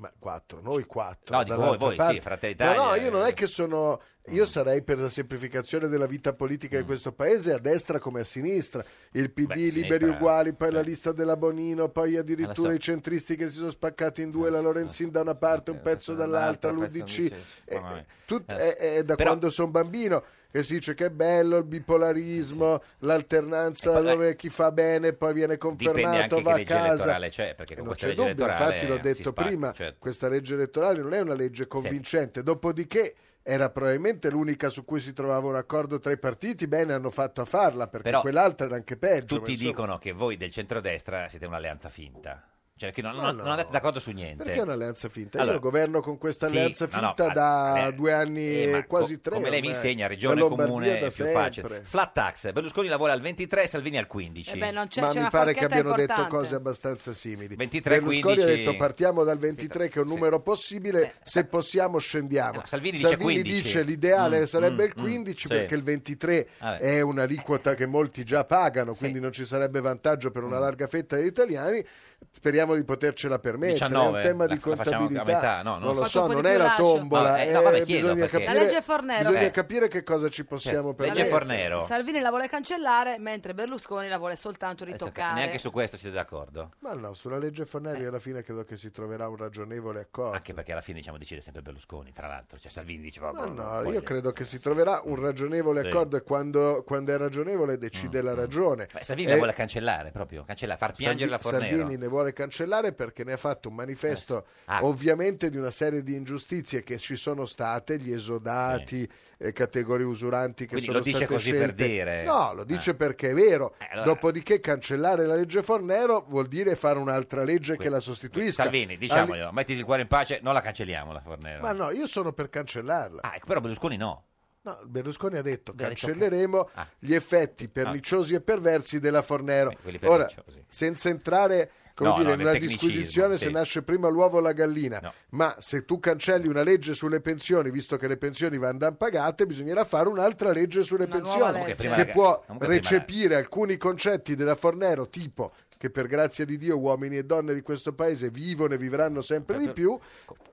Speaker 12: Ma quattro, noi quattro.
Speaker 3: No, dico voi,
Speaker 12: dall'altra
Speaker 3: voi,
Speaker 12: parte.
Speaker 3: sì, Fratelli
Speaker 12: No, No,
Speaker 3: d'Italia, eh. Mm.
Speaker 12: io non è che sono. Io sarei per la semplificazione della vita politica di questo paese, a destra come a sinistra. Il PD,
Speaker 13: Beh,
Speaker 12: Liberi
Speaker 13: sinistra,
Speaker 12: Uguali, poi la lista della Bonino, poi addirittura
Speaker 13: Adesso-
Speaker 12: i centristi che si sono spaccati in due, la Lorenzin da una parte, un pezzo dall'altra,
Speaker 13: dall'altra, questo
Speaker 12: l'UDC.
Speaker 13: non dice-
Speaker 12: Eh,
Speaker 13: Mamma mia.
Speaker 12: tut-
Speaker 13: Adesso-
Speaker 12: è, è da
Speaker 13: Però-
Speaker 12: quando sono bambino che si dice che è bello il
Speaker 3: Eh
Speaker 12: bipolarismo, l'alternanza dove chi fa bene poi viene
Speaker 3: Dipende anche
Speaker 12: confermato,
Speaker 3: che
Speaker 12: va a
Speaker 3: legge
Speaker 12: casa. Eh,
Speaker 3: elettorale c'è, perché con
Speaker 12: Non
Speaker 3: questa
Speaker 12: c'è
Speaker 3: legge
Speaker 12: dubbio,
Speaker 3: elettorale
Speaker 12: infatti l'ho
Speaker 3: eh, si
Speaker 12: detto
Speaker 3: spacca,
Speaker 12: prima,
Speaker 3: certo.
Speaker 12: questa legge elettorale non è una legge convincente, dopodiché era probabilmente l'unica su cui si trovava un accordo tra i partiti, bene hanno fatto a farla, perché
Speaker 3: Però
Speaker 12: quell'altra era anche peggio. ma
Speaker 3: Tutti
Speaker 12: Cioè, insomma.
Speaker 3: dicono che voi del centrodestra siete un'alleanza finta. Cioè che non,
Speaker 12: Ma
Speaker 3: non-
Speaker 12: no.
Speaker 3: non andate d'accordo su niente.
Speaker 12: Perché è un'alleanza finta?
Speaker 3: Allora-
Speaker 12: Io governo con questa
Speaker 3: Sì,
Speaker 12: alleanza
Speaker 3: no, no,
Speaker 12: finta
Speaker 3: ma-
Speaker 12: da
Speaker 3: eh,
Speaker 12: due anni
Speaker 3: Eh,
Speaker 12: e
Speaker 3: ma
Speaker 12: quasi
Speaker 3: co-
Speaker 12: tre.
Speaker 3: Come lei mi
Speaker 12: ormai.
Speaker 3: insegna,
Speaker 12: La
Speaker 3: regione e
Speaker 12: Lombardia
Speaker 3: comune è
Speaker 12: da
Speaker 3: più
Speaker 12: sempre.
Speaker 3: facile. Flat tax, Berlusconi lavora al 23, Salvini al 15.
Speaker 2: Eh beh, non c'è-
Speaker 12: ma
Speaker 2: c'è
Speaker 12: mi
Speaker 2: una
Speaker 12: pare che
Speaker 2: forchetta
Speaker 12: abbiano detto
Speaker 2: importante.
Speaker 12: cose abbastanza simili.
Speaker 3: 23,
Speaker 12: Berlusconi
Speaker 3: 15.
Speaker 12: ha detto partiamo dal 23 che è un numero possibile, se possiamo scendiamo.
Speaker 3: No, eh. Salvini dice 15.
Speaker 12: dice l'ideale
Speaker 3: Mm,
Speaker 12: sarebbe
Speaker 3: mm,
Speaker 12: il 15
Speaker 3: mm, sì. Ah,
Speaker 12: perché il 23
Speaker 3: Vabbè.
Speaker 12: è un'aliquota che molti già pagano, quindi non ci sarebbe vantaggio per
Speaker 3: Mm.
Speaker 12: una larga fetta di italiani. Speriamo di potercela permettere, è un
Speaker 3: 19,
Speaker 12: tema
Speaker 3: la-
Speaker 12: di
Speaker 3: la facciamo a
Speaker 12: contabilità.
Speaker 3: metà, no, no.
Speaker 12: non lo
Speaker 3: Fatto
Speaker 12: so,
Speaker 3: un po' di
Speaker 12: non è la
Speaker 3: rilascio.
Speaker 12: tombola,
Speaker 3: No, eh, no, vabbè,
Speaker 12: eh,
Speaker 3: chiedo,
Speaker 12: bisogna,
Speaker 3: perché-
Speaker 12: capire,
Speaker 2: La legge Fornero.
Speaker 12: bisogna
Speaker 2: Eh.
Speaker 12: capire che cosa ci possiamo
Speaker 3: Legge
Speaker 12: permettere.
Speaker 3: Fornero.
Speaker 2: Salvini la vuole cancellare, mentre Berlusconi la vuole soltanto ritoccare.
Speaker 3: Neanche su questo siete d'accordo?
Speaker 12: Ma no, sulla legge
Speaker 3: Eh.
Speaker 12: Fornelli alla fine credo che si troverà un ragionevole accordo.
Speaker 3: Anche perché alla fine diciamo decide sempre Berlusconi, tra l'altro. Cioè Salvini dice
Speaker 12: Ma
Speaker 3: vabbè.
Speaker 12: no,
Speaker 3: poi-
Speaker 12: io credo che si troverà un ragionevole
Speaker 3: Sì. Mm,
Speaker 12: accordo e quando, quando è ragionevole decide la ragione.
Speaker 3: Beh, Salvini
Speaker 12: Eh,
Speaker 3: la vuole cancellare proprio, cancellare, far piangere la
Speaker 12: Salvi-
Speaker 3: Fornero.
Speaker 12: Salvini ne vuole cancellare perché ne ha fatto un manifesto
Speaker 3: Ah.
Speaker 12: ovviamente di una serie di ingiustizie che ci sono state, gli esodati, eh, categorie usuranti che
Speaker 3: Quindi
Speaker 12: sono
Speaker 3: lo dice
Speaker 12: state
Speaker 3: così
Speaker 12: scelte.
Speaker 3: per dire. eh.
Speaker 12: No, lo dice perché è vero.
Speaker 3: allora-
Speaker 12: Dopodiché cancellare la legge Fornero vuol dire fare un'altra legge che la sostituisca.
Speaker 3: Salvini,
Speaker 12: Alli-
Speaker 3: diciamoglielo, mettiti il cuore in pace, non la cancelliamo la Fornero.
Speaker 12: Ma no, io sono per cancellarla.
Speaker 3: Ah, ecco, però Berlusconi no.
Speaker 12: No, Berlusconi ha detto
Speaker 3: Beh, ha detto
Speaker 12: cancelleremo
Speaker 3: Ah.
Speaker 12: gli effetti perniciosi e perversi della Fornero.
Speaker 3: quelli
Speaker 12: Ora,
Speaker 3: perniciosi.
Speaker 12: senza entrare come
Speaker 3: No,
Speaker 12: dire,
Speaker 3: no,
Speaker 12: in
Speaker 3: nel
Speaker 12: una
Speaker 3: tecnicismo,
Speaker 12: disquisizione
Speaker 3: sì.
Speaker 12: se nasce prima l'uovo o la gallina, ma se tu cancelli una legge sulle pensioni, visto che le pensioni vanno pagate, bisognerà fare un'altra legge sulle
Speaker 13: nuova
Speaker 12: pensioni
Speaker 13: legge.
Speaker 12: che
Speaker 13: Comunque prima la-
Speaker 12: può
Speaker 13: comunque prima la-
Speaker 12: recepire alcuni concetti della Fornero, tipo che per grazia di Dio uomini e donne di questo paese vivono e vivranno
Speaker 3: Eh,
Speaker 12: sempre di più,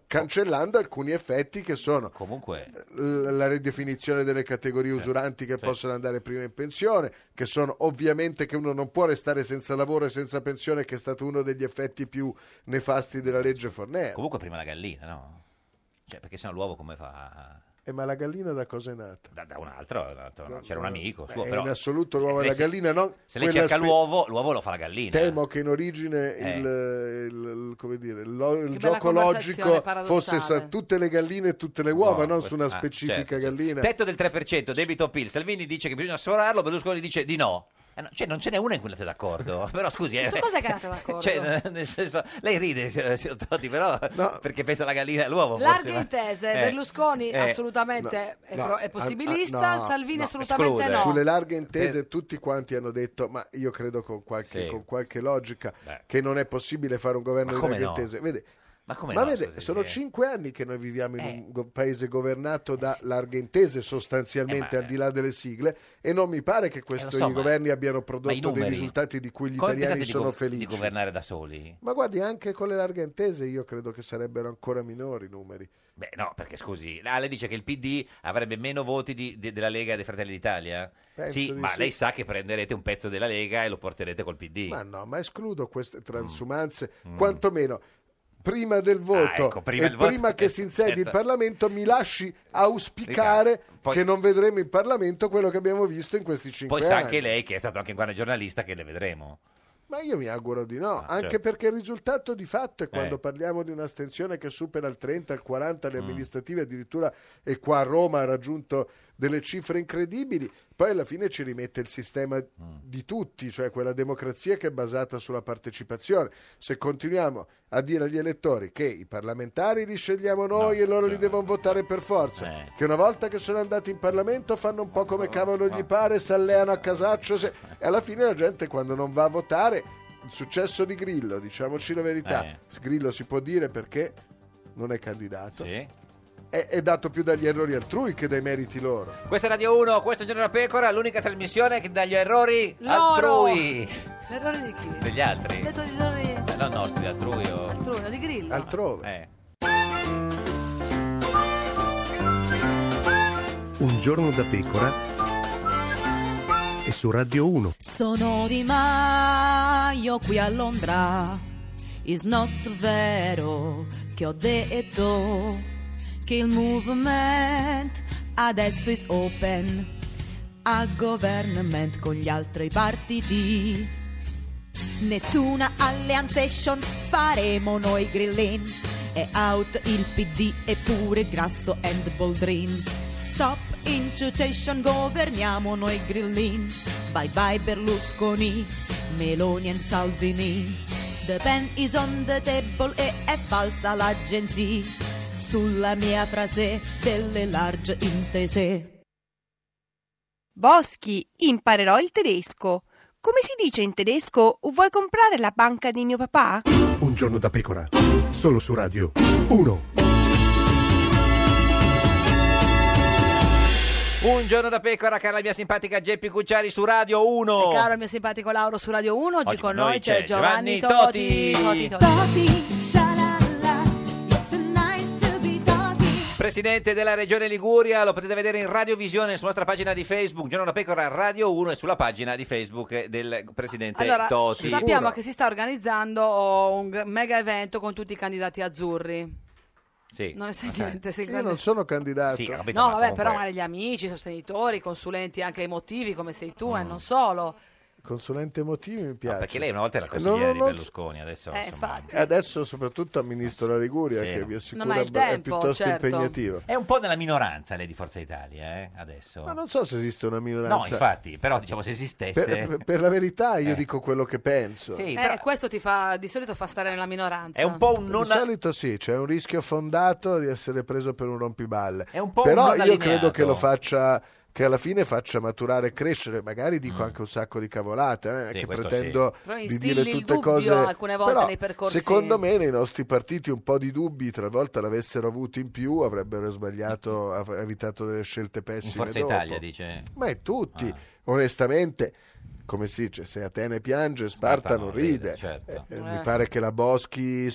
Speaker 12: cancellando alcuni effetti che sono
Speaker 3: Comunque
Speaker 12: l- la ridefinizione delle categorie usuranti che possono andare prima in pensione, che sono ovviamente che uno non può restare senza lavoro e senza pensione, che è stato uno degli effetti più nefasti della legge Fornero.
Speaker 3: Comunque prima la gallina, no? Cioè, perché sennò l'uovo come fa?
Speaker 12: Eh, ma la gallina da cosa è nata?
Speaker 3: Da, da un altro, un altro- no, c'era un amico
Speaker 12: Beh,
Speaker 3: suo,
Speaker 12: è
Speaker 3: però...
Speaker 12: in assoluto l'uovo e
Speaker 3: Eh,
Speaker 12: la
Speaker 3: se-
Speaker 12: gallina, no?
Speaker 3: Se lei
Speaker 12: Quella
Speaker 3: cerca
Speaker 12: spe-
Speaker 3: l'uovo, l'uovo lo fa la gallina.
Speaker 12: Temo che in origine
Speaker 3: Eh.
Speaker 12: il, il- il- come dire, lo- il
Speaker 3: bella
Speaker 12: gioco
Speaker 3: conversazione
Speaker 12: logico
Speaker 3: paradossale.
Speaker 12: fosse sa- tutte le galline e tutte le uova, non su una
Speaker 3: Ah,
Speaker 12: specifica
Speaker 3: certo, certo.
Speaker 12: gallina.
Speaker 3: Tetto del 3%, debito PIL. Salvini dice che bisogna sforarlo, Berlusconi dice di no. Eh, no, Cioè, non ce n'è una in cui non siete
Speaker 12: <laughs>
Speaker 3: d'accordo. Però scusi, eh,
Speaker 2: Su cosa è che andate d'accordo?
Speaker 3: cioè, <laughs> nel senso, lei ride, signor signor Totti, però perché pensa alla gallina e all'uovo. forse,
Speaker 2: Larghe
Speaker 3: ma-
Speaker 2: intese,
Speaker 3: Eh,
Speaker 2: Berlusconi
Speaker 3: eh,
Speaker 2: assolutamente
Speaker 12: no,
Speaker 2: è,
Speaker 12: no,
Speaker 2: pro- è
Speaker 12: an-
Speaker 2: possibilista,
Speaker 12: an- no,
Speaker 2: Salvini
Speaker 12: no,
Speaker 2: assolutamente
Speaker 12: esclude.
Speaker 2: no.
Speaker 12: Sulle larghe intese tutti quanti hanno detto, ma io credo con qualche,
Speaker 3: Sì.
Speaker 12: con qualche logica,
Speaker 3: Beh.
Speaker 12: che non è possibile fare un governo
Speaker 3: Ma
Speaker 12: di
Speaker 3: come
Speaker 12: larghe
Speaker 3: no?
Speaker 12: intese. Vede,
Speaker 3: Ma come
Speaker 12: ma
Speaker 3: no,
Speaker 12: vede,
Speaker 3: scusi, eh?
Speaker 12: sono
Speaker 3: sì.
Speaker 12: cinque anni che noi viviamo in
Speaker 2: Eh.
Speaker 12: un go- paese governato da larghe intese sostanzialmente,
Speaker 3: Eh, ma- Eh,
Speaker 12: al di là delle sigle, e non mi pare che questi
Speaker 3: so, ma-
Speaker 12: governi abbiano
Speaker 3: Ma i
Speaker 12: prodotto dei
Speaker 3: numeri?
Speaker 12: risultati di cui gli
Speaker 3: Come
Speaker 12: italiani
Speaker 3: pensate di
Speaker 12: sono
Speaker 3: gov-
Speaker 12: felici.
Speaker 3: Di governare da soli?
Speaker 12: Ma guardi, anche con le larghe intese io credo che sarebbero ancora minori i numeri.
Speaker 3: Beh, no, perché scusi, ah, lei dice che il PD avrebbe meno voti di- de- della Lega e dei Fratelli d'Italia?
Speaker 12: Penso
Speaker 3: sì,
Speaker 12: di
Speaker 3: ma
Speaker 12: sì.
Speaker 3: lei sa che prenderete un pezzo della Lega e lo porterete col PD.
Speaker 12: Ma no, ma escludo queste transumanze, quantomeno prima del voto
Speaker 3: Mm. ecco, prima
Speaker 12: e
Speaker 3: del voto.
Speaker 12: prima che si insedi
Speaker 3: Certo.
Speaker 12: il Parlamento mi lasci auspicare
Speaker 3: Poi-
Speaker 12: che non vedremo in Parlamento quello che abbiamo visto in questi cinque
Speaker 3: Poi
Speaker 12: anni.
Speaker 3: sa anche lei che è stato anche un grande giornalista che le vedremo.
Speaker 12: Ma io mi auguro di no, anche
Speaker 3: certo.
Speaker 12: perché il risultato di fatto è quando
Speaker 3: Eh. Mm.
Speaker 12: parliamo di un'astensione che supera il 30, il 40, le amministrative addirittura, e qua a Roma ha raggiunto delle cifre incredibili, poi alla fine ci rimette il sistema
Speaker 3: Mm.
Speaker 12: di tutti, cioè quella democrazia che è basata sulla partecipazione. Se continuiamo a dire agli elettori che i parlamentari li scegliamo noi e loro li
Speaker 3: certo.
Speaker 12: devono votare per forza,
Speaker 3: Eh.
Speaker 12: che una volta che sono andati in Parlamento fanno un po' come cavolo gli pare, s'alleano a casaccio, se- e alla fine la gente quando non va a votare il successo di Grillo, diciamoci la verità,
Speaker 3: Eh.
Speaker 12: Grillo si può dire perché non è candidato. È, è dato più dagli errori altrui che dai meriti loro.
Speaker 3: Questa è Radio 1, questo è Giorno da Pecora, l'unica trasmissione che dagli errori
Speaker 2: Loro.
Speaker 3: altrui.
Speaker 2: L'errore di chi?
Speaker 3: Degli altri.
Speaker 2: Ho detto l'errore di...
Speaker 3: No, no, di altrui o... Eh.
Speaker 2: Altrove, di Grillo.
Speaker 12: Altrove.
Speaker 13: Un giorno da pecora e su Radio 1.
Speaker 11: Sono di Maio qui a Londra. Is not vero che ho detto che il movement adesso is open a government con gli altri partiti. Nessuna allianzation faremo noi grillin. È out il PD e pure Grasso and Boldrin. Stop intuition, governiamo noi grillin. Bye bye Berlusconi, Meloni and Salvini. The pen is on the table e è falsa l'agenzia sulla mia frase delle large intese.
Speaker 14: Boschi, imparerò il tedesco. Come si dice in tedesco? Vuoi comprare la banca di mio papà?
Speaker 13: Un giorno da pecora, solo su Radio 1.
Speaker 3: Un giorno da Pecora, cara la mia simpatica Geppi Cucciari su Radio 1.
Speaker 2: E caro il mio simpatico Lauro su Radio 1, Oh. oggi, con noi c'è Giovanni,
Speaker 3: Toti.
Speaker 2: Toti.
Speaker 3: Presidente della Regione Liguria, lo potete vedere in radiovisione sulla nostra pagina di Facebook, Giorno da Pecora Radio 1 e sulla pagina di Facebook del Presidente
Speaker 2: Allora,
Speaker 3: Toti.
Speaker 2: sappiamo che si sta organizzando oh, un gr- mega evento con tutti i candidati azzurri.
Speaker 3: Sì.
Speaker 2: Non ne sai
Speaker 3: Ok.
Speaker 2: niente, sei
Speaker 12: Io non sono candidato.
Speaker 3: Sì, ho capito,
Speaker 2: No,
Speaker 3: ma
Speaker 2: vabbè,
Speaker 3: comunque-
Speaker 2: però magari gli amici, i sostenitori, i consulenti anche emotivi come sei tu e non solo.
Speaker 12: Consulente emotivo mi piace.
Speaker 3: Perché lei una volta era consigliere
Speaker 12: No,
Speaker 3: di
Speaker 12: no, no.
Speaker 3: Berlusconi, adesso...
Speaker 2: Eh,
Speaker 3: insomma,
Speaker 2: infatti.
Speaker 12: E Adesso soprattutto amministro la Liguria,
Speaker 3: Sì.
Speaker 12: che vi assicuro
Speaker 2: ha il
Speaker 12: è- è
Speaker 2: tempo,
Speaker 12: piuttosto
Speaker 2: certo.
Speaker 12: impegnativo.
Speaker 3: È un po' nella minoranza lei di Forza Italia, eh, adesso.
Speaker 12: Ma non so se esiste una minoranza.
Speaker 3: No, infatti, però diciamo se esistesse...
Speaker 12: Per, per- per la verità io dico quello che penso.
Speaker 2: Eh, questo ti fa, di solito fa stare nella minoranza.
Speaker 12: Di solito sì, c'è un rischio fondato di essere preso per un rompiballe.
Speaker 2: È un po' un
Speaker 12: Però
Speaker 2: non
Speaker 12: io
Speaker 2: allineato.
Speaker 12: credo che lo faccia che alla fine faccia maturare e crescere, magari dico anche un sacco di cavolate, non è
Speaker 3: Sì,
Speaker 12: che
Speaker 3: questo
Speaker 12: pretendo
Speaker 3: sì.
Speaker 2: Però
Speaker 12: di
Speaker 2: instilli
Speaker 12: dire
Speaker 2: il
Speaker 12: tutte
Speaker 2: dubbio
Speaker 12: cose
Speaker 2: alcune volte
Speaker 12: Però,
Speaker 2: nei percorsi-
Speaker 12: Secondo me nei nostri partiti un po' di dubbi talvolta l'avessero avuto in più, avrebbero sbagliato, av- evitato delle scelte
Speaker 3: In
Speaker 12: pessime
Speaker 3: Forza
Speaker 12: dopo.
Speaker 3: Italia, dice...
Speaker 12: Ma è tutti,
Speaker 3: Ah.
Speaker 12: onestamente, come si dice, se Atene piange, Sparta, non ride.
Speaker 3: certo.
Speaker 12: Eh,
Speaker 3: Eh.
Speaker 12: Mi pare che la Boschi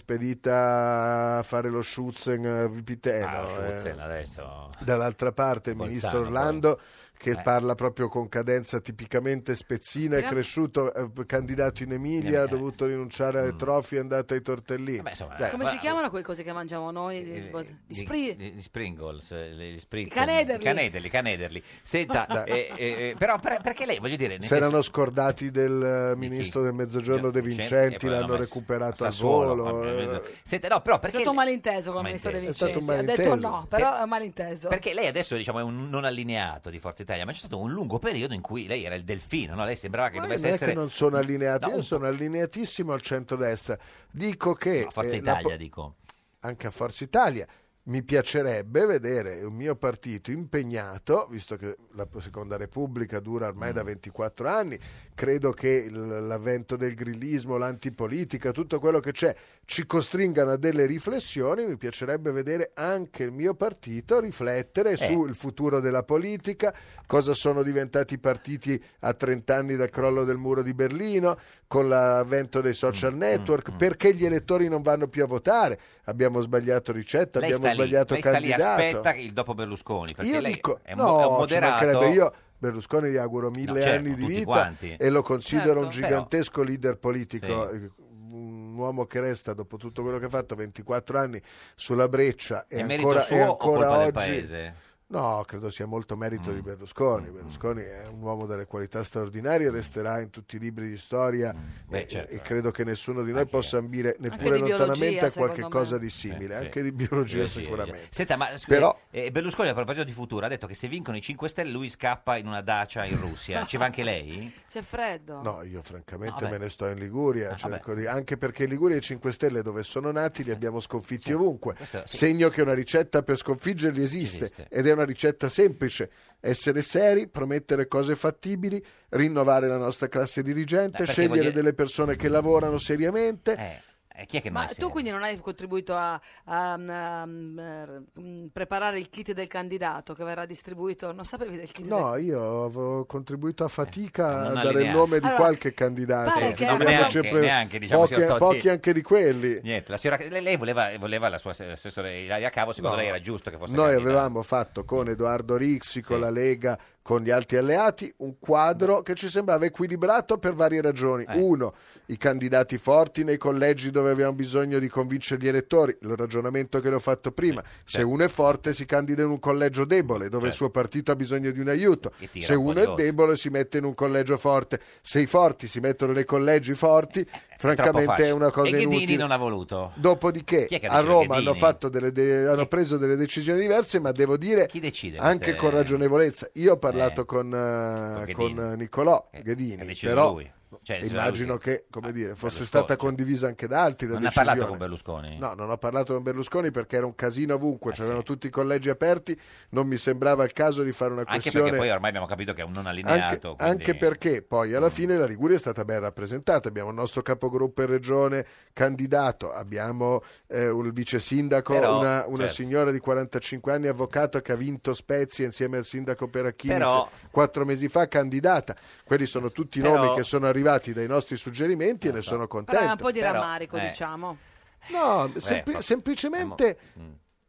Speaker 12: spedita a fare lo Schutzen eh, Vipiteno.
Speaker 3: Ah, lo Schutzen
Speaker 12: eh.
Speaker 3: adesso.
Speaker 12: Dall'altra parte il
Speaker 3: Bolzano,
Speaker 12: ministro Orlando che
Speaker 3: Eh.
Speaker 12: parla proprio con cadenza tipicamente spezzina, è
Speaker 3: Però- Eh,
Speaker 12: cresciuto eh, candidato in Emilia, ha dovuto rinunciare
Speaker 3: Mm.
Speaker 12: alle trofie, è andata ai tortellini. Dai,
Speaker 2: Come
Speaker 3: ma-
Speaker 2: si chiamano quelle cose che mangiamo noi? Di,
Speaker 3: Eh,
Speaker 2: cose- di
Speaker 3: di-
Speaker 2: spri-
Speaker 3: di- di Springles, eh, le- gli spritz,
Speaker 2: I canederli.
Speaker 3: i canederli, i canederli.
Speaker 2: <laughs>
Speaker 3: Senta,
Speaker 12: Dai.
Speaker 3: eh, eh, eh, però per- perché lei, voglio dire, nel
Speaker 12: Si
Speaker 3: senso- cioè,
Speaker 12: erano scordati del eh, ministro del Mezzogiorno De
Speaker 3: e
Speaker 12: Vincenti,
Speaker 3: poi l'hanno
Speaker 12: l'hanno
Speaker 3: messo-
Speaker 12: recuperato al
Speaker 3: eh, Sassuolo,
Speaker 12: volo.
Speaker 3: vabbè,
Speaker 12: eh.
Speaker 3: Senta, no, però
Speaker 2: È
Speaker 3: Oh, perché
Speaker 2: stato un malinteso con il ministro De
Speaker 3: Malinteso.
Speaker 12: È stato
Speaker 2: Vincenzi.
Speaker 12: un
Speaker 2: Ha detto
Speaker 12: malinteso.
Speaker 2: no, però è un malinteso.
Speaker 3: Perché lei adesso diciamo, è un non allineato di Forza Italia, ma c'è stato un lungo periodo in cui lei era il delfino, no? lei sembrava che
Speaker 12: Ma io
Speaker 3: dovesse
Speaker 12: non è
Speaker 3: essere...
Speaker 12: che non sono allineato,
Speaker 3: No,
Speaker 12: io
Speaker 3: un-
Speaker 12: sono allineatissimo al centrodestra. Dico che
Speaker 3: a Forza
Speaker 12: eh, la
Speaker 3: Italia,
Speaker 12: po-
Speaker 3: dico.
Speaker 12: anche a Forza Italia. Mi piacerebbe vedere il mio partito impegnato, visto che la Seconda Repubblica dura ormai
Speaker 3: Mm.
Speaker 12: da 24 anni, credo che il- l'avvento del grillismo, l'antipolitica, tutto quello che c'è ci costringano a delle riflessioni, mi piacerebbe vedere anche il mio partito
Speaker 3: Eh,
Speaker 12: riflettere sul futuro della politica, cosa sono diventati i partiti a 30 anni dal crollo del muro di Berlino, con l'avvento dei
Speaker 3: Mm,
Speaker 12: social network, perché gli elettori non vanno più a votare, abbiamo sbagliato ricetta,
Speaker 3: Lei
Speaker 12: abbiamo
Speaker 3: sta lì,
Speaker 12: sbagliato
Speaker 3: lei sta lì,
Speaker 12: candidato.
Speaker 3: aspetta il dopo Berlusconi, perché
Speaker 12: Io
Speaker 3: lei
Speaker 12: dico,
Speaker 3: è, mo- è un
Speaker 12: no, ci
Speaker 3: moderato...
Speaker 12: mancherebbe io. Berlusconi gli auguro mille
Speaker 3: certo,
Speaker 12: anni di
Speaker 3: tutti
Speaker 12: vita
Speaker 3: quanti.
Speaker 12: e lo considero
Speaker 3: Certo.
Speaker 12: un gigantesco leader politico,
Speaker 3: Sì.
Speaker 12: eh, un uomo che resta dopo tutto quello che ha fatto 24 anni sulla breccia e
Speaker 3: È merito
Speaker 12: ancora,
Speaker 3: suo
Speaker 12: e
Speaker 3: o
Speaker 12: ancora
Speaker 3: colpa del
Speaker 12: oggi
Speaker 3: paese? Mm.
Speaker 12: No, credo sia molto merito di Berlusconi. Berlusconi è un uomo delle qualità straordinarie, resterà in tutti i libri di storia
Speaker 3: Mm. Beh,
Speaker 12: e,
Speaker 3: certo.
Speaker 12: e credo che nessuno di noi possa ambire neppure
Speaker 3: di biologia,
Speaker 12: lontanamente a
Speaker 3: secondo
Speaker 12: qualche
Speaker 3: me.
Speaker 12: cosa di simile,
Speaker 3: Eh, Sì.
Speaker 12: anche di biologia sicuramente.
Speaker 3: Senta, ma scusi,
Speaker 12: Però
Speaker 3: eh, Berlusconi a proposito di futuro ha detto che se vincono i 5 Stelle lui scappa in una dacia in Russia. Ci va anche lei?
Speaker 2: C'è freddo.
Speaker 12: <laughs> No, io francamente
Speaker 3: Vabbè. Ah,
Speaker 12: me ne sto in Liguria, cerco di- anche perché in Liguria i 5 Stelle dove sono nati li abbiamo sconfitti ovunque,
Speaker 3: Questo Eh. sì.
Speaker 12: segno che una ricetta per sconfiggerli esiste,
Speaker 3: Esiste.
Speaker 12: ed è una ricetta semplice, essere seri, promettere cose fattibili, rinnovare la nostra classe dirigente,
Speaker 3: perché
Speaker 12: scegliere
Speaker 3: voglio-
Speaker 12: delle persone che lavorano seriamente.
Speaker 3: Eh, chi è
Speaker 12: <laughs>
Speaker 3: che non
Speaker 2: Ma
Speaker 3: è serio?
Speaker 2: tu quindi non hai contribuito a, a- a- mm, preparare il kit del candidato che verrà distribuito? Non sapevi del kit?
Speaker 12: No, io ho contribuito a fatica a
Speaker 3: Eh, non
Speaker 12: dare il
Speaker 3: allineare.
Speaker 12: nome di
Speaker 2: Allora,
Speaker 12: qualche candidato.
Speaker 2: pare
Speaker 12: perché
Speaker 2: che-
Speaker 12: ho
Speaker 2: No,
Speaker 12: visto
Speaker 3: neanche-
Speaker 12: sempre
Speaker 3: neanche, diciamo,
Speaker 12: pochi,
Speaker 3: signor Totti.
Speaker 12: pochi anche di quelli.
Speaker 3: Niente, la signora, lei, lei voleva, voleva la sua assessore Ilaria Cavo, secondo
Speaker 12: No.
Speaker 3: lei era giusto che fosse
Speaker 12: Noi
Speaker 3: candidata.
Speaker 12: avevamo fatto con
Speaker 3: Mm.
Speaker 12: Edoardo Rixi, con la Lega, con gli altri alleati, un
Speaker 3: Mm.
Speaker 12: quadro che ci sembrava equilibrato per varie ragioni.
Speaker 3: Eh.
Speaker 12: Uno, i candidati forti nei collegi dove avevamo bisogno di convincere gli elettori, il ragionamento che le ho fatto prima. Se uno è forte si candida in un collegio debole dove il
Speaker 3: Eh, Certo.
Speaker 12: suo partito ha bisogno di un aiuto.
Speaker 3: E tira
Speaker 12: Se
Speaker 3: un po'
Speaker 12: uno
Speaker 3: di
Speaker 12: è
Speaker 3: voti.
Speaker 12: debole si mette in un collegio forte. Se i forti si mettono nei collegi forti, francamente è una cosa
Speaker 3: e Ghedini
Speaker 12: inutile.
Speaker 3: non ha voluto.
Speaker 12: Dopodiché
Speaker 3: Chi è che ha
Speaker 12: a
Speaker 3: deciso
Speaker 12: Roma hanno,
Speaker 3: Ghedini?
Speaker 12: fatto delle de- hanno preso delle decisioni diverse, ma devo dire anche
Speaker 3: queste-
Speaker 12: con ragionevolezza. Io ho parlato con, eh,
Speaker 3: Ghedini.
Speaker 12: con Nicolò Ghedini,
Speaker 3: deciso
Speaker 12: però
Speaker 3: lui. Cioè, se la-
Speaker 12: immagino che come dire, fosse
Speaker 3: Berlusconi,
Speaker 12: stata
Speaker 3: cioè.
Speaker 12: condivisa anche da altri. La
Speaker 3: Non ha
Speaker 12: decisione.
Speaker 3: parlato con Berlusconi? Ah,
Speaker 12: No, non ho parlato con Berlusconi perché era un casino ovunque, c'erano tutti i collegi aperti, non mi sembrava il caso di fare una
Speaker 3: Anche
Speaker 12: questione
Speaker 3: perché poi ormai abbiamo capito che è un non
Speaker 12: anche,
Speaker 3: allineato. quindi- Mm.
Speaker 12: anche perché poi alla fine la Liguria è stata ben rappresentata. Abbiamo il nostro capogruppo in regione candidato, abbiamo eh, un vice sindaco,
Speaker 3: Però,
Speaker 12: una, una
Speaker 3: certo.
Speaker 12: signora di 45 anni, avvocato che ha vinto Spezia insieme al sindaco Peracchini
Speaker 3: Però-
Speaker 12: quattro mesi fa, candidata. Quelli sono tutti i nomi
Speaker 3: Però- Esatto.
Speaker 12: che sono arrivati dai nostri suggerimenti e ne sono contento.
Speaker 2: Però è un po' di rammarico,
Speaker 3: eh,
Speaker 12: diciamo.
Speaker 2: diciamo.
Speaker 12: No, sempli-
Speaker 3: proprio-
Speaker 12: semplicemente,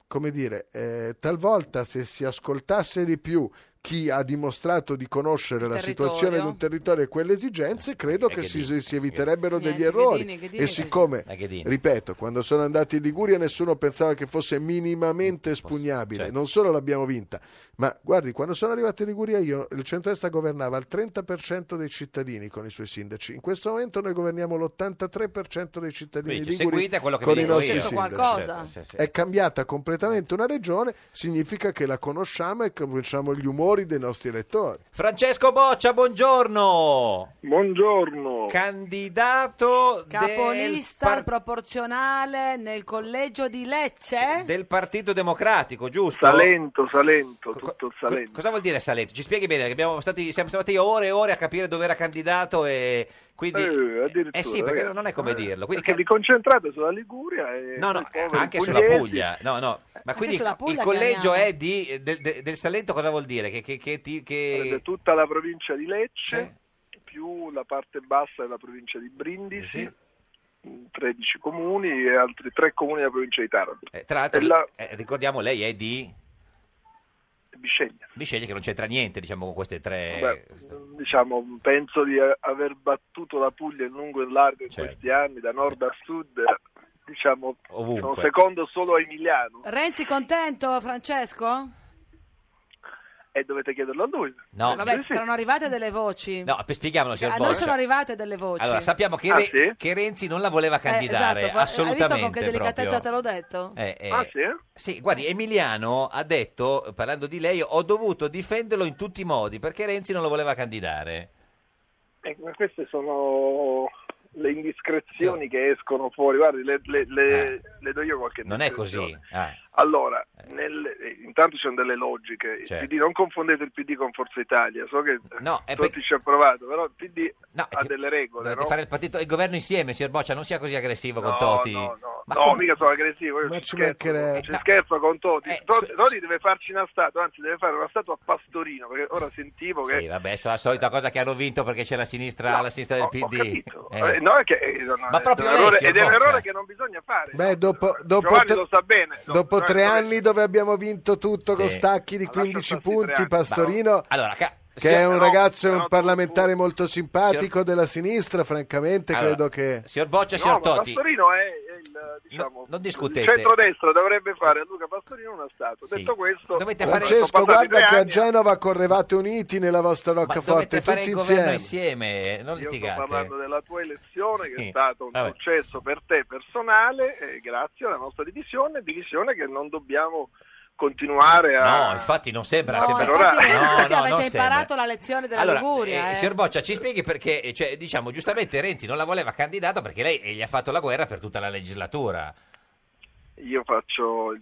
Speaker 12: come dire, eh, talvolta se si ascoltasse di più chi ha dimostrato di conoscere la
Speaker 3: territorio.
Speaker 12: situazione di un territorio e quelle esigenze, credo
Speaker 3: Eh,
Speaker 12: che si,
Speaker 3: Ghedini,
Speaker 12: si eviterebbero
Speaker 3: Ghedini.
Speaker 12: degli
Speaker 3: Niente,
Speaker 12: errori.
Speaker 3: Ghedini, Ghedini,
Speaker 12: e siccome,
Speaker 3: Eh, Ghedini.
Speaker 12: ripeto, quando sono andati in Liguria nessuno pensava che fosse minimamente espugnabile, non solo l'abbiamo vinta, ma guardi, quando sono arrivato in Liguria io, il centrodestra governava il 30% dei cittadini con i suoi sindaci, in questo momento noi governiamo l'83% dei cittadini
Speaker 3: Quindi
Speaker 12: liguri
Speaker 3: seguite quello che
Speaker 12: con
Speaker 3: vi
Speaker 12: i
Speaker 3: dico
Speaker 12: nostri
Speaker 3: io.
Speaker 12: sindaci.
Speaker 3: Qualcosa. Sì, sì, sì.
Speaker 12: È cambiata completamente una regione, significa che la conosciamo e conosciamo gli umori dei nostri elettori.
Speaker 3: Francesco Boccia, buongiorno.
Speaker 17: Buongiorno.
Speaker 3: Candidato
Speaker 2: Capolista proporzionale nel collegio di Lecce?
Speaker 3: del Partito Democratico, giusto?
Speaker 17: Salento, Salento, tutto il
Speaker 3: Co-
Speaker 17: Salento.
Speaker 3: Cosa vuol dire Salento? Ci spieghi bene, che abbiamo stati, siamo stati ore e ore a capire dove era candidato e quindi...
Speaker 17: Eh, addirittura,
Speaker 3: Eh sì, perché
Speaker 17: ragazzi.
Speaker 3: non è come dirlo. Quindi
Speaker 17: Perché vi concentrate sulla Liguria e
Speaker 3: No, no,
Speaker 17: voi poveri
Speaker 3: anche sulla
Speaker 17: pugliesi,
Speaker 3: Puglia. No,
Speaker 2: Eh,
Speaker 3: no. Ma quindi
Speaker 17: sulla Puglia
Speaker 3: il collegio
Speaker 17: abbiamo-
Speaker 3: è di, del, del- del Salento cosa vuol dire? Che, che, che ti- che-
Speaker 17: prende tutta la provincia di Lecce più la parte bassa della provincia di Brindisi, 13 comuni e altri 3 comuni della provincia di Taranto.
Speaker 3: Eh, tra l'altro,
Speaker 17: E la-
Speaker 3: eh, ricordiamo, lei è di...
Speaker 17: Bisceglie.
Speaker 3: Bisceglie che non c'entra niente, diciamo, con queste tre...
Speaker 17: Beh, diciamo, penso di a- aver battuto la Puglia in lungo e in largo in
Speaker 3: Certo.
Speaker 17: questi anni, da nord a sud, eh, diciamo, sono
Speaker 3: Ovunque.
Speaker 17: secondo solo a Emiliano
Speaker 2: Renzi contento, Francesco?
Speaker 17: e dovete chiederlo a lui.
Speaker 3: No.
Speaker 2: Vabbè, ti saranno arrivate delle voci.
Speaker 3: No, per- spieghiamolo,
Speaker 2: Cioè,
Speaker 3: signor
Speaker 2: a noi
Speaker 3: Boccia.
Speaker 2: sono arrivate delle voci.
Speaker 3: Allora, sappiamo
Speaker 17: Ah,
Speaker 3: che, Re- che Renzi non la voleva candidare,
Speaker 2: Eh, esatto, fa-
Speaker 3: assolutamente.
Speaker 2: Hai visto con che
Speaker 3: proprio.
Speaker 2: delicatezza te l'ho detto?
Speaker 3: Eh, eh,
Speaker 2: Ah,
Speaker 3: sì? guardi, Emiliano ha detto, parlando di lei, ho dovuto difenderlo in tutti i modi perché Renzi non lo voleva candidare.
Speaker 17: Ecco, ma queste sono le indiscrezioni che escono fuori. Guardi, le, le- le- le do io qualche
Speaker 3: Eh. Non è
Speaker 17: indiscrezione.
Speaker 3: così. Ah,
Speaker 17: Allora, nel- eh, intanto ci sono delle logiche. Il
Speaker 3: Certo.
Speaker 17: PD, non confondete il PD con Forza Italia. So che
Speaker 3: No, è
Speaker 17: tutti
Speaker 3: per-
Speaker 17: ci ha provato, però il PD ha
Speaker 3: che-
Speaker 17: delle regole.
Speaker 3: Dovete
Speaker 17: No?
Speaker 3: fare il partito e il governo insieme, signor Boccia, non sia così aggressivo con
Speaker 17: No,
Speaker 3: Toti.
Speaker 17: no, no,
Speaker 3: Ma
Speaker 17: no,
Speaker 3: come? Eh,
Speaker 17: mica sono aggressivo. Io ci scherzo,
Speaker 12: mancherebbe.
Speaker 17: ci scherzo con Toti. Toti, Toti deve farci una statua, anzi, deve fare una statua a Pastorino. Perché ora sentivo che
Speaker 3: Sì, vabbè, so- la solita cosa che hanno vinto perché c'è la sinistra, la sinistra del PD. Eh.
Speaker 17: Eh, no, è che eh, no,
Speaker 3: Ma
Speaker 17: è
Speaker 3: proprio
Speaker 17: un
Speaker 3: lei,
Speaker 17: errore,
Speaker 3: signor
Speaker 17: ed è un
Speaker 3: Boccia.
Speaker 17: errore che non bisogna fare.
Speaker 12: Beh, dopo, dopo
Speaker 17: Giovanni
Speaker 12: tre,
Speaker 17: lo sa bene. No,
Speaker 12: dopo tre
Speaker 17: Giovanni lo sa-
Speaker 12: anni dove abbiamo vinto tutto con
Speaker 3: Sì.
Speaker 12: stacchi di 15 punti,
Speaker 3: Ma-
Speaker 12: Pastorino
Speaker 3: allora, ca-
Speaker 12: Che
Speaker 3: Sì,
Speaker 12: è un
Speaker 3: però-
Speaker 12: ragazzo, è
Speaker 3: però-
Speaker 12: un parlamentare molto simpatico della sinistra, francamente,
Speaker 3: Allora,
Speaker 12: credo che...
Speaker 3: Signor Boccia, signor
Speaker 17: No, ma
Speaker 3: Totti,
Speaker 17: Pastorino è, è il, diciamo,
Speaker 3: non
Speaker 17: il
Speaker 3: discutete.
Speaker 17: centrodestra dovrebbe fare a Luca Pastorino una statua.
Speaker 3: Sì.
Speaker 17: Detto questo,
Speaker 3: Dovete fare-
Speaker 12: Francesco,
Speaker 3: sono passati
Speaker 12: guarda
Speaker 3: due
Speaker 12: che a
Speaker 3: anni.
Speaker 17: eh.
Speaker 12: Genova correvate uniti nella vostra
Speaker 3: ma
Speaker 12: roccaforte,
Speaker 3: dovete fare
Speaker 12: tutti
Speaker 3: il governo
Speaker 12: insieme.
Speaker 3: insieme, non
Speaker 17: io sto
Speaker 3: litigate.
Speaker 17: parlando della tua elezione che
Speaker 3: Sì,
Speaker 17: è stato un
Speaker 3: vabbè.
Speaker 17: successo per te personale, eh, grazie alla nostra divisione, divisione che non dobbiamo continuare a...
Speaker 3: No, infatti non sembra,
Speaker 17: No,
Speaker 3: sembra...
Speaker 17: infatti-
Speaker 3: no, no,
Speaker 2: Infatti
Speaker 3: non
Speaker 2: avete
Speaker 3: sembra.
Speaker 2: imparato la lezione della
Speaker 3: Allora,
Speaker 2: Liguria.
Speaker 3: eh,
Speaker 2: eh.
Speaker 3: signor Boccia, ci spieghi perché, eh, cioè, diciamo, giustamente Renzi non la voleva candidata perché lei eh, gli ha fatto la guerra per tutta la legislatura.
Speaker 17: Io faccio il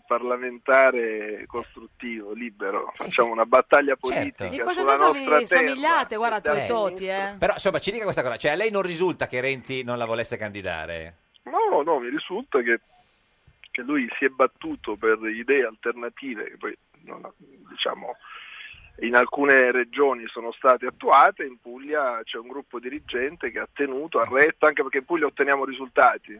Speaker 17: parlamentare costruttivo, libero, facciamo una battaglia politica
Speaker 3: Certo.
Speaker 2: In questo
Speaker 17: sulla
Speaker 2: senso
Speaker 17: nostra
Speaker 2: vi
Speaker 17: terra.
Speaker 2: somigliate, guarda, a
Speaker 3: Eh.
Speaker 2: tuoi toti,
Speaker 17: Ah.
Speaker 2: eh.
Speaker 3: Però, insomma, ci dica questa cosa, cioè a lei non risulta che Renzi non la volesse candidare?
Speaker 17: No, no, mi risulta che, che lui si è battuto per idee alternative che poi non ha- diciamo, in alcune regioni sono state attuate, in Puglia c'è un gruppo dirigente che ha tenuto, ha retto, anche perché in Puglia otteniamo risultati.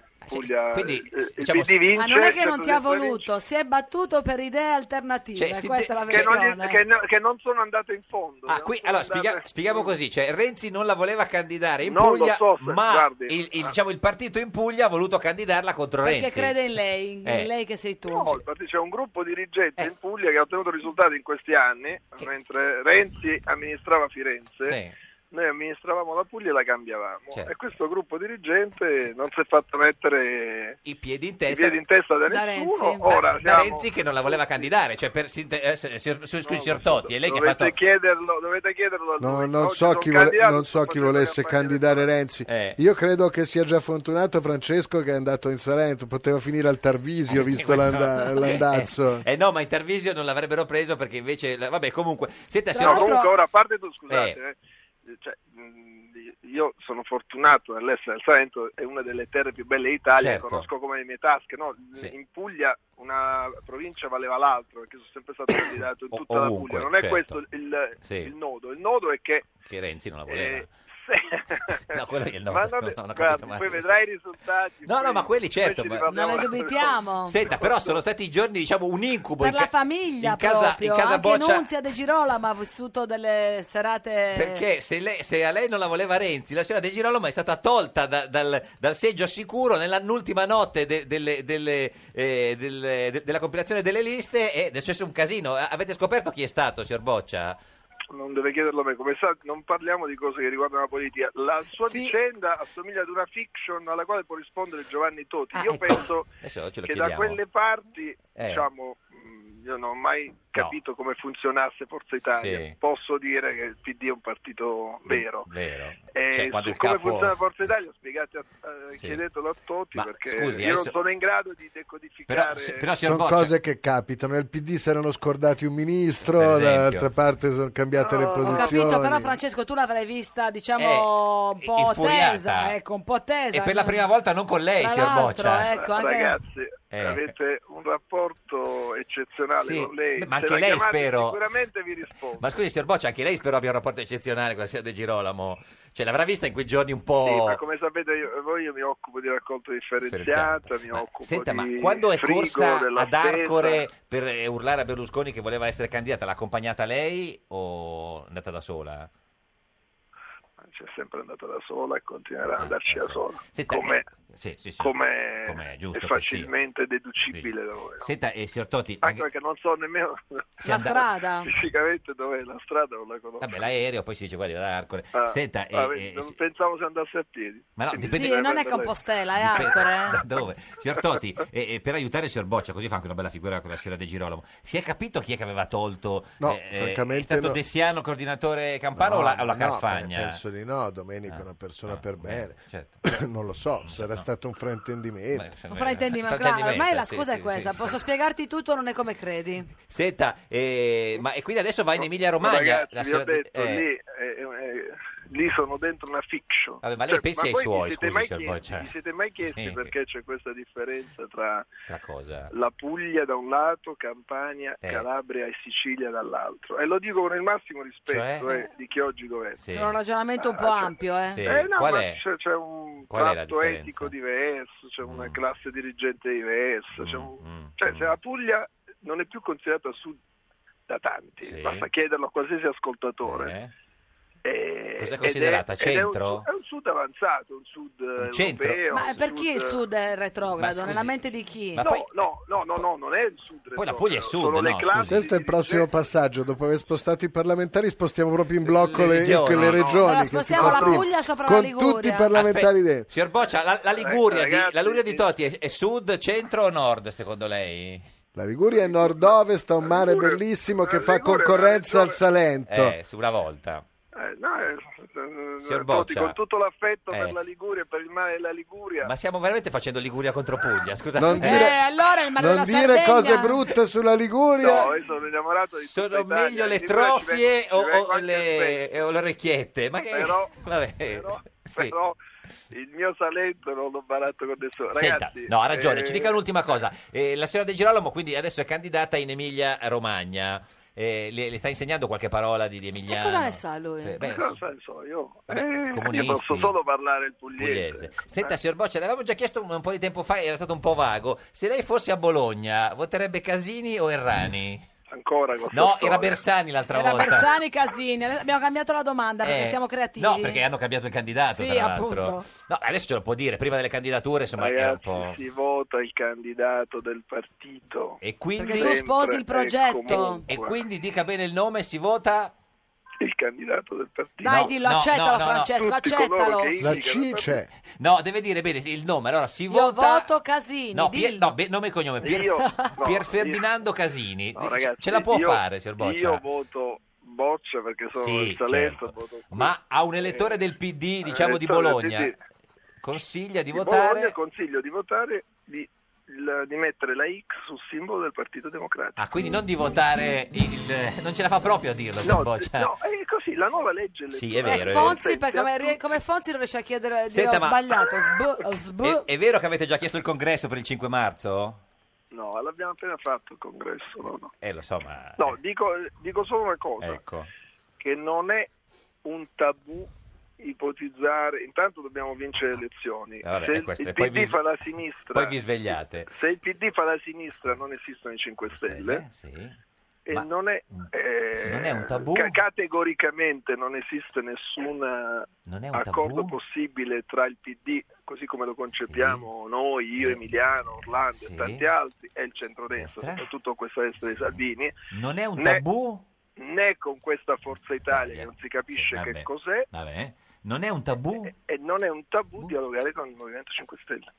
Speaker 3: Ah,
Speaker 17: Puglia,
Speaker 3: quindi,
Speaker 17: eh, il
Speaker 3: diciamo,
Speaker 17: PD vince, certo,
Speaker 2: Ma non è che
Speaker 17: il
Speaker 2: non ti ha
Speaker 17: centrodestra vince.
Speaker 2: voluto, si è battuto per idee alternative.
Speaker 3: Cioè, si
Speaker 2: questa è la
Speaker 17: Che non,
Speaker 2: versione.
Speaker 17: gli- che no- che non sono andate in fondo.
Speaker 3: Ah, qui, allora, spiega- spieghiamo così, cioè Renzi non la voleva candidare in
Speaker 17: Non lo
Speaker 3: Puglia,
Speaker 17: so se-
Speaker 3: ma
Speaker 17: guardi. ah.
Speaker 3: il, il- diciamo, il partito in Puglia ha voluto candidarla contro
Speaker 2: Perché
Speaker 3: Renzi.
Speaker 2: crede in lei, in
Speaker 3: Eh.
Speaker 2: lei che sei tu.
Speaker 17: No, infatti c'è un gruppo dirigente in Puglia che ha ottenuto risultati in questi anni, mentre Renzi amministrava Firenze. Noi amministravamo la Puglia e la cambiavamo
Speaker 3: Certo.
Speaker 17: e questo gruppo dirigente non si è fatto mettere
Speaker 3: i piedi in testa,
Speaker 17: piedi in testa da,
Speaker 2: Da
Speaker 17: nessuno.
Speaker 2: Renzi.
Speaker 17: Ora
Speaker 3: da
Speaker 17: siamo-
Speaker 3: Renzi che non la voleva candidare, cioè per sinte- eh, se- signor- signor- signor Totti, è lei che ha
Speaker 17: dovete,
Speaker 3: fatto...
Speaker 17: chiederlo, dovete chiederlo a
Speaker 12: No,
Speaker 17: lui.
Speaker 12: non so,
Speaker 17: Oggi sono
Speaker 12: chi, vole-
Speaker 17: candidato,
Speaker 12: non so
Speaker 17: sto
Speaker 12: chi
Speaker 17: facendo
Speaker 12: volesse
Speaker 17: campagna
Speaker 12: candidare Renzi.
Speaker 3: Eh.
Speaker 12: Io credo che sia già fortunato Francesco che è andato in Salento. Poteva finire al Tarvisio,
Speaker 3: Eh Sì,
Speaker 12: visto
Speaker 3: questo- <laughs>
Speaker 12: l'anda- l'andazzo.
Speaker 3: Eh no, ma in Tarvisio non l'avrebbero preso perché invece... la- Vabbè, comunque... Senta,
Speaker 17: No,
Speaker 3: signor-
Speaker 17: comunque ora a parte tu, scusate,
Speaker 3: Eh.
Speaker 17: eh, cioè, mh, io sono fortunato nell'essere del Salento, è una delle terre più belle d'Italia,
Speaker 3: Certo.
Speaker 17: conosco come le mie tasche, no?
Speaker 3: Sì.
Speaker 17: in Puglia una provincia valeva l'altra, perché sono sempre stato candidato in
Speaker 3: O-
Speaker 17: tutta la
Speaker 3: ovunque,
Speaker 17: Puglia, non è
Speaker 3: certo.
Speaker 17: questo il,
Speaker 3: Sì.
Speaker 17: il nodo, il nodo è che...
Speaker 3: Che Renzi non la voleva. <laughs>
Speaker 17: eh, se-
Speaker 3: No, quello è il nodo,
Speaker 17: Ma
Speaker 3: <laughs> no,
Speaker 17: non-
Speaker 3: non ho capito
Speaker 17: guardi,
Speaker 3: mai
Speaker 17: poi
Speaker 3: questo.
Speaker 17: vedrai i risultati.
Speaker 3: No, no,
Speaker 17: poi-
Speaker 3: ma quelli certo.
Speaker 17: poi ci
Speaker 3: ma-
Speaker 17: riparliamo.
Speaker 2: Non ne dubitiamo.
Speaker 3: Senta, però sono stati i giorni, diciamo, un incubo.
Speaker 2: per
Speaker 3: in
Speaker 2: la
Speaker 3: ca-
Speaker 2: famiglia
Speaker 3: in casa-
Speaker 2: proprio.
Speaker 3: in casa
Speaker 2: Anche
Speaker 3: Boccia-
Speaker 2: Nunzia De Girolamo ha vissuto delle serate.
Speaker 3: Perché se, lei- se a lei non la voleva Renzi, la signora De Girolamo è stata tolta da- dal, dal seggio a sicuro nell'ultima notte de- delle- delle, eh, delle- de- della compilazione delle liste e è successo un casino. A- Avete scoperto chi è stato, signor Boccia?
Speaker 17: Non deve chiederlo a me, come sa, non parliamo di cose che riguardano la politica. La sua vicenda assomiglia ad una fiction alla quale può rispondere Giovanni Toti. Io penso
Speaker 3: Adesso ce lo
Speaker 17: che da
Speaker 3: chiediamo.
Speaker 17: quelle parti,
Speaker 3: Eh.
Speaker 17: diciamo, mh, io non ho mai capito come funzionasse Forza Italia.
Speaker 3: Sì.
Speaker 17: Posso dire che il PD è un partito vero.
Speaker 3: Vero.
Speaker 17: E
Speaker 3: Cioè,
Speaker 17: su
Speaker 3: quando il
Speaker 17: come
Speaker 3: capo-
Speaker 17: funziona Forza Italia spiegate a- eh,
Speaker 3: Sì.
Speaker 17: chiedetelo a Totti
Speaker 3: Ma,
Speaker 17: perché
Speaker 3: scusi,
Speaker 17: io
Speaker 3: adesso-
Speaker 17: non sono in grado di decodificare
Speaker 12: Sono cose che capitano. Nel PD si erano scordati un
Speaker 3: Per
Speaker 12: ministro,
Speaker 3: esempio.
Speaker 12: dall'altra parte sono cambiate le
Speaker 2: Ho
Speaker 12: posizioni.
Speaker 2: capito, però Francesco tu l'avrai vista, diciamo, un po'
Speaker 3: Eh, infuriata.
Speaker 2: tesa, ecco, un po' tesa.
Speaker 3: E per la prima volta non con lei,
Speaker 2: Tra
Speaker 3: signor
Speaker 2: l'altro,
Speaker 3: Boccia.
Speaker 2: ecco, anche-
Speaker 17: Ragazzi,
Speaker 3: Eh.
Speaker 17: avete un rapporto eccezionale
Speaker 3: Sì,
Speaker 17: con lei.
Speaker 3: ma
Speaker 17: Se
Speaker 3: anche
Speaker 17: la
Speaker 3: lei,
Speaker 17: chiamate,
Speaker 3: spero.
Speaker 17: Sicuramente vi rispondo.
Speaker 3: Ma scusi, signor Boccia, anche lei spero abbia un rapporto eccezionale con la signora De Girolamo. Cioè, l'avrà vista in quei giorni un po'...
Speaker 17: Sì, ma come sapete, io, voi io mi occupo di raccolta differenziata, mi occupo
Speaker 3: Senta,
Speaker 17: di
Speaker 3: ma quando è
Speaker 17: frigo,
Speaker 3: corsa
Speaker 17: della
Speaker 3: ad
Speaker 17: spesa.
Speaker 3: Arcore per eh, urlare a Berlusconi che voleva essere candidata, l'ha accompagnata lei o è andata da sola?
Speaker 17: C'è sempre andata da sola e continuerà ad andarci da sola.
Speaker 3: Ah, Senta,
Speaker 17: come,
Speaker 3: eh, sì, sì, sì.
Speaker 17: come
Speaker 3: Com'è, giusto
Speaker 17: è
Speaker 3: che
Speaker 17: facilmente deducibile da voi.
Speaker 3: Senta, eh, signor Totti,
Speaker 17: Anche
Speaker 3: anche-
Speaker 17: perché non so nemmeno
Speaker 3: Si La andava- strada.
Speaker 17: fisicamente dov'è la strada, non la conosco.
Speaker 3: vabbè, l'aereo, poi si dice, guarda, ad Arcore.
Speaker 17: Ah,
Speaker 3: Senta, eh,
Speaker 17: vabbè,
Speaker 3: eh,
Speaker 17: non
Speaker 3: si-
Speaker 17: pensavo se andasse a piedi.
Speaker 3: Ma no,
Speaker 17: Quindi
Speaker 3: dipende-
Speaker 2: Sì, non è
Speaker 17: veramente lei.
Speaker 2: Compostela,
Speaker 3: <laughs>
Speaker 2: è
Speaker 3: Dipende
Speaker 2: Arcore.
Speaker 3: da
Speaker 2: eh.
Speaker 3: dove? Signor Totti, eh, eh, per aiutare il signor Boccia, così fa anche una bella figura con la signora De Girolamo, si è capito chi è che aveva tolto?
Speaker 12: No,
Speaker 3: eh,
Speaker 12: francamente
Speaker 3: è stato
Speaker 12: no.
Speaker 3: Dessiano, coordinatore Campano o la, o la Carfagna? Ah,
Speaker 12: beh, penso di no, Domenico è una persona per bene.
Speaker 3: certo.
Speaker 12: <coughs> non lo so, sarà stato un fraintendimento.
Speaker 2: Un fraintendimento, claro, ormai la scusa è questa, posso spiegarti tutto, non è come credi.
Speaker 3: Senta, eh, ma e quindi adesso va in Emilia Romagna?
Speaker 17: Ragazzi,
Speaker 3: la
Speaker 17: vi ho
Speaker 3: signora De-
Speaker 17: detto,
Speaker 3: eh,
Speaker 17: lì, eh, eh, lì sono dentro una fiction. Cioè,
Speaker 3: Vabbè, ma lei pensi ai
Speaker 17: voi
Speaker 3: suoi,
Speaker 17: vi siete
Speaker 3: scusi,
Speaker 17: mai
Speaker 3: signor
Speaker 17: chiesti-
Speaker 3: Boccia.
Speaker 17: Vi siete mai chiesti
Speaker 3: Sì.
Speaker 17: perché c'è questa differenza tra
Speaker 3: la cosa.
Speaker 17: la Puglia da un lato, Campania,
Speaker 3: Eh.
Speaker 17: Calabria e Sicilia dall'altro? E lo dico con il massimo rispetto
Speaker 3: Cioè?
Speaker 17: eh, di chi oggi governa.
Speaker 2: Sono un ragionamento un po'
Speaker 17: Ah, cioè-
Speaker 2: ampio, eh.
Speaker 3: Sì.
Speaker 17: Eh, no,
Speaker 3: Qual
Speaker 17: ma
Speaker 3: è?
Speaker 17: C'è, c'è un
Speaker 3: Qual è la
Speaker 17: tratto
Speaker 3: differenza? Mm.
Speaker 17: etico diverso, c'è una classe dirigente diversa. c'è un- cioè, se la Puglia non è più considerata sud da tanti, basta chiederlo a qualsiasi ascoltatore. E-
Speaker 3: Eh. Cos'è
Speaker 17: ed è-
Speaker 3: considerata,
Speaker 17: ed è un-
Speaker 3: centro?
Speaker 17: È un, sud avanzato, un sud europeo.
Speaker 3: centro?
Speaker 2: Ma
Speaker 17: un
Speaker 2: perché il sud è
Speaker 3: Ma
Speaker 2: retrogrado?
Speaker 3: scusi,
Speaker 2: Nella mente di chi?
Speaker 3: ma poi-
Speaker 17: No, no, no, no, non è il sud.
Speaker 3: Poi la Puglia è sud,
Speaker 17: Sono le
Speaker 3: no,
Speaker 17: classi-
Speaker 3: scusi.
Speaker 12: Questo è il prossimo passaggio. Dopo aver spostato i parlamentari, spostiamo proprio in blocco le,
Speaker 3: regioni,
Speaker 12: que- le
Speaker 3: no?
Speaker 12: regioni.
Speaker 2: Allora,
Speaker 12: che si
Speaker 2: spostiamo la
Speaker 12: comprimono.
Speaker 2: Puglia sopra la
Speaker 12: Con
Speaker 2: Liguria.
Speaker 12: tutti i parlamentari
Speaker 3: Aspetta,
Speaker 12: dentro.
Speaker 3: Signor Boccia, la,
Speaker 17: Eh,
Speaker 3: la Liguria,
Speaker 12: Ecco, ragazzi,
Speaker 3: di, la Liguria di
Speaker 12: sì.
Speaker 3: Toti è, è sud, centro o nord secondo lei?
Speaker 12: La Liguria è nord-ovest, ha un mare bellissimo che fa concorrenza al Salento.
Speaker 3: Eh, su una volta.
Speaker 17: Eh, no, eh, eh,
Speaker 3: Signor
Speaker 17: Totti,
Speaker 3: Boccia.
Speaker 17: con tutto l'affetto
Speaker 3: Eh.
Speaker 17: per la Liguria, per il mare della Liguria.
Speaker 3: Ma stiamo veramente facendo Liguria contro Puglia, scusate.
Speaker 12: Non dire- Eh,
Speaker 2: allora il
Speaker 12: Non dire cose brutte sulla Liguria.
Speaker 17: No, io sono innamorato di tutta
Speaker 3: Sono
Speaker 17: Italia,
Speaker 3: meglio le
Speaker 17: in Liguria ci
Speaker 3: trofie
Speaker 17: vengo-
Speaker 3: o,
Speaker 17: ci vengo
Speaker 3: o
Speaker 17: anche
Speaker 3: le, o le orecchiette? Ma che...
Speaker 17: Però-
Speaker 3: <laughs> Vabbè, sì.
Speaker 17: <laughs> Però il mio Salento non l'ho baratto con nessuno.
Speaker 3: Senta,
Speaker 17: Ragazzi,
Speaker 3: no, ha ragione.
Speaker 17: eh,
Speaker 3: Ci dica l'ultima cosa. Eh, la signora De Girolamo, quindi, adesso è candidata in Emilia-Romagna. Eh, le, le sta insegnando qualche parola di, di Emiliano?
Speaker 2: Eh, Cosa ne sa lui?
Speaker 3: Eh, beh,
Speaker 17: Cosa ne so io?
Speaker 3: Vabbè,
Speaker 17: Eh, io
Speaker 3: comunisti.
Speaker 17: posso solo parlare il pugliese.
Speaker 3: pugliese. Senta, signor Boccia, l'avevamo già chiesto un, un po' di tempo fa, era stato un po' vago. Se lei fosse a Bologna, voterebbe Casini o Errani?
Speaker 17: Ancora
Speaker 3: No, era Bersani l'altra
Speaker 2: Era
Speaker 3: volta.
Speaker 2: Bersani Casini. Adesso Abbiamo cambiato la domanda perché
Speaker 3: Eh,
Speaker 2: siamo creativi.
Speaker 3: No, perché hanno cambiato il candidato,
Speaker 2: Sì,
Speaker 3: tra l'altro.
Speaker 2: appunto.
Speaker 3: No, adesso ce lo può dire, prima delle candidature, insomma, era un
Speaker 17: Ragazzi,
Speaker 3: po'...
Speaker 17: si vota il candidato del partito. ecco,
Speaker 3: E quindi...
Speaker 2: Perché tu sposi il progetto.
Speaker 3: E quindi dica bene il nome, si vota...
Speaker 17: Il candidato del partito.
Speaker 2: Dai,
Speaker 3: No,
Speaker 2: dillo,
Speaker 3: no,
Speaker 2: accettalo,
Speaker 3: no, no, no.
Speaker 2: Francesco,
Speaker 3: Tutti coloro
Speaker 2: accettalo.
Speaker 3: che
Speaker 12: La
Speaker 3: indicano-
Speaker 12: C c'è.
Speaker 3: No, deve dire bene il nome. Allora, si
Speaker 2: Io
Speaker 3: vota...
Speaker 2: voto Casini.
Speaker 3: No,
Speaker 2: dillo.
Speaker 3: Pier- no, be- nome e cognome. Pier,
Speaker 17: Io- no,
Speaker 3: Pier Ferdinando Casini.
Speaker 17: No, ragazzi,
Speaker 3: Ce la può
Speaker 17: io-
Speaker 3: fare, signor Boccia?
Speaker 17: Io voto Boccia perché sono
Speaker 3: Sì,
Speaker 17: del Salento.
Speaker 3: certo.
Speaker 17: voto- Eh,
Speaker 3: Ma a un elettore del PD, diciamo di
Speaker 17: elettore del
Speaker 3: Bologna,
Speaker 17: PD.
Speaker 3: consiglia di,
Speaker 17: Di Bologna
Speaker 3: votare...
Speaker 17: consiglio di votare di, il- di mettere la X sul simbolo del Partito Democratico.
Speaker 3: Ah, quindi non di votare il... Non ce la fa proprio a dirlo, signor Boccia.
Speaker 17: No, è così, la nuova legge
Speaker 3: Sì,
Speaker 17: elettorale.
Speaker 3: è vero,
Speaker 2: Eh,
Speaker 3: è vero.
Speaker 2: Fonzi, perché come, come Fonzi non riesce a chiedere, dire
Speaker 3: Senta,
Speaker 2: ho
Speaker 3: ma-
Speaker 2: sbagliato, sb- ho sb-
Speaker 3: È, è vero che avete già chiesto il congresso per il 5 marzo?
Speaker 17: No, l'abbiamo appena fatto il congresso. No, no.
Speaker 3: Eh, lo so, ma...
Speaker 17: No, dico, dico solo una cosa,
Speaker 3: Ecco.
Speaker 17: che non è un tabù ipotizzare, intanto dobbiamo vincere le elezioni.
Speaker 3: Ah, vabbè,
Speaker 17: Se
Speaker 3: è
Speaker 17: il-
Speaker 3: questo,
Speaker 17: il
Speaker 3: e poi
Speaker 17: PD
Speaker 3: vi-
Speaker 17: fa la sinistra,
Speaker 3: Poi vi svegliate.
Speaker 17: se il PD fa la sinistra non esistono i 5 Stelle. E
Speaker 3: Eh, Ma-
Speaker 17: non è, eh,
Speaker 3: non è un tabù?
Speaker 17: ca- categoricamente non esiste nessun eh,
Speaker 3: Non è un
Speaker 17: accordo
Speaker 3: tabù?
Speaker 17: possibile tra il PD, così come lo concepiamo noi, io, Emiliano, Orlando
Speaker 3: Eh. Sì.
Speaker 17: e tanti altri, e il centrodestra,
Speaker 3: Destra.
Speaker 17: soprattutto questa destra di Salvini,
Speaker 3: Non è un
Speaker 17: Ne-
Speaker 3: tabù?
Speaker 17: né con questa Forza Italia che non si
Speaker 3: Sì,
Speaker 17: capisce
Speaker 3: vabbè.
Speaker 17: che cos'è,
Speaker 3: Vabbè. Non è un tabù?
Speaker 17: e non è un tabù dialogare con il Movimento 5 Stelle.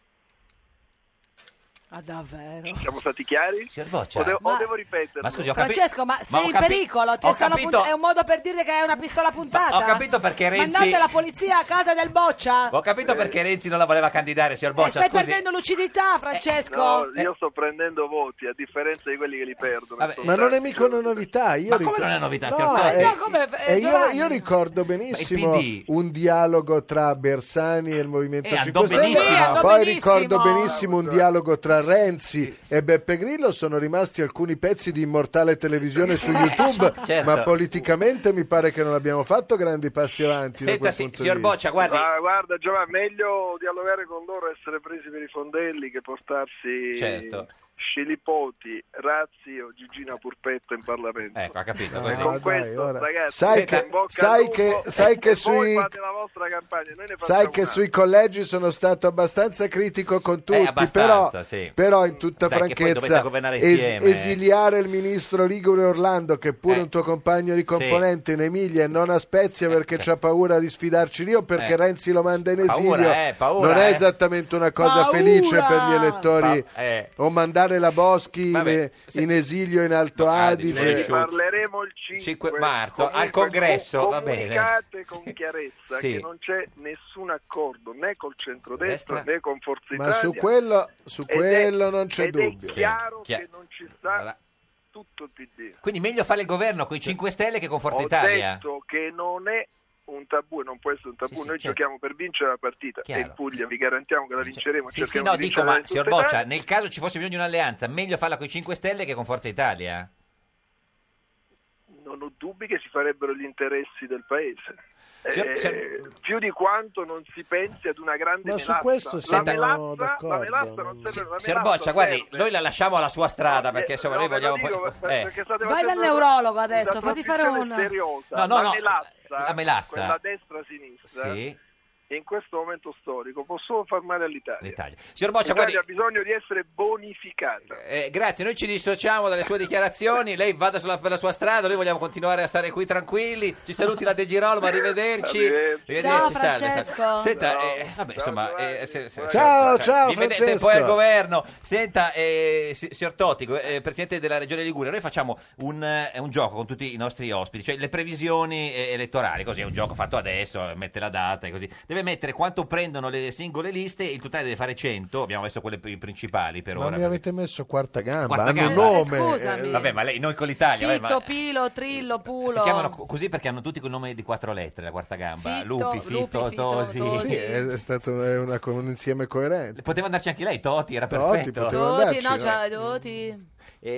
Speaker 2: Ah, davvero?
Speaker 17: Siamo stati chiari?
Speaker 3: Boccia.
Speaker 17: O, devo- o
Speaker 3: Ma-
Speaker 17: devo ripeterlo?
Speaker 3: ma scusi, ho capi-
Speaker 2: Francesco, ma
Speaker 3: Ma
Speaker 2: sei
Speaker 3: ho
Speaker 2: in
Speaker 3: capi-
Speaker 2: pericolo, ti
Speaker 3: ho
Speaker 2: stanno
Speaker 3: capito-
Speaker 2: punt- eh, è un modo per dirti che hai una pistola puntata.
Speaker 3: ho capito perché Renzi-
Speaker 2: Mandate la polizia a casa del Boccia.
Speaker 3: Ho capito perché Renzi non la voleva candidare, signor
Speaker 2: Eh,
Speaker 3: Boccia,
Speaker 2: stai
Speaker 3: scusi.
Speaker 2: perdendo lucidità, Francesco.
Speaker 17: Eh, No, io sto prendendo voti a differenza di quelli che li perdono.
Speaker 12: Ma non è mica una novità. Io
Speaker 3: Esatto. Ma
Speaker 12: ricordo-
Speaker 3: come non è novità,
Speaker 12: No,
Speaker 3: signor Toti?
Speaker 12: eh,
Speaker 3: Ma no,
Speaker 2: come- eh,
Speaker 12: eh, io,
Speaker 2: Giovanni?
Speaker 12: io ricordo benissimo
Speaker 3: Ma il PD?
Speaker 12: un dialogo tra Bersani e il Movimento
Speaker 3: Eh, andò
Speaker 12: 5 Stelle.
Speaker 3: benissimo. Sì, andò
Speaker 12: Poi
Speaker 3: benissimo.
Speaker 12: ricordo benissimo un dialogo tra Renzi e Beppe Grillo. Sono rimasti alcuni pezzi di immortale televisione
Speaker 3: <laughs>
Speaker 12: su YouTube.
Speaker 3: certo.
Speaker 12: Ma politicamente mi pare che non abbiamo fatto grandi passi avanti. da
Speaker 3: Senta,
Speaker 12: quel
Speaker 3: si-
Speaker 12: punto
Speaker 3: signor
Speaker 12: di vista.
Speaker 3: Boccia, guardi.
Speaker 17: Ma guarda Giovanni, meglio dialogare con loro essere presi per i fondelli che portarsi
Speaker 3: Certo.
Speaker 17: Scilipoti, Razzi o Gigina Purpetta in Parlamento.
Speaker 3: Ecco, ha capito.
Speaker 12: No,
Speaker 3: così.
Speaker 12: Eh, dai, ora.
Speaker 17: ragazzi,
Speaker 12: sai
Speaker 17: siete
Speaker 12: che,
Speaker 17: in bocca
Speaker 12: sai
Speaker 17: al lupo
Speaker 12: che, sai che
Speaker 17: e
Speaker 12: sui,
Speaker 17: voi fate la vostra campagna, noi ne
Speaker 12: Sai
Speaker 17: facciamo
Speaker 12: che
Speaker 17: una.
Speaker 12: sui collegi sono stato abbastanza critico con tutti,
Speaker 3: Eh, abbastanza,
Speaker 12: però,
Speaker 3: sì. Mm.
Speaker 12: però in tutta
Speaker 3: Dai, che poi dovete
Speaker 12: franchezza
Speaker 3: governare
Speaker 12: es-
Speaker 3: insieme.
Speaker 12: esiliare il ministro Ligure Orlando, che è pure
Speaker 3: Eh.
Speaker 12: un tuo compagno di componente in Emilia e non a Spezia perché c'ha paura di sfidarci lì o perché
Speaker 3: cioè. Eh.
Speaker 12: Renzi lo manda in esilio,
Speaker 3: Paura, eh, paura,
Speaker 12: non è
Speaker 3: eh.
Speaker 12: esattamente una cosa
Speaker 3: Paura!
Speaker 12: felice per gli elettori.
Speaker 3: Pa- eh.
Speaker 12: O mandare la Boschi in,
Speaker 3: Vabbè, Ah,
Speaker 12: in esilio in Alto Adige.
Speaker 3: Adige, sì.
Speaker 17: Parleremo il 5,
Speaker 3: 5 marzo
Speaker 17: comunque,
Speaker 3: al congresso,
Speaker 17: com-
Speaker 3: va bene.
Speaker 17: comunicate con chiarezza
Speaker 3: Sì.
Speaker 17: che non c'è nessun accordo né col centrodestra
Speaker 3: Destra.
Speaker 17: né con Forza Italia.
Speaker 12: Ma su quello, su
Speaker 17: Ed è-
Speaker 12: quello non c'è
Speaker 17: ed
Speaker 12: dubbio.
Speaker 17: È chiaro
Speaker 3: Sì. Chi-
Speaker 17: che non ci sta tutto il PD.
Speaker 3: Quindi meglio fare il governo con i 5 Stelle che con Forza
Speaker 17: Ho
Speaker 3: Italia.
Speaker 17: detto che non è un tabù e non può essere un tabù.
Speaker 3: Sì, sì,
Speaker 17: Noi
Speaker 3: certo.
Speaker 17: giochiamo per vincere la partita
Speaker 3: Chiaro.
Speaker 17: e in Puglia vi garantiamo che la vinceremo.
Speaker 3: Sì, sì,
Speaker 17: cerchiamo
Speaker 3: no,
Speaker 17: di diciamo
Speaker 3: dico, ma
Speaker 17: vincerla in
Speaker 3: signor
Speaker 17: tutta
Speaker 3: Boccia,
Speaker 17: Italia.
Speaker 3: nel caso ci fosse bisogno di un'alleanza, meglio farla con i 5 Stelle che con Forza Italia?
Speaker 17: Non sono dubbi che si farebbero gli interessi del paese.
Speaker 3: Signor-
Speaker 17: Eh,
Speaker 3: signor-
Speaker 17: più di quanto non si pensi ad una grande
Speaker 3: Ma su
Speaker 17: melassa.
Speaker 3: questo
Speaker 17: La
Speaker 3: siamo
Speaker 17: melassa-
Speaker 3: d'accordo.
Speaker 17: La melassa non serve la
Speaker 3: Signor
Speaker 17: melassa
Speaker 3: Boccia, guardi,
Speaker 17: serve.
Speaker 3: noi la lasciamo alla sua strada perché insomma noi
Speaker 17: no, ve lo
Speaker 3: vogliamo poi...
Speaker 17: dico,
Speaker 3: eh.
Speaker 17: perché state
Speaker 2: Vai dal
Speaker 17: facendo
Speaker 2: neurologo
Speaker 17: una
Speaker 2: adesso, fatti fare
Speaker 17: trasmissione
Speaker 2: un-
Speaker 17: seriosa.
Speaker 3: No, no,
Speaker 17: la
Speaker 3: no,
Speaker 17: melassa,
Speaker 3: la melassa.
Speaker 17: quella destra-sinistra,
Speaker 3: Sì.
Speaker 17: in questo momento storico può solo far male all'Italia.
Speaker 3: L'Italia. Signor Boccia,
Speaker 17: L'Italia
Speaker 3: guardi,
Speaker 17: ha bisogno di essere bonificata.
Speaker 3: eh, grazie, noi ci dissociamo dalle sue dichiarazioni, lei vada sulla, per la sua strada, noi vogliamo continuare a stare qui tranquilli, ci saluti la De Girolamo, arrivederci.
Speaker 17: Arrivederci.
Speaker 3: Arrivederci,
Speaker 17: Ciao,
Speaker 3: salve, salve.
Speaker 17: Francesco.
Speaker 3: Senta,
Speaker 17: Ciao.
Speaker 3: eh, vabbè, insomma, eh, se- se-
Speaker 12: Ciao, ciao,
Speaker 3: vi vedete
Speaker 12: Francesco.
Speaker 3: poi al governo. Senta, eh, si- signor Totico, eh, Presidente della Regione Liguria, noi facciamo un, eh, un gioco con tutti i nostri ospiti, cioè le previsioni eh, elettorali, così è un gioco fatto adesso, eh, mette la data e così. Deve mettere quanto prendono le singole liste, il totale deve fare 100, abbiamo messo quelle pri- principali per
Speaker 12: Ma
Speaker 3: ora.
Speaker 12: mi avete messo quarta gamba,
Speaker 3: Quarta
Speaker 12: hanno
Speaker 3: gamba.
Speaker 12: un nome.
Speaker 2: Scusami.
Speaker 12: eh,
Speaker 3: Vabbè, ma lei, noi con l'Italia, vabbè, ma-
Speaker 2: Fitto, Pilo, Trillo, Pulo.
Speaker 3: si chiamano co- così perché hanno tutti quel nome di quattro lettere, la quarta gamba.
Speaker 2: Fitto,
Speaker 3: Lupi, Fitto,
Speaker 2: Lupi, Fitto,
Speaker 3: Tosi.
Speaker 2: Tosi.
Speaker 12: sì, è stato è una- un insieme coerente.
Speaker 3: Poteva andarci anche lei, Toti, era
Speaker 12: Totti,
Speaker 3: perfetto.
Speaker 12: poteva
Speaker 2: Doti, no,
Speaker 12: andarci,
Speaker 2: cioè, Doti.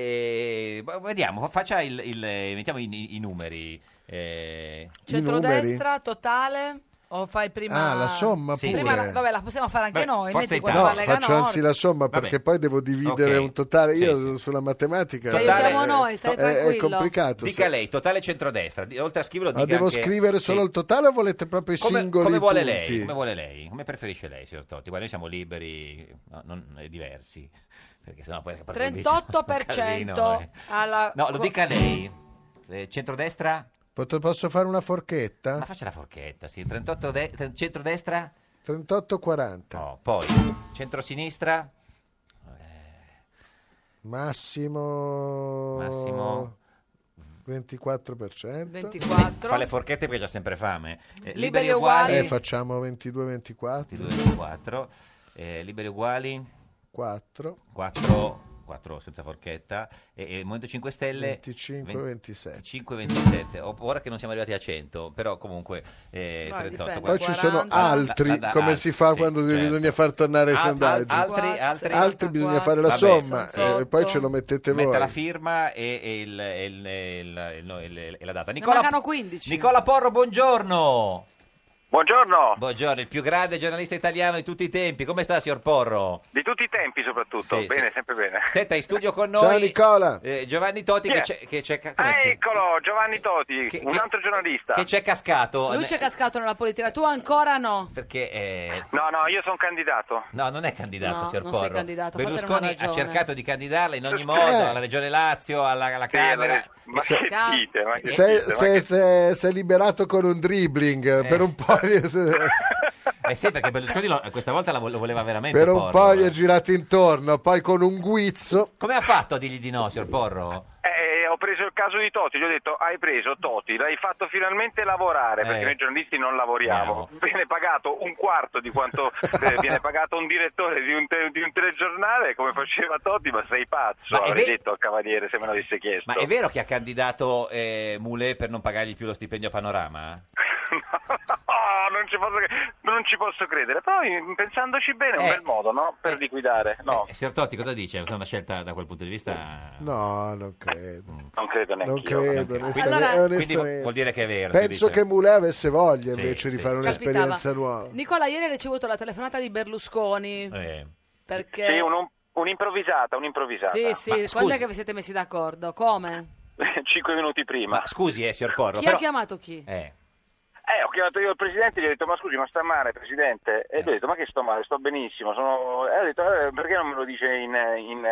Speaker 3: E, ma vediamo, faccia il, il- eh, mettiamo i, i numeri. eh.
Speaker 2: Centrodestra, totale. O fai prima...
Speaker 12: Ah, la somma
Speaker 2: Sì,
Speaker 12: pure.
Speaker 2: prima la- vabbè, la possiamo fare anche
Speaker 3: Beh,
Speaker 2: noi.
Speaker 3: Forza
Speaker 2: Metti
Speaker 3: Italia.
Speaker 2: quella
Speaker 12: No,
Speaker 2: della Lega
Speaker 12: faccio
Speaker 2: Nord.
Speaker 12: anzi la somma
Speaker 3: Vabbè.
Speaker 12: perché poi devo dividere
Speaker 3: Ok.
Speaker 12: un totale. Io
Speaker 3: Sì,
Speaker 12: sulla matematica
Speaker 2: Ti aiutiamo Cioè, noi, stai
Speaker 12: to- è- è,
Speaker 2: tranquillo.
Speaker 12: complicato.
Speaker 3: Dica
Speaker 12: sì.
Speaker 3: lei, totale centrodestra. Di- Oltre a scriverlo,
Speaker 12: Ma
Speaker 3: dica
Speaker 12: devo
Speaker 3: anche-
Speaker 12: scrivere
Speaker 3: sì.
Speaker 12: solo il totale o volete proprio i
Speaker 3: come,
Speaker 12: singoli
Speaker 3: come vuole
Speaker 12: punti?
Speaker 3: lei, come vuole lei, come preferisce lei, signor Totti? Guarda, noi siamo liberi, no, non eh, diversi. <laughs> Perché sennò poi parte un bici- <laughs> un
Speaker 2: 38%
Speaker 3: casino, eh.
Speaker 2: alla...
Speaker 3: No, lo dica lei. Eh, centrodestra?
Speaker 12: Pot- posso fare una forchetta?
Speaker 3: Ma faccia la forchetta, sì. 38 de- tre- centrodestra?
Speaker 12: 38-40.
Speaker 3: Poi centrosinistra?
Speaker 12: Massimo...
Speaker 3: Massimo.
Speaker 12: 24%.
Speaker 2: 24.
Speaker 3: Fa le forchette perché c'ha sempre fame. Eh,
Speaker 2: Liberi e uguali.
Speaker 12: Eh, facciamo 22-24.
Speaker 3: 4. Eh, liberi uguali?
Speaker 12: 4.
Speaker 3: 4. 4 senza forchetta. E, e Movimento 5 Stelle?
Speaker 12: 25, 27.
Speaker 3: 25, 27. O- Ora che non siamo arrivati a 100, però comunque eh,
Speaker 12: Ma
Speaker 3: 38.
Speaker 12: Poi ci sono
Speaker 3: 40.
Speaker 12: altri,
Speaker 3: La- la- la-
Speaker 12: come si fa
Speaker 3: sì,
Speaker 12: quando
Speaker 3: certo.
Speaker 12: bisogna far tornare i
Speaker 3: Al- al-
Speaker 12: sondaggi.
Speaker 3: altri- altri-
Speaker 12: bisogna fare la
Speaker 3: Vabbè,
Speaker 12: somma
Speaker 3: sì.
Speaker 12: eh, e poi ce lo mettete
Speaker 3: Metta
Speaker 12: voi.
Speaker 3: la firma e, e il- e il- e il- e il- e il- e la data.
Speaker 2: Ne
Speaker 3: Nicola,
Speaker 2: mancano 15.
Speaker 3: Nicola Porro, buongiorno.
Speaker 6: Buongiorno.
Speaker 3: Buongiorno, il più grande giornalista italiano di tutti i tempi. Come sta, signor Porro?
Speaker 6: Di tutti i tempi soprattutto.
Speaker 3: Sì,
Speaker 6: bene,
Speaker 3: sì.
Speaker 6: sempre bene.
Speaker 3: Senta, in studio con noi
Speaker 12: Ciao Nicola.
Speaker 3: eh, Giovanni Totti
Speaker 6: Chi
Speaker 3: che
Speaker 6: è?
Speaker 3: c'è, che c'è ca-
Speaker 6: Ah, eccolo, Giovanni Toti,
Speaker 3: Che-
Speaker 6: un
Speaker 3: che-
Speaker 6: altro giornalista.
Speaker 3: che c'è cascato.
Speaker 2: Lui
Speaker 3: Ne-
Speaker 2: c'è cascato nella politica, tu ancora no.
Speaker 3: Perché eh,
Speaker 6: No, no, io sono candidato.
Speaker 3: No, non è candidato,
Speaker 2: No,
Speaker 3: signor
Speaker 2: non
Speaker 3: Porro.
Speaker 2: sei candidato, fatene una
Speaker 3: Berlusconi ha
Speaker 2: ragione.
Speaker 3: cercato di candidarla in ogni modo, alla Regione Lazio, alla, alla Camera.
Speaker 6: Eh.
Speaker 3: Eh,
Speaker 6: ma
Speaker 12: Se-
Speaker 6: che dite? Ma che
Speaker 12: Se,
Speaker 6: dite? Ma
Speaker 12: se-
Speaker 6: che-
Speaker 12: se- se è liberato con un dribbling eh, per un po', gli, se-
Speaker 3: Eh sì, perché Berlusconi lo- questa volta la vo- lo voleva veramente.
Speaker 12: per un
Speaker 3: Porro.
Speaker 12: po' gli è girato intorno, poi con un guizzo.
Speaker 3: Come ha fatto a dirgli di no, signor Porro?
Speaker 6: Eh, ho preso il caso di Toti, gli ho detto hai preso Toti, l'hai fatto finalmente lavorare, perché
Speaker 3: Eh.
Speaker 6: noi giornalisti non lavoriamo, viene pagato un quarto di quanto eh, viene pagato un direttore di un, te- di un telegiornale come faceva Toti, ma sei pazzo,
Speaker 3: Ma è
Speaker 6: avrei
Speaker 3: ve-
Speaker 6: detto al cavaliere se me l'avesse chiesto.
Speaker 3: Ma è vero che ha candidato eh, Moulet per non pagargli più lo stipendio a Panorama?
Speaker 6: No, Oh, non ci, posso, cre- non ci posso credere, però in- pensandoci bene è un
Speaker 3: Eh.
Speaker 6: bel modo no? per liquidare. No,
Speaker 3: Eh, signor Totti, cosa dice? È stata una scelta da quel punto di vista.
Speaker 12: No, eh. non credo.
Speaker 6: non credo neanche
Speaker 12: Non credo,
Speaker 3: Quindi-
Speaker 12: onestamente.
Speaker 3: Quindi
Speaker 12: onestamente.
Speaker 3: vuol dire che è vero. si
Speaker 12: Penso
Speaker 3: dice.
Speaker 12: che Moulet avesse voglia
Speaker 3: Sì,
Speaker 12: invece di
Speaker 3: sì,
Speaker 12: fare
Speaker 3: sì.
Speaker 12: un'esperienza nuova.
Speaker 2: Nicola, ieri hai ricevuto la telefonata di Berlusconi.
Speaker 3: Eh.
Speaker 2: Perché...
Speaker 6: Sì, un- un'improvvisata, un'improvvisata.
Speaker 2: Sì, sì, quando è che vi siete messi d'accordo? Come?
Speaker 6: Cinque minuti prima.
Speaker 3: Ma scusi, eh, signor Porro.
Speaker 2: Chi ha
Speaker 3: però-
Speaker 2: chiamato chi?
Speaker 3: eh,
Speaker 6: Eh, ho chiamato io il presidente e gli ho detto: Ma scusi, ma sta male, presidente? E lui ha detto: Ma che sto male? Sto benissimo. Sono... E ho detto: "Eh, Perché non me lo dice in, in-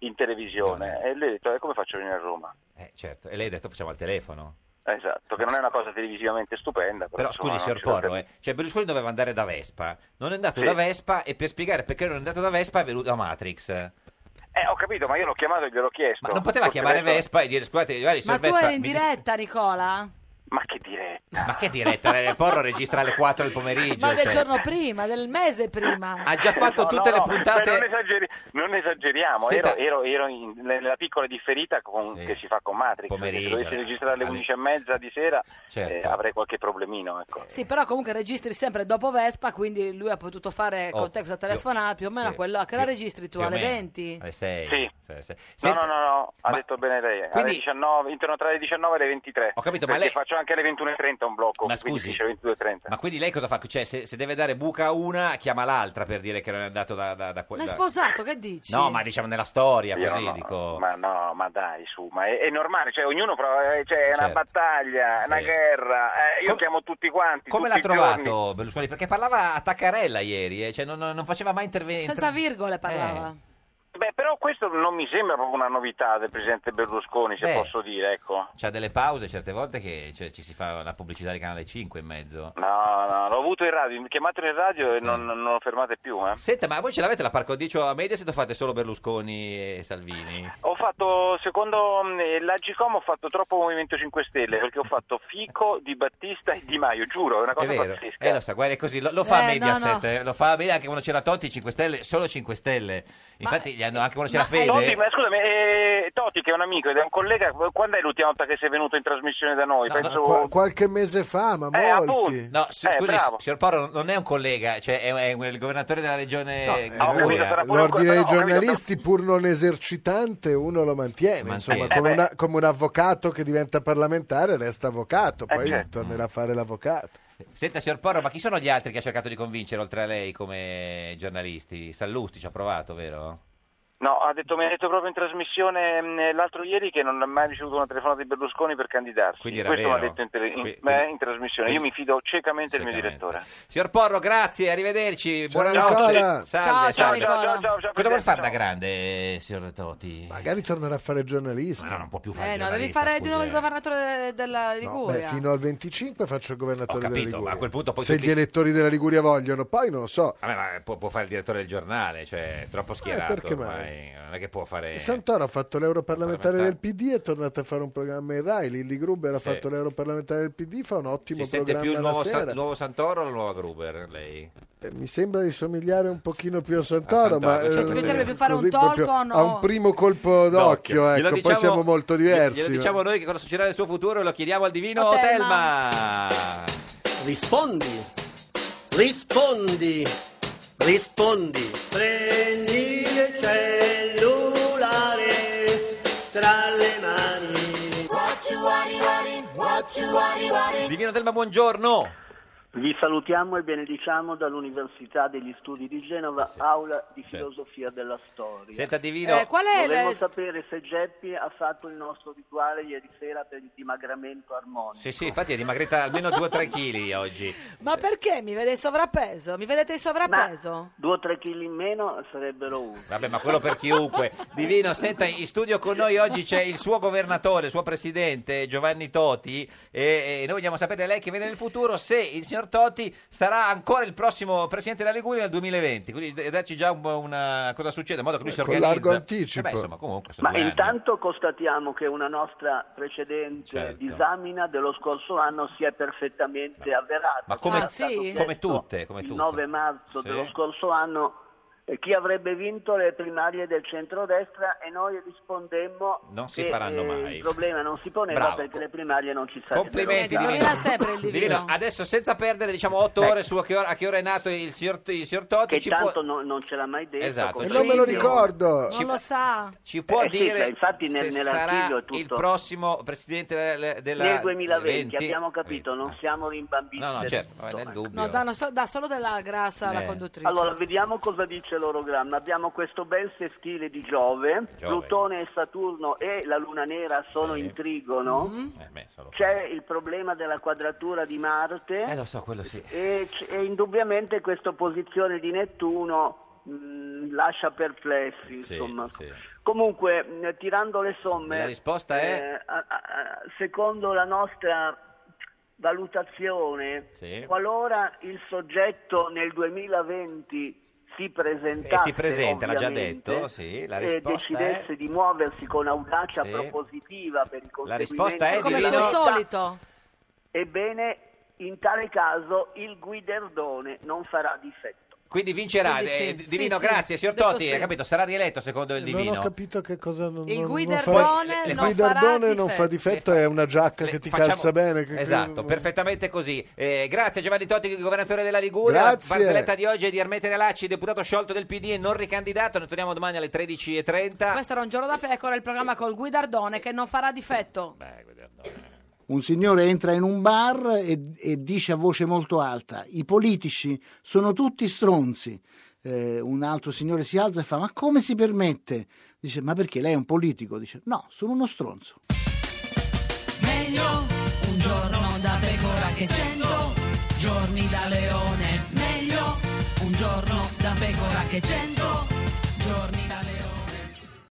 Speaker 6: in televisione? E lui ha detto: E come faccio a venire a Roma?
Speaker 3: eh, certo. E lei ha detto facciamo al telefono.
Speaker 6: Esatto, che non è una cosa televisivamente stupenda. Però,
Speaker 3: Però
Speaker 6: insomma,
Speaker 3: scusi,
Speaker 6: non
Speaker 3: signor
Speaker 6: ci sono
Speaker 3: Porro, eh, cioè Berlusconi doveva andare da Vespa, non è andato
Speaker 6: Sì.
Speaker 3: da Vespa e per spiegare perché non è andato da Vespa è venuto a Matrix.
Speaker 6: Eh, ho capito, ma io l'ho chiamato e gliel'ho chiesto.
Speaker 3: Ma non poteva
Speaker 6: Forse
Speaker 3: chiamare
Speaker 6: adesso-
Speaker 3: Vespa e dire scusate, guardi,
Speaker 2: Ma
Speaker 3: signor
Speaker 2: tu
Speaker 3: Vespa,
Speaker 2: eri in
Speaker 3: mi dis-
Speaker 2: diretta, Nicola?
Speaker 6: Ma che diretta?
Speaker 3: Ma che diretta, eh, Porro registra alle 4 del pomeriggio.
Speaker 2: Ma del
Speaker 3: cioè.
Speaker 2: giorno prima, del mese prima.
Speaker 3: Ha già fatto
Speaker 6: No,
Speaker 3: tutte
Speaker 6: no,
Speaker 3: le
Speaker 6: no,
Speaker 3: puntate.
Speaker 6: beh, non, esageri- non esageriamo,
Speaker 3: Senta-
Speaker 6: ero, ero- ero in- nella piccola differita con- che si fa con Matrix.
Speaker 3: Pomeriggio,
Speaker 6: se dovessi
Speaker 3: alle-
Speaker 6: registrare alle
Speaker 3: alle-
Speaker 6: 11 e mezza di sera
Speaker 3: Certo.
Speaker 6: eh, avrei qualche problemino. Ecco.
Speaker 2: Sì, però comunque registri sempre dopo Vespa, quindi lui ha potuto fare
Speaker 6: Oh,
Speaker 2: con te questa
Speaker 6: più-
Speaker 2: telefonata più o meno
Speaker 3: sì,
Speaker 2: quella che la
Speaker 3: più-
Speaker 2: registri tu
Speaker 3: più o
Speaker 2: alle
Speaker 3: meno.
Speaker 2: 20.
Speaker 3: Alle 6.
Speaker 6: Sì.
Speaker 3: Cioè, se-
Speaker 6: No,
Speaker 3: Senta-
Speaker 6: no, no, no, ha
Speaker 3: ma-
Speaker 6: detto bene lei. Alle
Speaker 3: quindi-
Speaker 6: 19, intorno tra le 19 e le 23.
Speaker 3: Ho capito, ma
Speaker 6: perché
Speaker 3: lei-
Speaker 6: faccio anche alle 21.30 un blocco.
Speaker 3: Ma
Speaker 6: quindi
Speaker 3: scusi.
Speaker 6: finisce alle 22.30.
Speaker 3: Ma quindi lei cosa fa? Cioè, se, se deve dare buca a una, chiama l'altra per dire che non è andato da... da, da,
Speaker 2: L'hai
Speaker 3: da-
Speaker 2: sposato, che dici?
Speaker 3: No, ma diciamo nella storia,
Speaker 6: Io
Speaker 3: così
Speaker 6: no,
Speaker 3: dico...
Speaker 6: Ma no, ma dai, su, ma è, è normale, cioè ognuno prova, eh, cioè, è una
Speaker 3: Certo.
Speaker 6: battaglia,
Speaker 3: Sì.
Speaker 6: una guerra, eh, io chiamo tutti quanti.
Speaker 3: Come l'ha
Speaker 6: tutti i
Speaker 3: trovato
Speaker 6: giorni.
Speaker 3: Berlusconi? Perché parlava a taccarella ieri, eh, cioè non, non faceva mai intervenire.
Speaker 2: Senza
Speaker 3: Eh,
Speaker 2: virgole parlava. Eh,
Speaker 6: Beh, però questo non mi sembra proprio una novità del presidente Berlusconi, se
Speaker 3: Beh.
Speaker 6: posso dire, ecco.
Speaker 3: C'ha delle pause certe volte che cioè, ci si fa la pubblicità di Canale 5 in mezzo.
Speaker 6: No, no, l'ho avuto in radio, mi chiamatelo in radio e non, non lo fermate più, eh.
Speaker 3: Senta, ma voi ce l'avete la parcodicio a media se lo fate solo Berlusconi e Salvini?
Speaker 6: Ho fatto, secondo mm, l'Agicom, ho fatto troppo Movimento 5 Stelle perché ho fatto Fico, Di Battista e Di Maio, giuro, è una
Speaker 3: È
Speaker 6: cosa
Speaker 3: vero,
Speaker 6: pazzesca.
Speaker 3: eh, lo sa, guarda, è così, lo, lo fa a
Speaker 6: Eh, no,
Speaker 3: Mediaset,
Speaker 6: no.
Speaker 3: eh, lo fa a media anche quando c'era Totti 5 Stelle, solo 5 Stelle. Infatti gli hanno anche quando c'era Fede.
Speaker 6: Totti, ma scusami, eh, Totti che è un amico ed è un collega, quando è l'ultima volta che sei venuto in trasmissione da noi? Penso...
Speaker 12: Qua- qualche mese fa, ma
Speaker 6: Eh,
Speaker 12: molti.
Speaker 6: appunto.
Speaker 3: No, si-
Speaker 6: Eh,
Speaker 3: scusi,
Speaker 6: bravo.
Speaker 3: signor Porro, non è un collega, cioè è, è il governatore della regione
Speaker 12: No,
Speaker 3: Liguria.
Speaker 12: eh, l'ordine dei giornalisti, pur non esercitante, uno lo mantiene. Insomma,
Speaker 3: Mantiene.
Speaker 12: come,
Speaker 3: Eh beh.
Speaker 12: una- come un avvocato che diventa parlamentare resta avvocato,
Speaker 3: Eh,
Speaker 12: poi
Speaker 3: certo.
Speaker 12: tornerà a fare l'avvocato.
Speaker 3: Senta, signor Porro, ma chi sono gli altri che ha cercato di convincere oltre a lei come giornalisti? Sallusti ci ha provato, vero?
Speaker 6: No, ha detto, mi ha detto proprio in trasmissione mh, l'altro ieri che non ha mai ricevuto una telefonata di Berlusconi per candidarsi.
Speaker 3: Quindi era
Speaker 6: Questo mi ha
Speaker 3: vero.
Speaker 6: detto in, tele- in-
Speaker 3: Qui-
Speaker 6: beh, in trasmissione. Io
Speaker 3: quindi-
Speaker 6: mi fido ciecamente del mio direttore.
Speaker 3: Signor Porro, grazie, arrivederci,
Speaker 6: Ciao,
Speaker 3: buonanotte.
Speaker 6: Nicola.
Speaker 3: Salve,
Speaker 6: Ciao, ciao,
Speaker 3: salve.
Speaker 6: Nicola. Ciao, ciao, ciao,
Speaker 3: Cosa vuol
Speaker 6: Presidente,
Speaker 3: fare da
Speaker 6: ciao.
Speaker 3: grande, eh, signor Totti?
Speaker 12: Magari tornerà a fare giornalista.
Speaker 3: no, non può più fare
Speaker 2: Eh
Speaker 3: il
Speaker 2: no, devi
Speaker 3: giornalista,
Speaker 2: fare di nuovo il
Speaker 3: scusi, eh.
Speaker 2: governatore de- della
Speaker 12: No,
Speaker 2: Liguria.
Speaker 12: beh, fino al 25 faccio il governatore
Speaker 3: Ho capito,
Speaker 12: della Liguria.
Speaker 3: ma a quel punto poi
Speaker 12: Se
Speaker 3: tutti-
Speaker 12: gli elettori della Liguria vogliono, poi non lo so.
Speaker 3: Vabbè, ma può, può fare il direttore del giornale, cioè è troppo schierato
Speaker 12: Eh, perché mai?
Speaker 3: ormai. Non è che può fare...
Speaker 12: Santoro ha fatto l'europarlamentare del PD, è tornato a fare un programma in Rai. Lilli Gruber ha
Speaker 3: Sì.
Speaker 12: fatto l'europarlamentare del PD, fa un ottimo
Speaker 3: si sente
Speaker 12: programma
Speaker 3: più il
Speaker 12: la
Speaker 3: nuovo,
Speaker 12: sera.
Speaker 3: San- nuovo Santoro o la nuova Gruber, lei?
Speaker 12: Eh, Mi sembra di somigliare un pochino più a Santoro,
Speaker 3: Santoro,
Speaker 12: ma eh,
Speaker 3: certo. Cioè, ti piacerebbe
Speaker 2: più fare un
Speaker 12: così proprio
Speaker 2: talk o
Speaker 12: a
Speaker 2: no?
Speaker 12: un primo colpo d'occhio,
Speaker 3: Glielo
Speaker 12: ecco, poi
Speaker 3: diciamo-
Speaker 12: siamo molto diversi.
Speaker 3: Glielo diciamo noi che cosa succederà nel suo futuro e lo chiediamo al divino
Speaker 18: Otelma.
Speaker 3: Otelma.
Speaker 18: Rispondi, rispondi, rispondi. Prendi il cellulare tra le mani.
Speaker 3: Divino Otelma, buongiorno.
Speaker 18: Vi salutiamo e benediciamo dall'Università degli Studi di Genova, aula di filosofia della storia.
Speaker 3: Senta, Divino. Eh,
Speaker 2: qual è
Speaker 18: Vorremmo
Speaker 2: la-
Speaker 18: sapere se Geppi ha fatto il nostro rituale ieri sera per il dimagramento armonico.
Speaker 3: Sì, sì, infatti è dimagrita almeno 2-3 kg oggi.
Speaker 2: Ma perché mi vede in sovrappeso? Mi vedete in sovrappeso?
Speaker 18: Due o tre chili in meno sarebbero uno.
Speaker 3: Vabbè, ma quello per chiunque. Divino, senta, in studio con noi oggi c'è il suo governatore, il suo presidente Giovanni Toti e, e noi vogliamo sapere da lei che vede nel futuro se il signor Toti sarà ancora il prossimo presidente della Liguria nel 2020. Quindi d- darci già un- una cosa succede, in modo che lui si
Speaker 12: Eh, con
Speaker 3: organizza.
Speaker 12: largo anticipo.
Speaker 3: Vabbè, insomma, comunque sono
Speaker 18: Ma
Speaker 3: due anni.
Speaker 18: intanto constatiamo che una nostra precedente
Speaker 3: Certo.
Speaker 18: disamina dello scorso anno si è perfettamente avverata.
Speaker 3: Ma come,
Speaker 2: Ah,
Speaker 18: Era stato chiesto
Speaker 3: come tutte, come
Speaker 18: Il
Speaker 3: tutte.
Speaker 18: 9 marzo
Speaker 3: Sì.
Speaker 18: dello scorso anno eh, chi avrebbe vinto le primarie del centrodestra e noi rispondemmo
Speaker 3: Non si
Speaker 18: che
Speaker 3: faranno
Speaker 18: eh,
Speaker 3: mai.
Speaker 18: il problema non si poneva
Speaker 3: Bravo.
Speaker 18: perché le primarie non ci sarebbero.
Speaker 3: Complimenti,
Speaker 18: state.
Speaker 3: Divino. Divino, adesso senza perdere diciamo 8 ore su a che ora, a che ora è nato il signor, il signor Totti,
Speaker 18: Ecco. Che
Speaker 3: ci può,
Speaker 18: tanto no- non ce l'ha mai detto.
Speaker 3: Esatto.
Speaker 18: con
Speaker 3: E non me lo
Speaker 18: Silvio.
Speaker 12: ricordo.
Speaker 2: Non lo sa.
Speaker 3: ci può
Speaker 18: Eh sì,
Speaker 3: dire
Speaker 18: sai, infatti nel-
Speaker 3: se sarà
Speaker 18: nell'archivio è tutto-
Speaker 3: il prossimo presidente della, della
Speaker 18: Nel 2020
Speaker 3: 20?
Speaker 18: abbiamo capito, non siamo rimbambiti.
Speaker 3: No, no,
Speaker 18: del
Speaker 3: certo,
Speaker 18: tutto,
Speaker 3: vabbè, nel
Speaker 18: ecco.
Speaker 3: dubbio.
Speaker 2: No, dà, una so- dà solo della grassa alla
Speaker 3: Eh.
Speaker 2: conduttrice.
Speaker 18: Allora, vediamo cosa dice l'orogramma. Abbiamo questo bel sestile di Giove,
Speaker 3: Giove.
Speaker 18: Plutone e Saturno e la Luna Nera sono in trigono.
Speaker 3: Eh, beh, solo-
Speaker 18: C'è il problema della quadratura di Marte
Speaker 3: Eh, lo so, quello sì.
Speaker 18: e, c- e indubbiamente questa posizione di Nettuno mh, lascia perplessi.
Speaker 3: Sì,
Speaker 18: Insomma.
Speaker 3: sì.
Speaker 18: Comunque, mh, tirando le somme,
Speaker 3: La risposta è?
Speaker 18: eh, a- a- a- secondo la nostra valutazione,
Speaker 3: Sì.
Speaker 18: qualora il soggetto nel 2020 si presentasse,
Speaker 3: E si presenta, l'ha già
Speaker 18: ovviamente,
Speaker 3: detto, sì, la
Speaker 18: e
Speaker 3: risposta
Speaker 18: decidesse
Speaker 3: è-
Speaker 18: di muoversi con audacia
Speaker 3: Sì.
Speaker 18: propositiva per il conseguimento
Speaker 3: La risposta è
Speaker 18: della
Speaker 3: Come al
Speaker 18: meta,
Speaker 2: solito.
Speaker 18: Ebbene, in tale caso il guiderdone non farà difetto.
Speaker 3: Quindi vincerà.
Speaker 17: Quindi sì.
Speaker 3: eh,
Speaker 17: Sì,
Speaker 3: Divino,
Speaker 17: sì.
Speaker 3: grazie, signor
Speaker 17: Detto
Speaker 3: Totti,
Speaker 17: sì.
Speaker 3: hai capito? Sarà rieletto secondo il
Speaker 12: Non ho
Speaker 3: Divino.
Speaker 12: capito che cosa
Speaker 3: Eh,
Speaker 12: non
Speaker 17: Il
Speaker 12: non- non
Speaker 17: guidardone
Speaker 12: fa...
Speaker 17: non
Speaker 12: Il
Speaker 17: farà
Speaker 12: guidardone non
Speaker 17: difetto.
Speaker 12: fa difetto, è una giacca che ti
Speaker 3: Facciamo-
Speaker 12: calza bene. che-
Speaker 3: esatto, perfettamente così. Eh, grazie Giovanni Totti, governatore della Liguria.
Speaker 12: Grazie.
Speaker 3: Barzelletta di oggi è di Armete Realacci, deputato sciolto del PD e non ricandidato. Noi torniamo domani alle 13.30.
Speaker 17: Questo era un giorno da pecora, il programma col guidardone che non farà difetto.
Speaker 19: Un signore entra in un bar e, e dice a voce molto alta: I politici sono tutti stronzi. Eh, un altro signore si alza e fa: Ma come si permette? Dice: Ma perché lei è un politico? Dice: No, sono uno stronzo.
Speaker 2: Meglio un giorno da pecora che cento giorni da leone. Meglio un giorno da pecora che cento giorni da leone.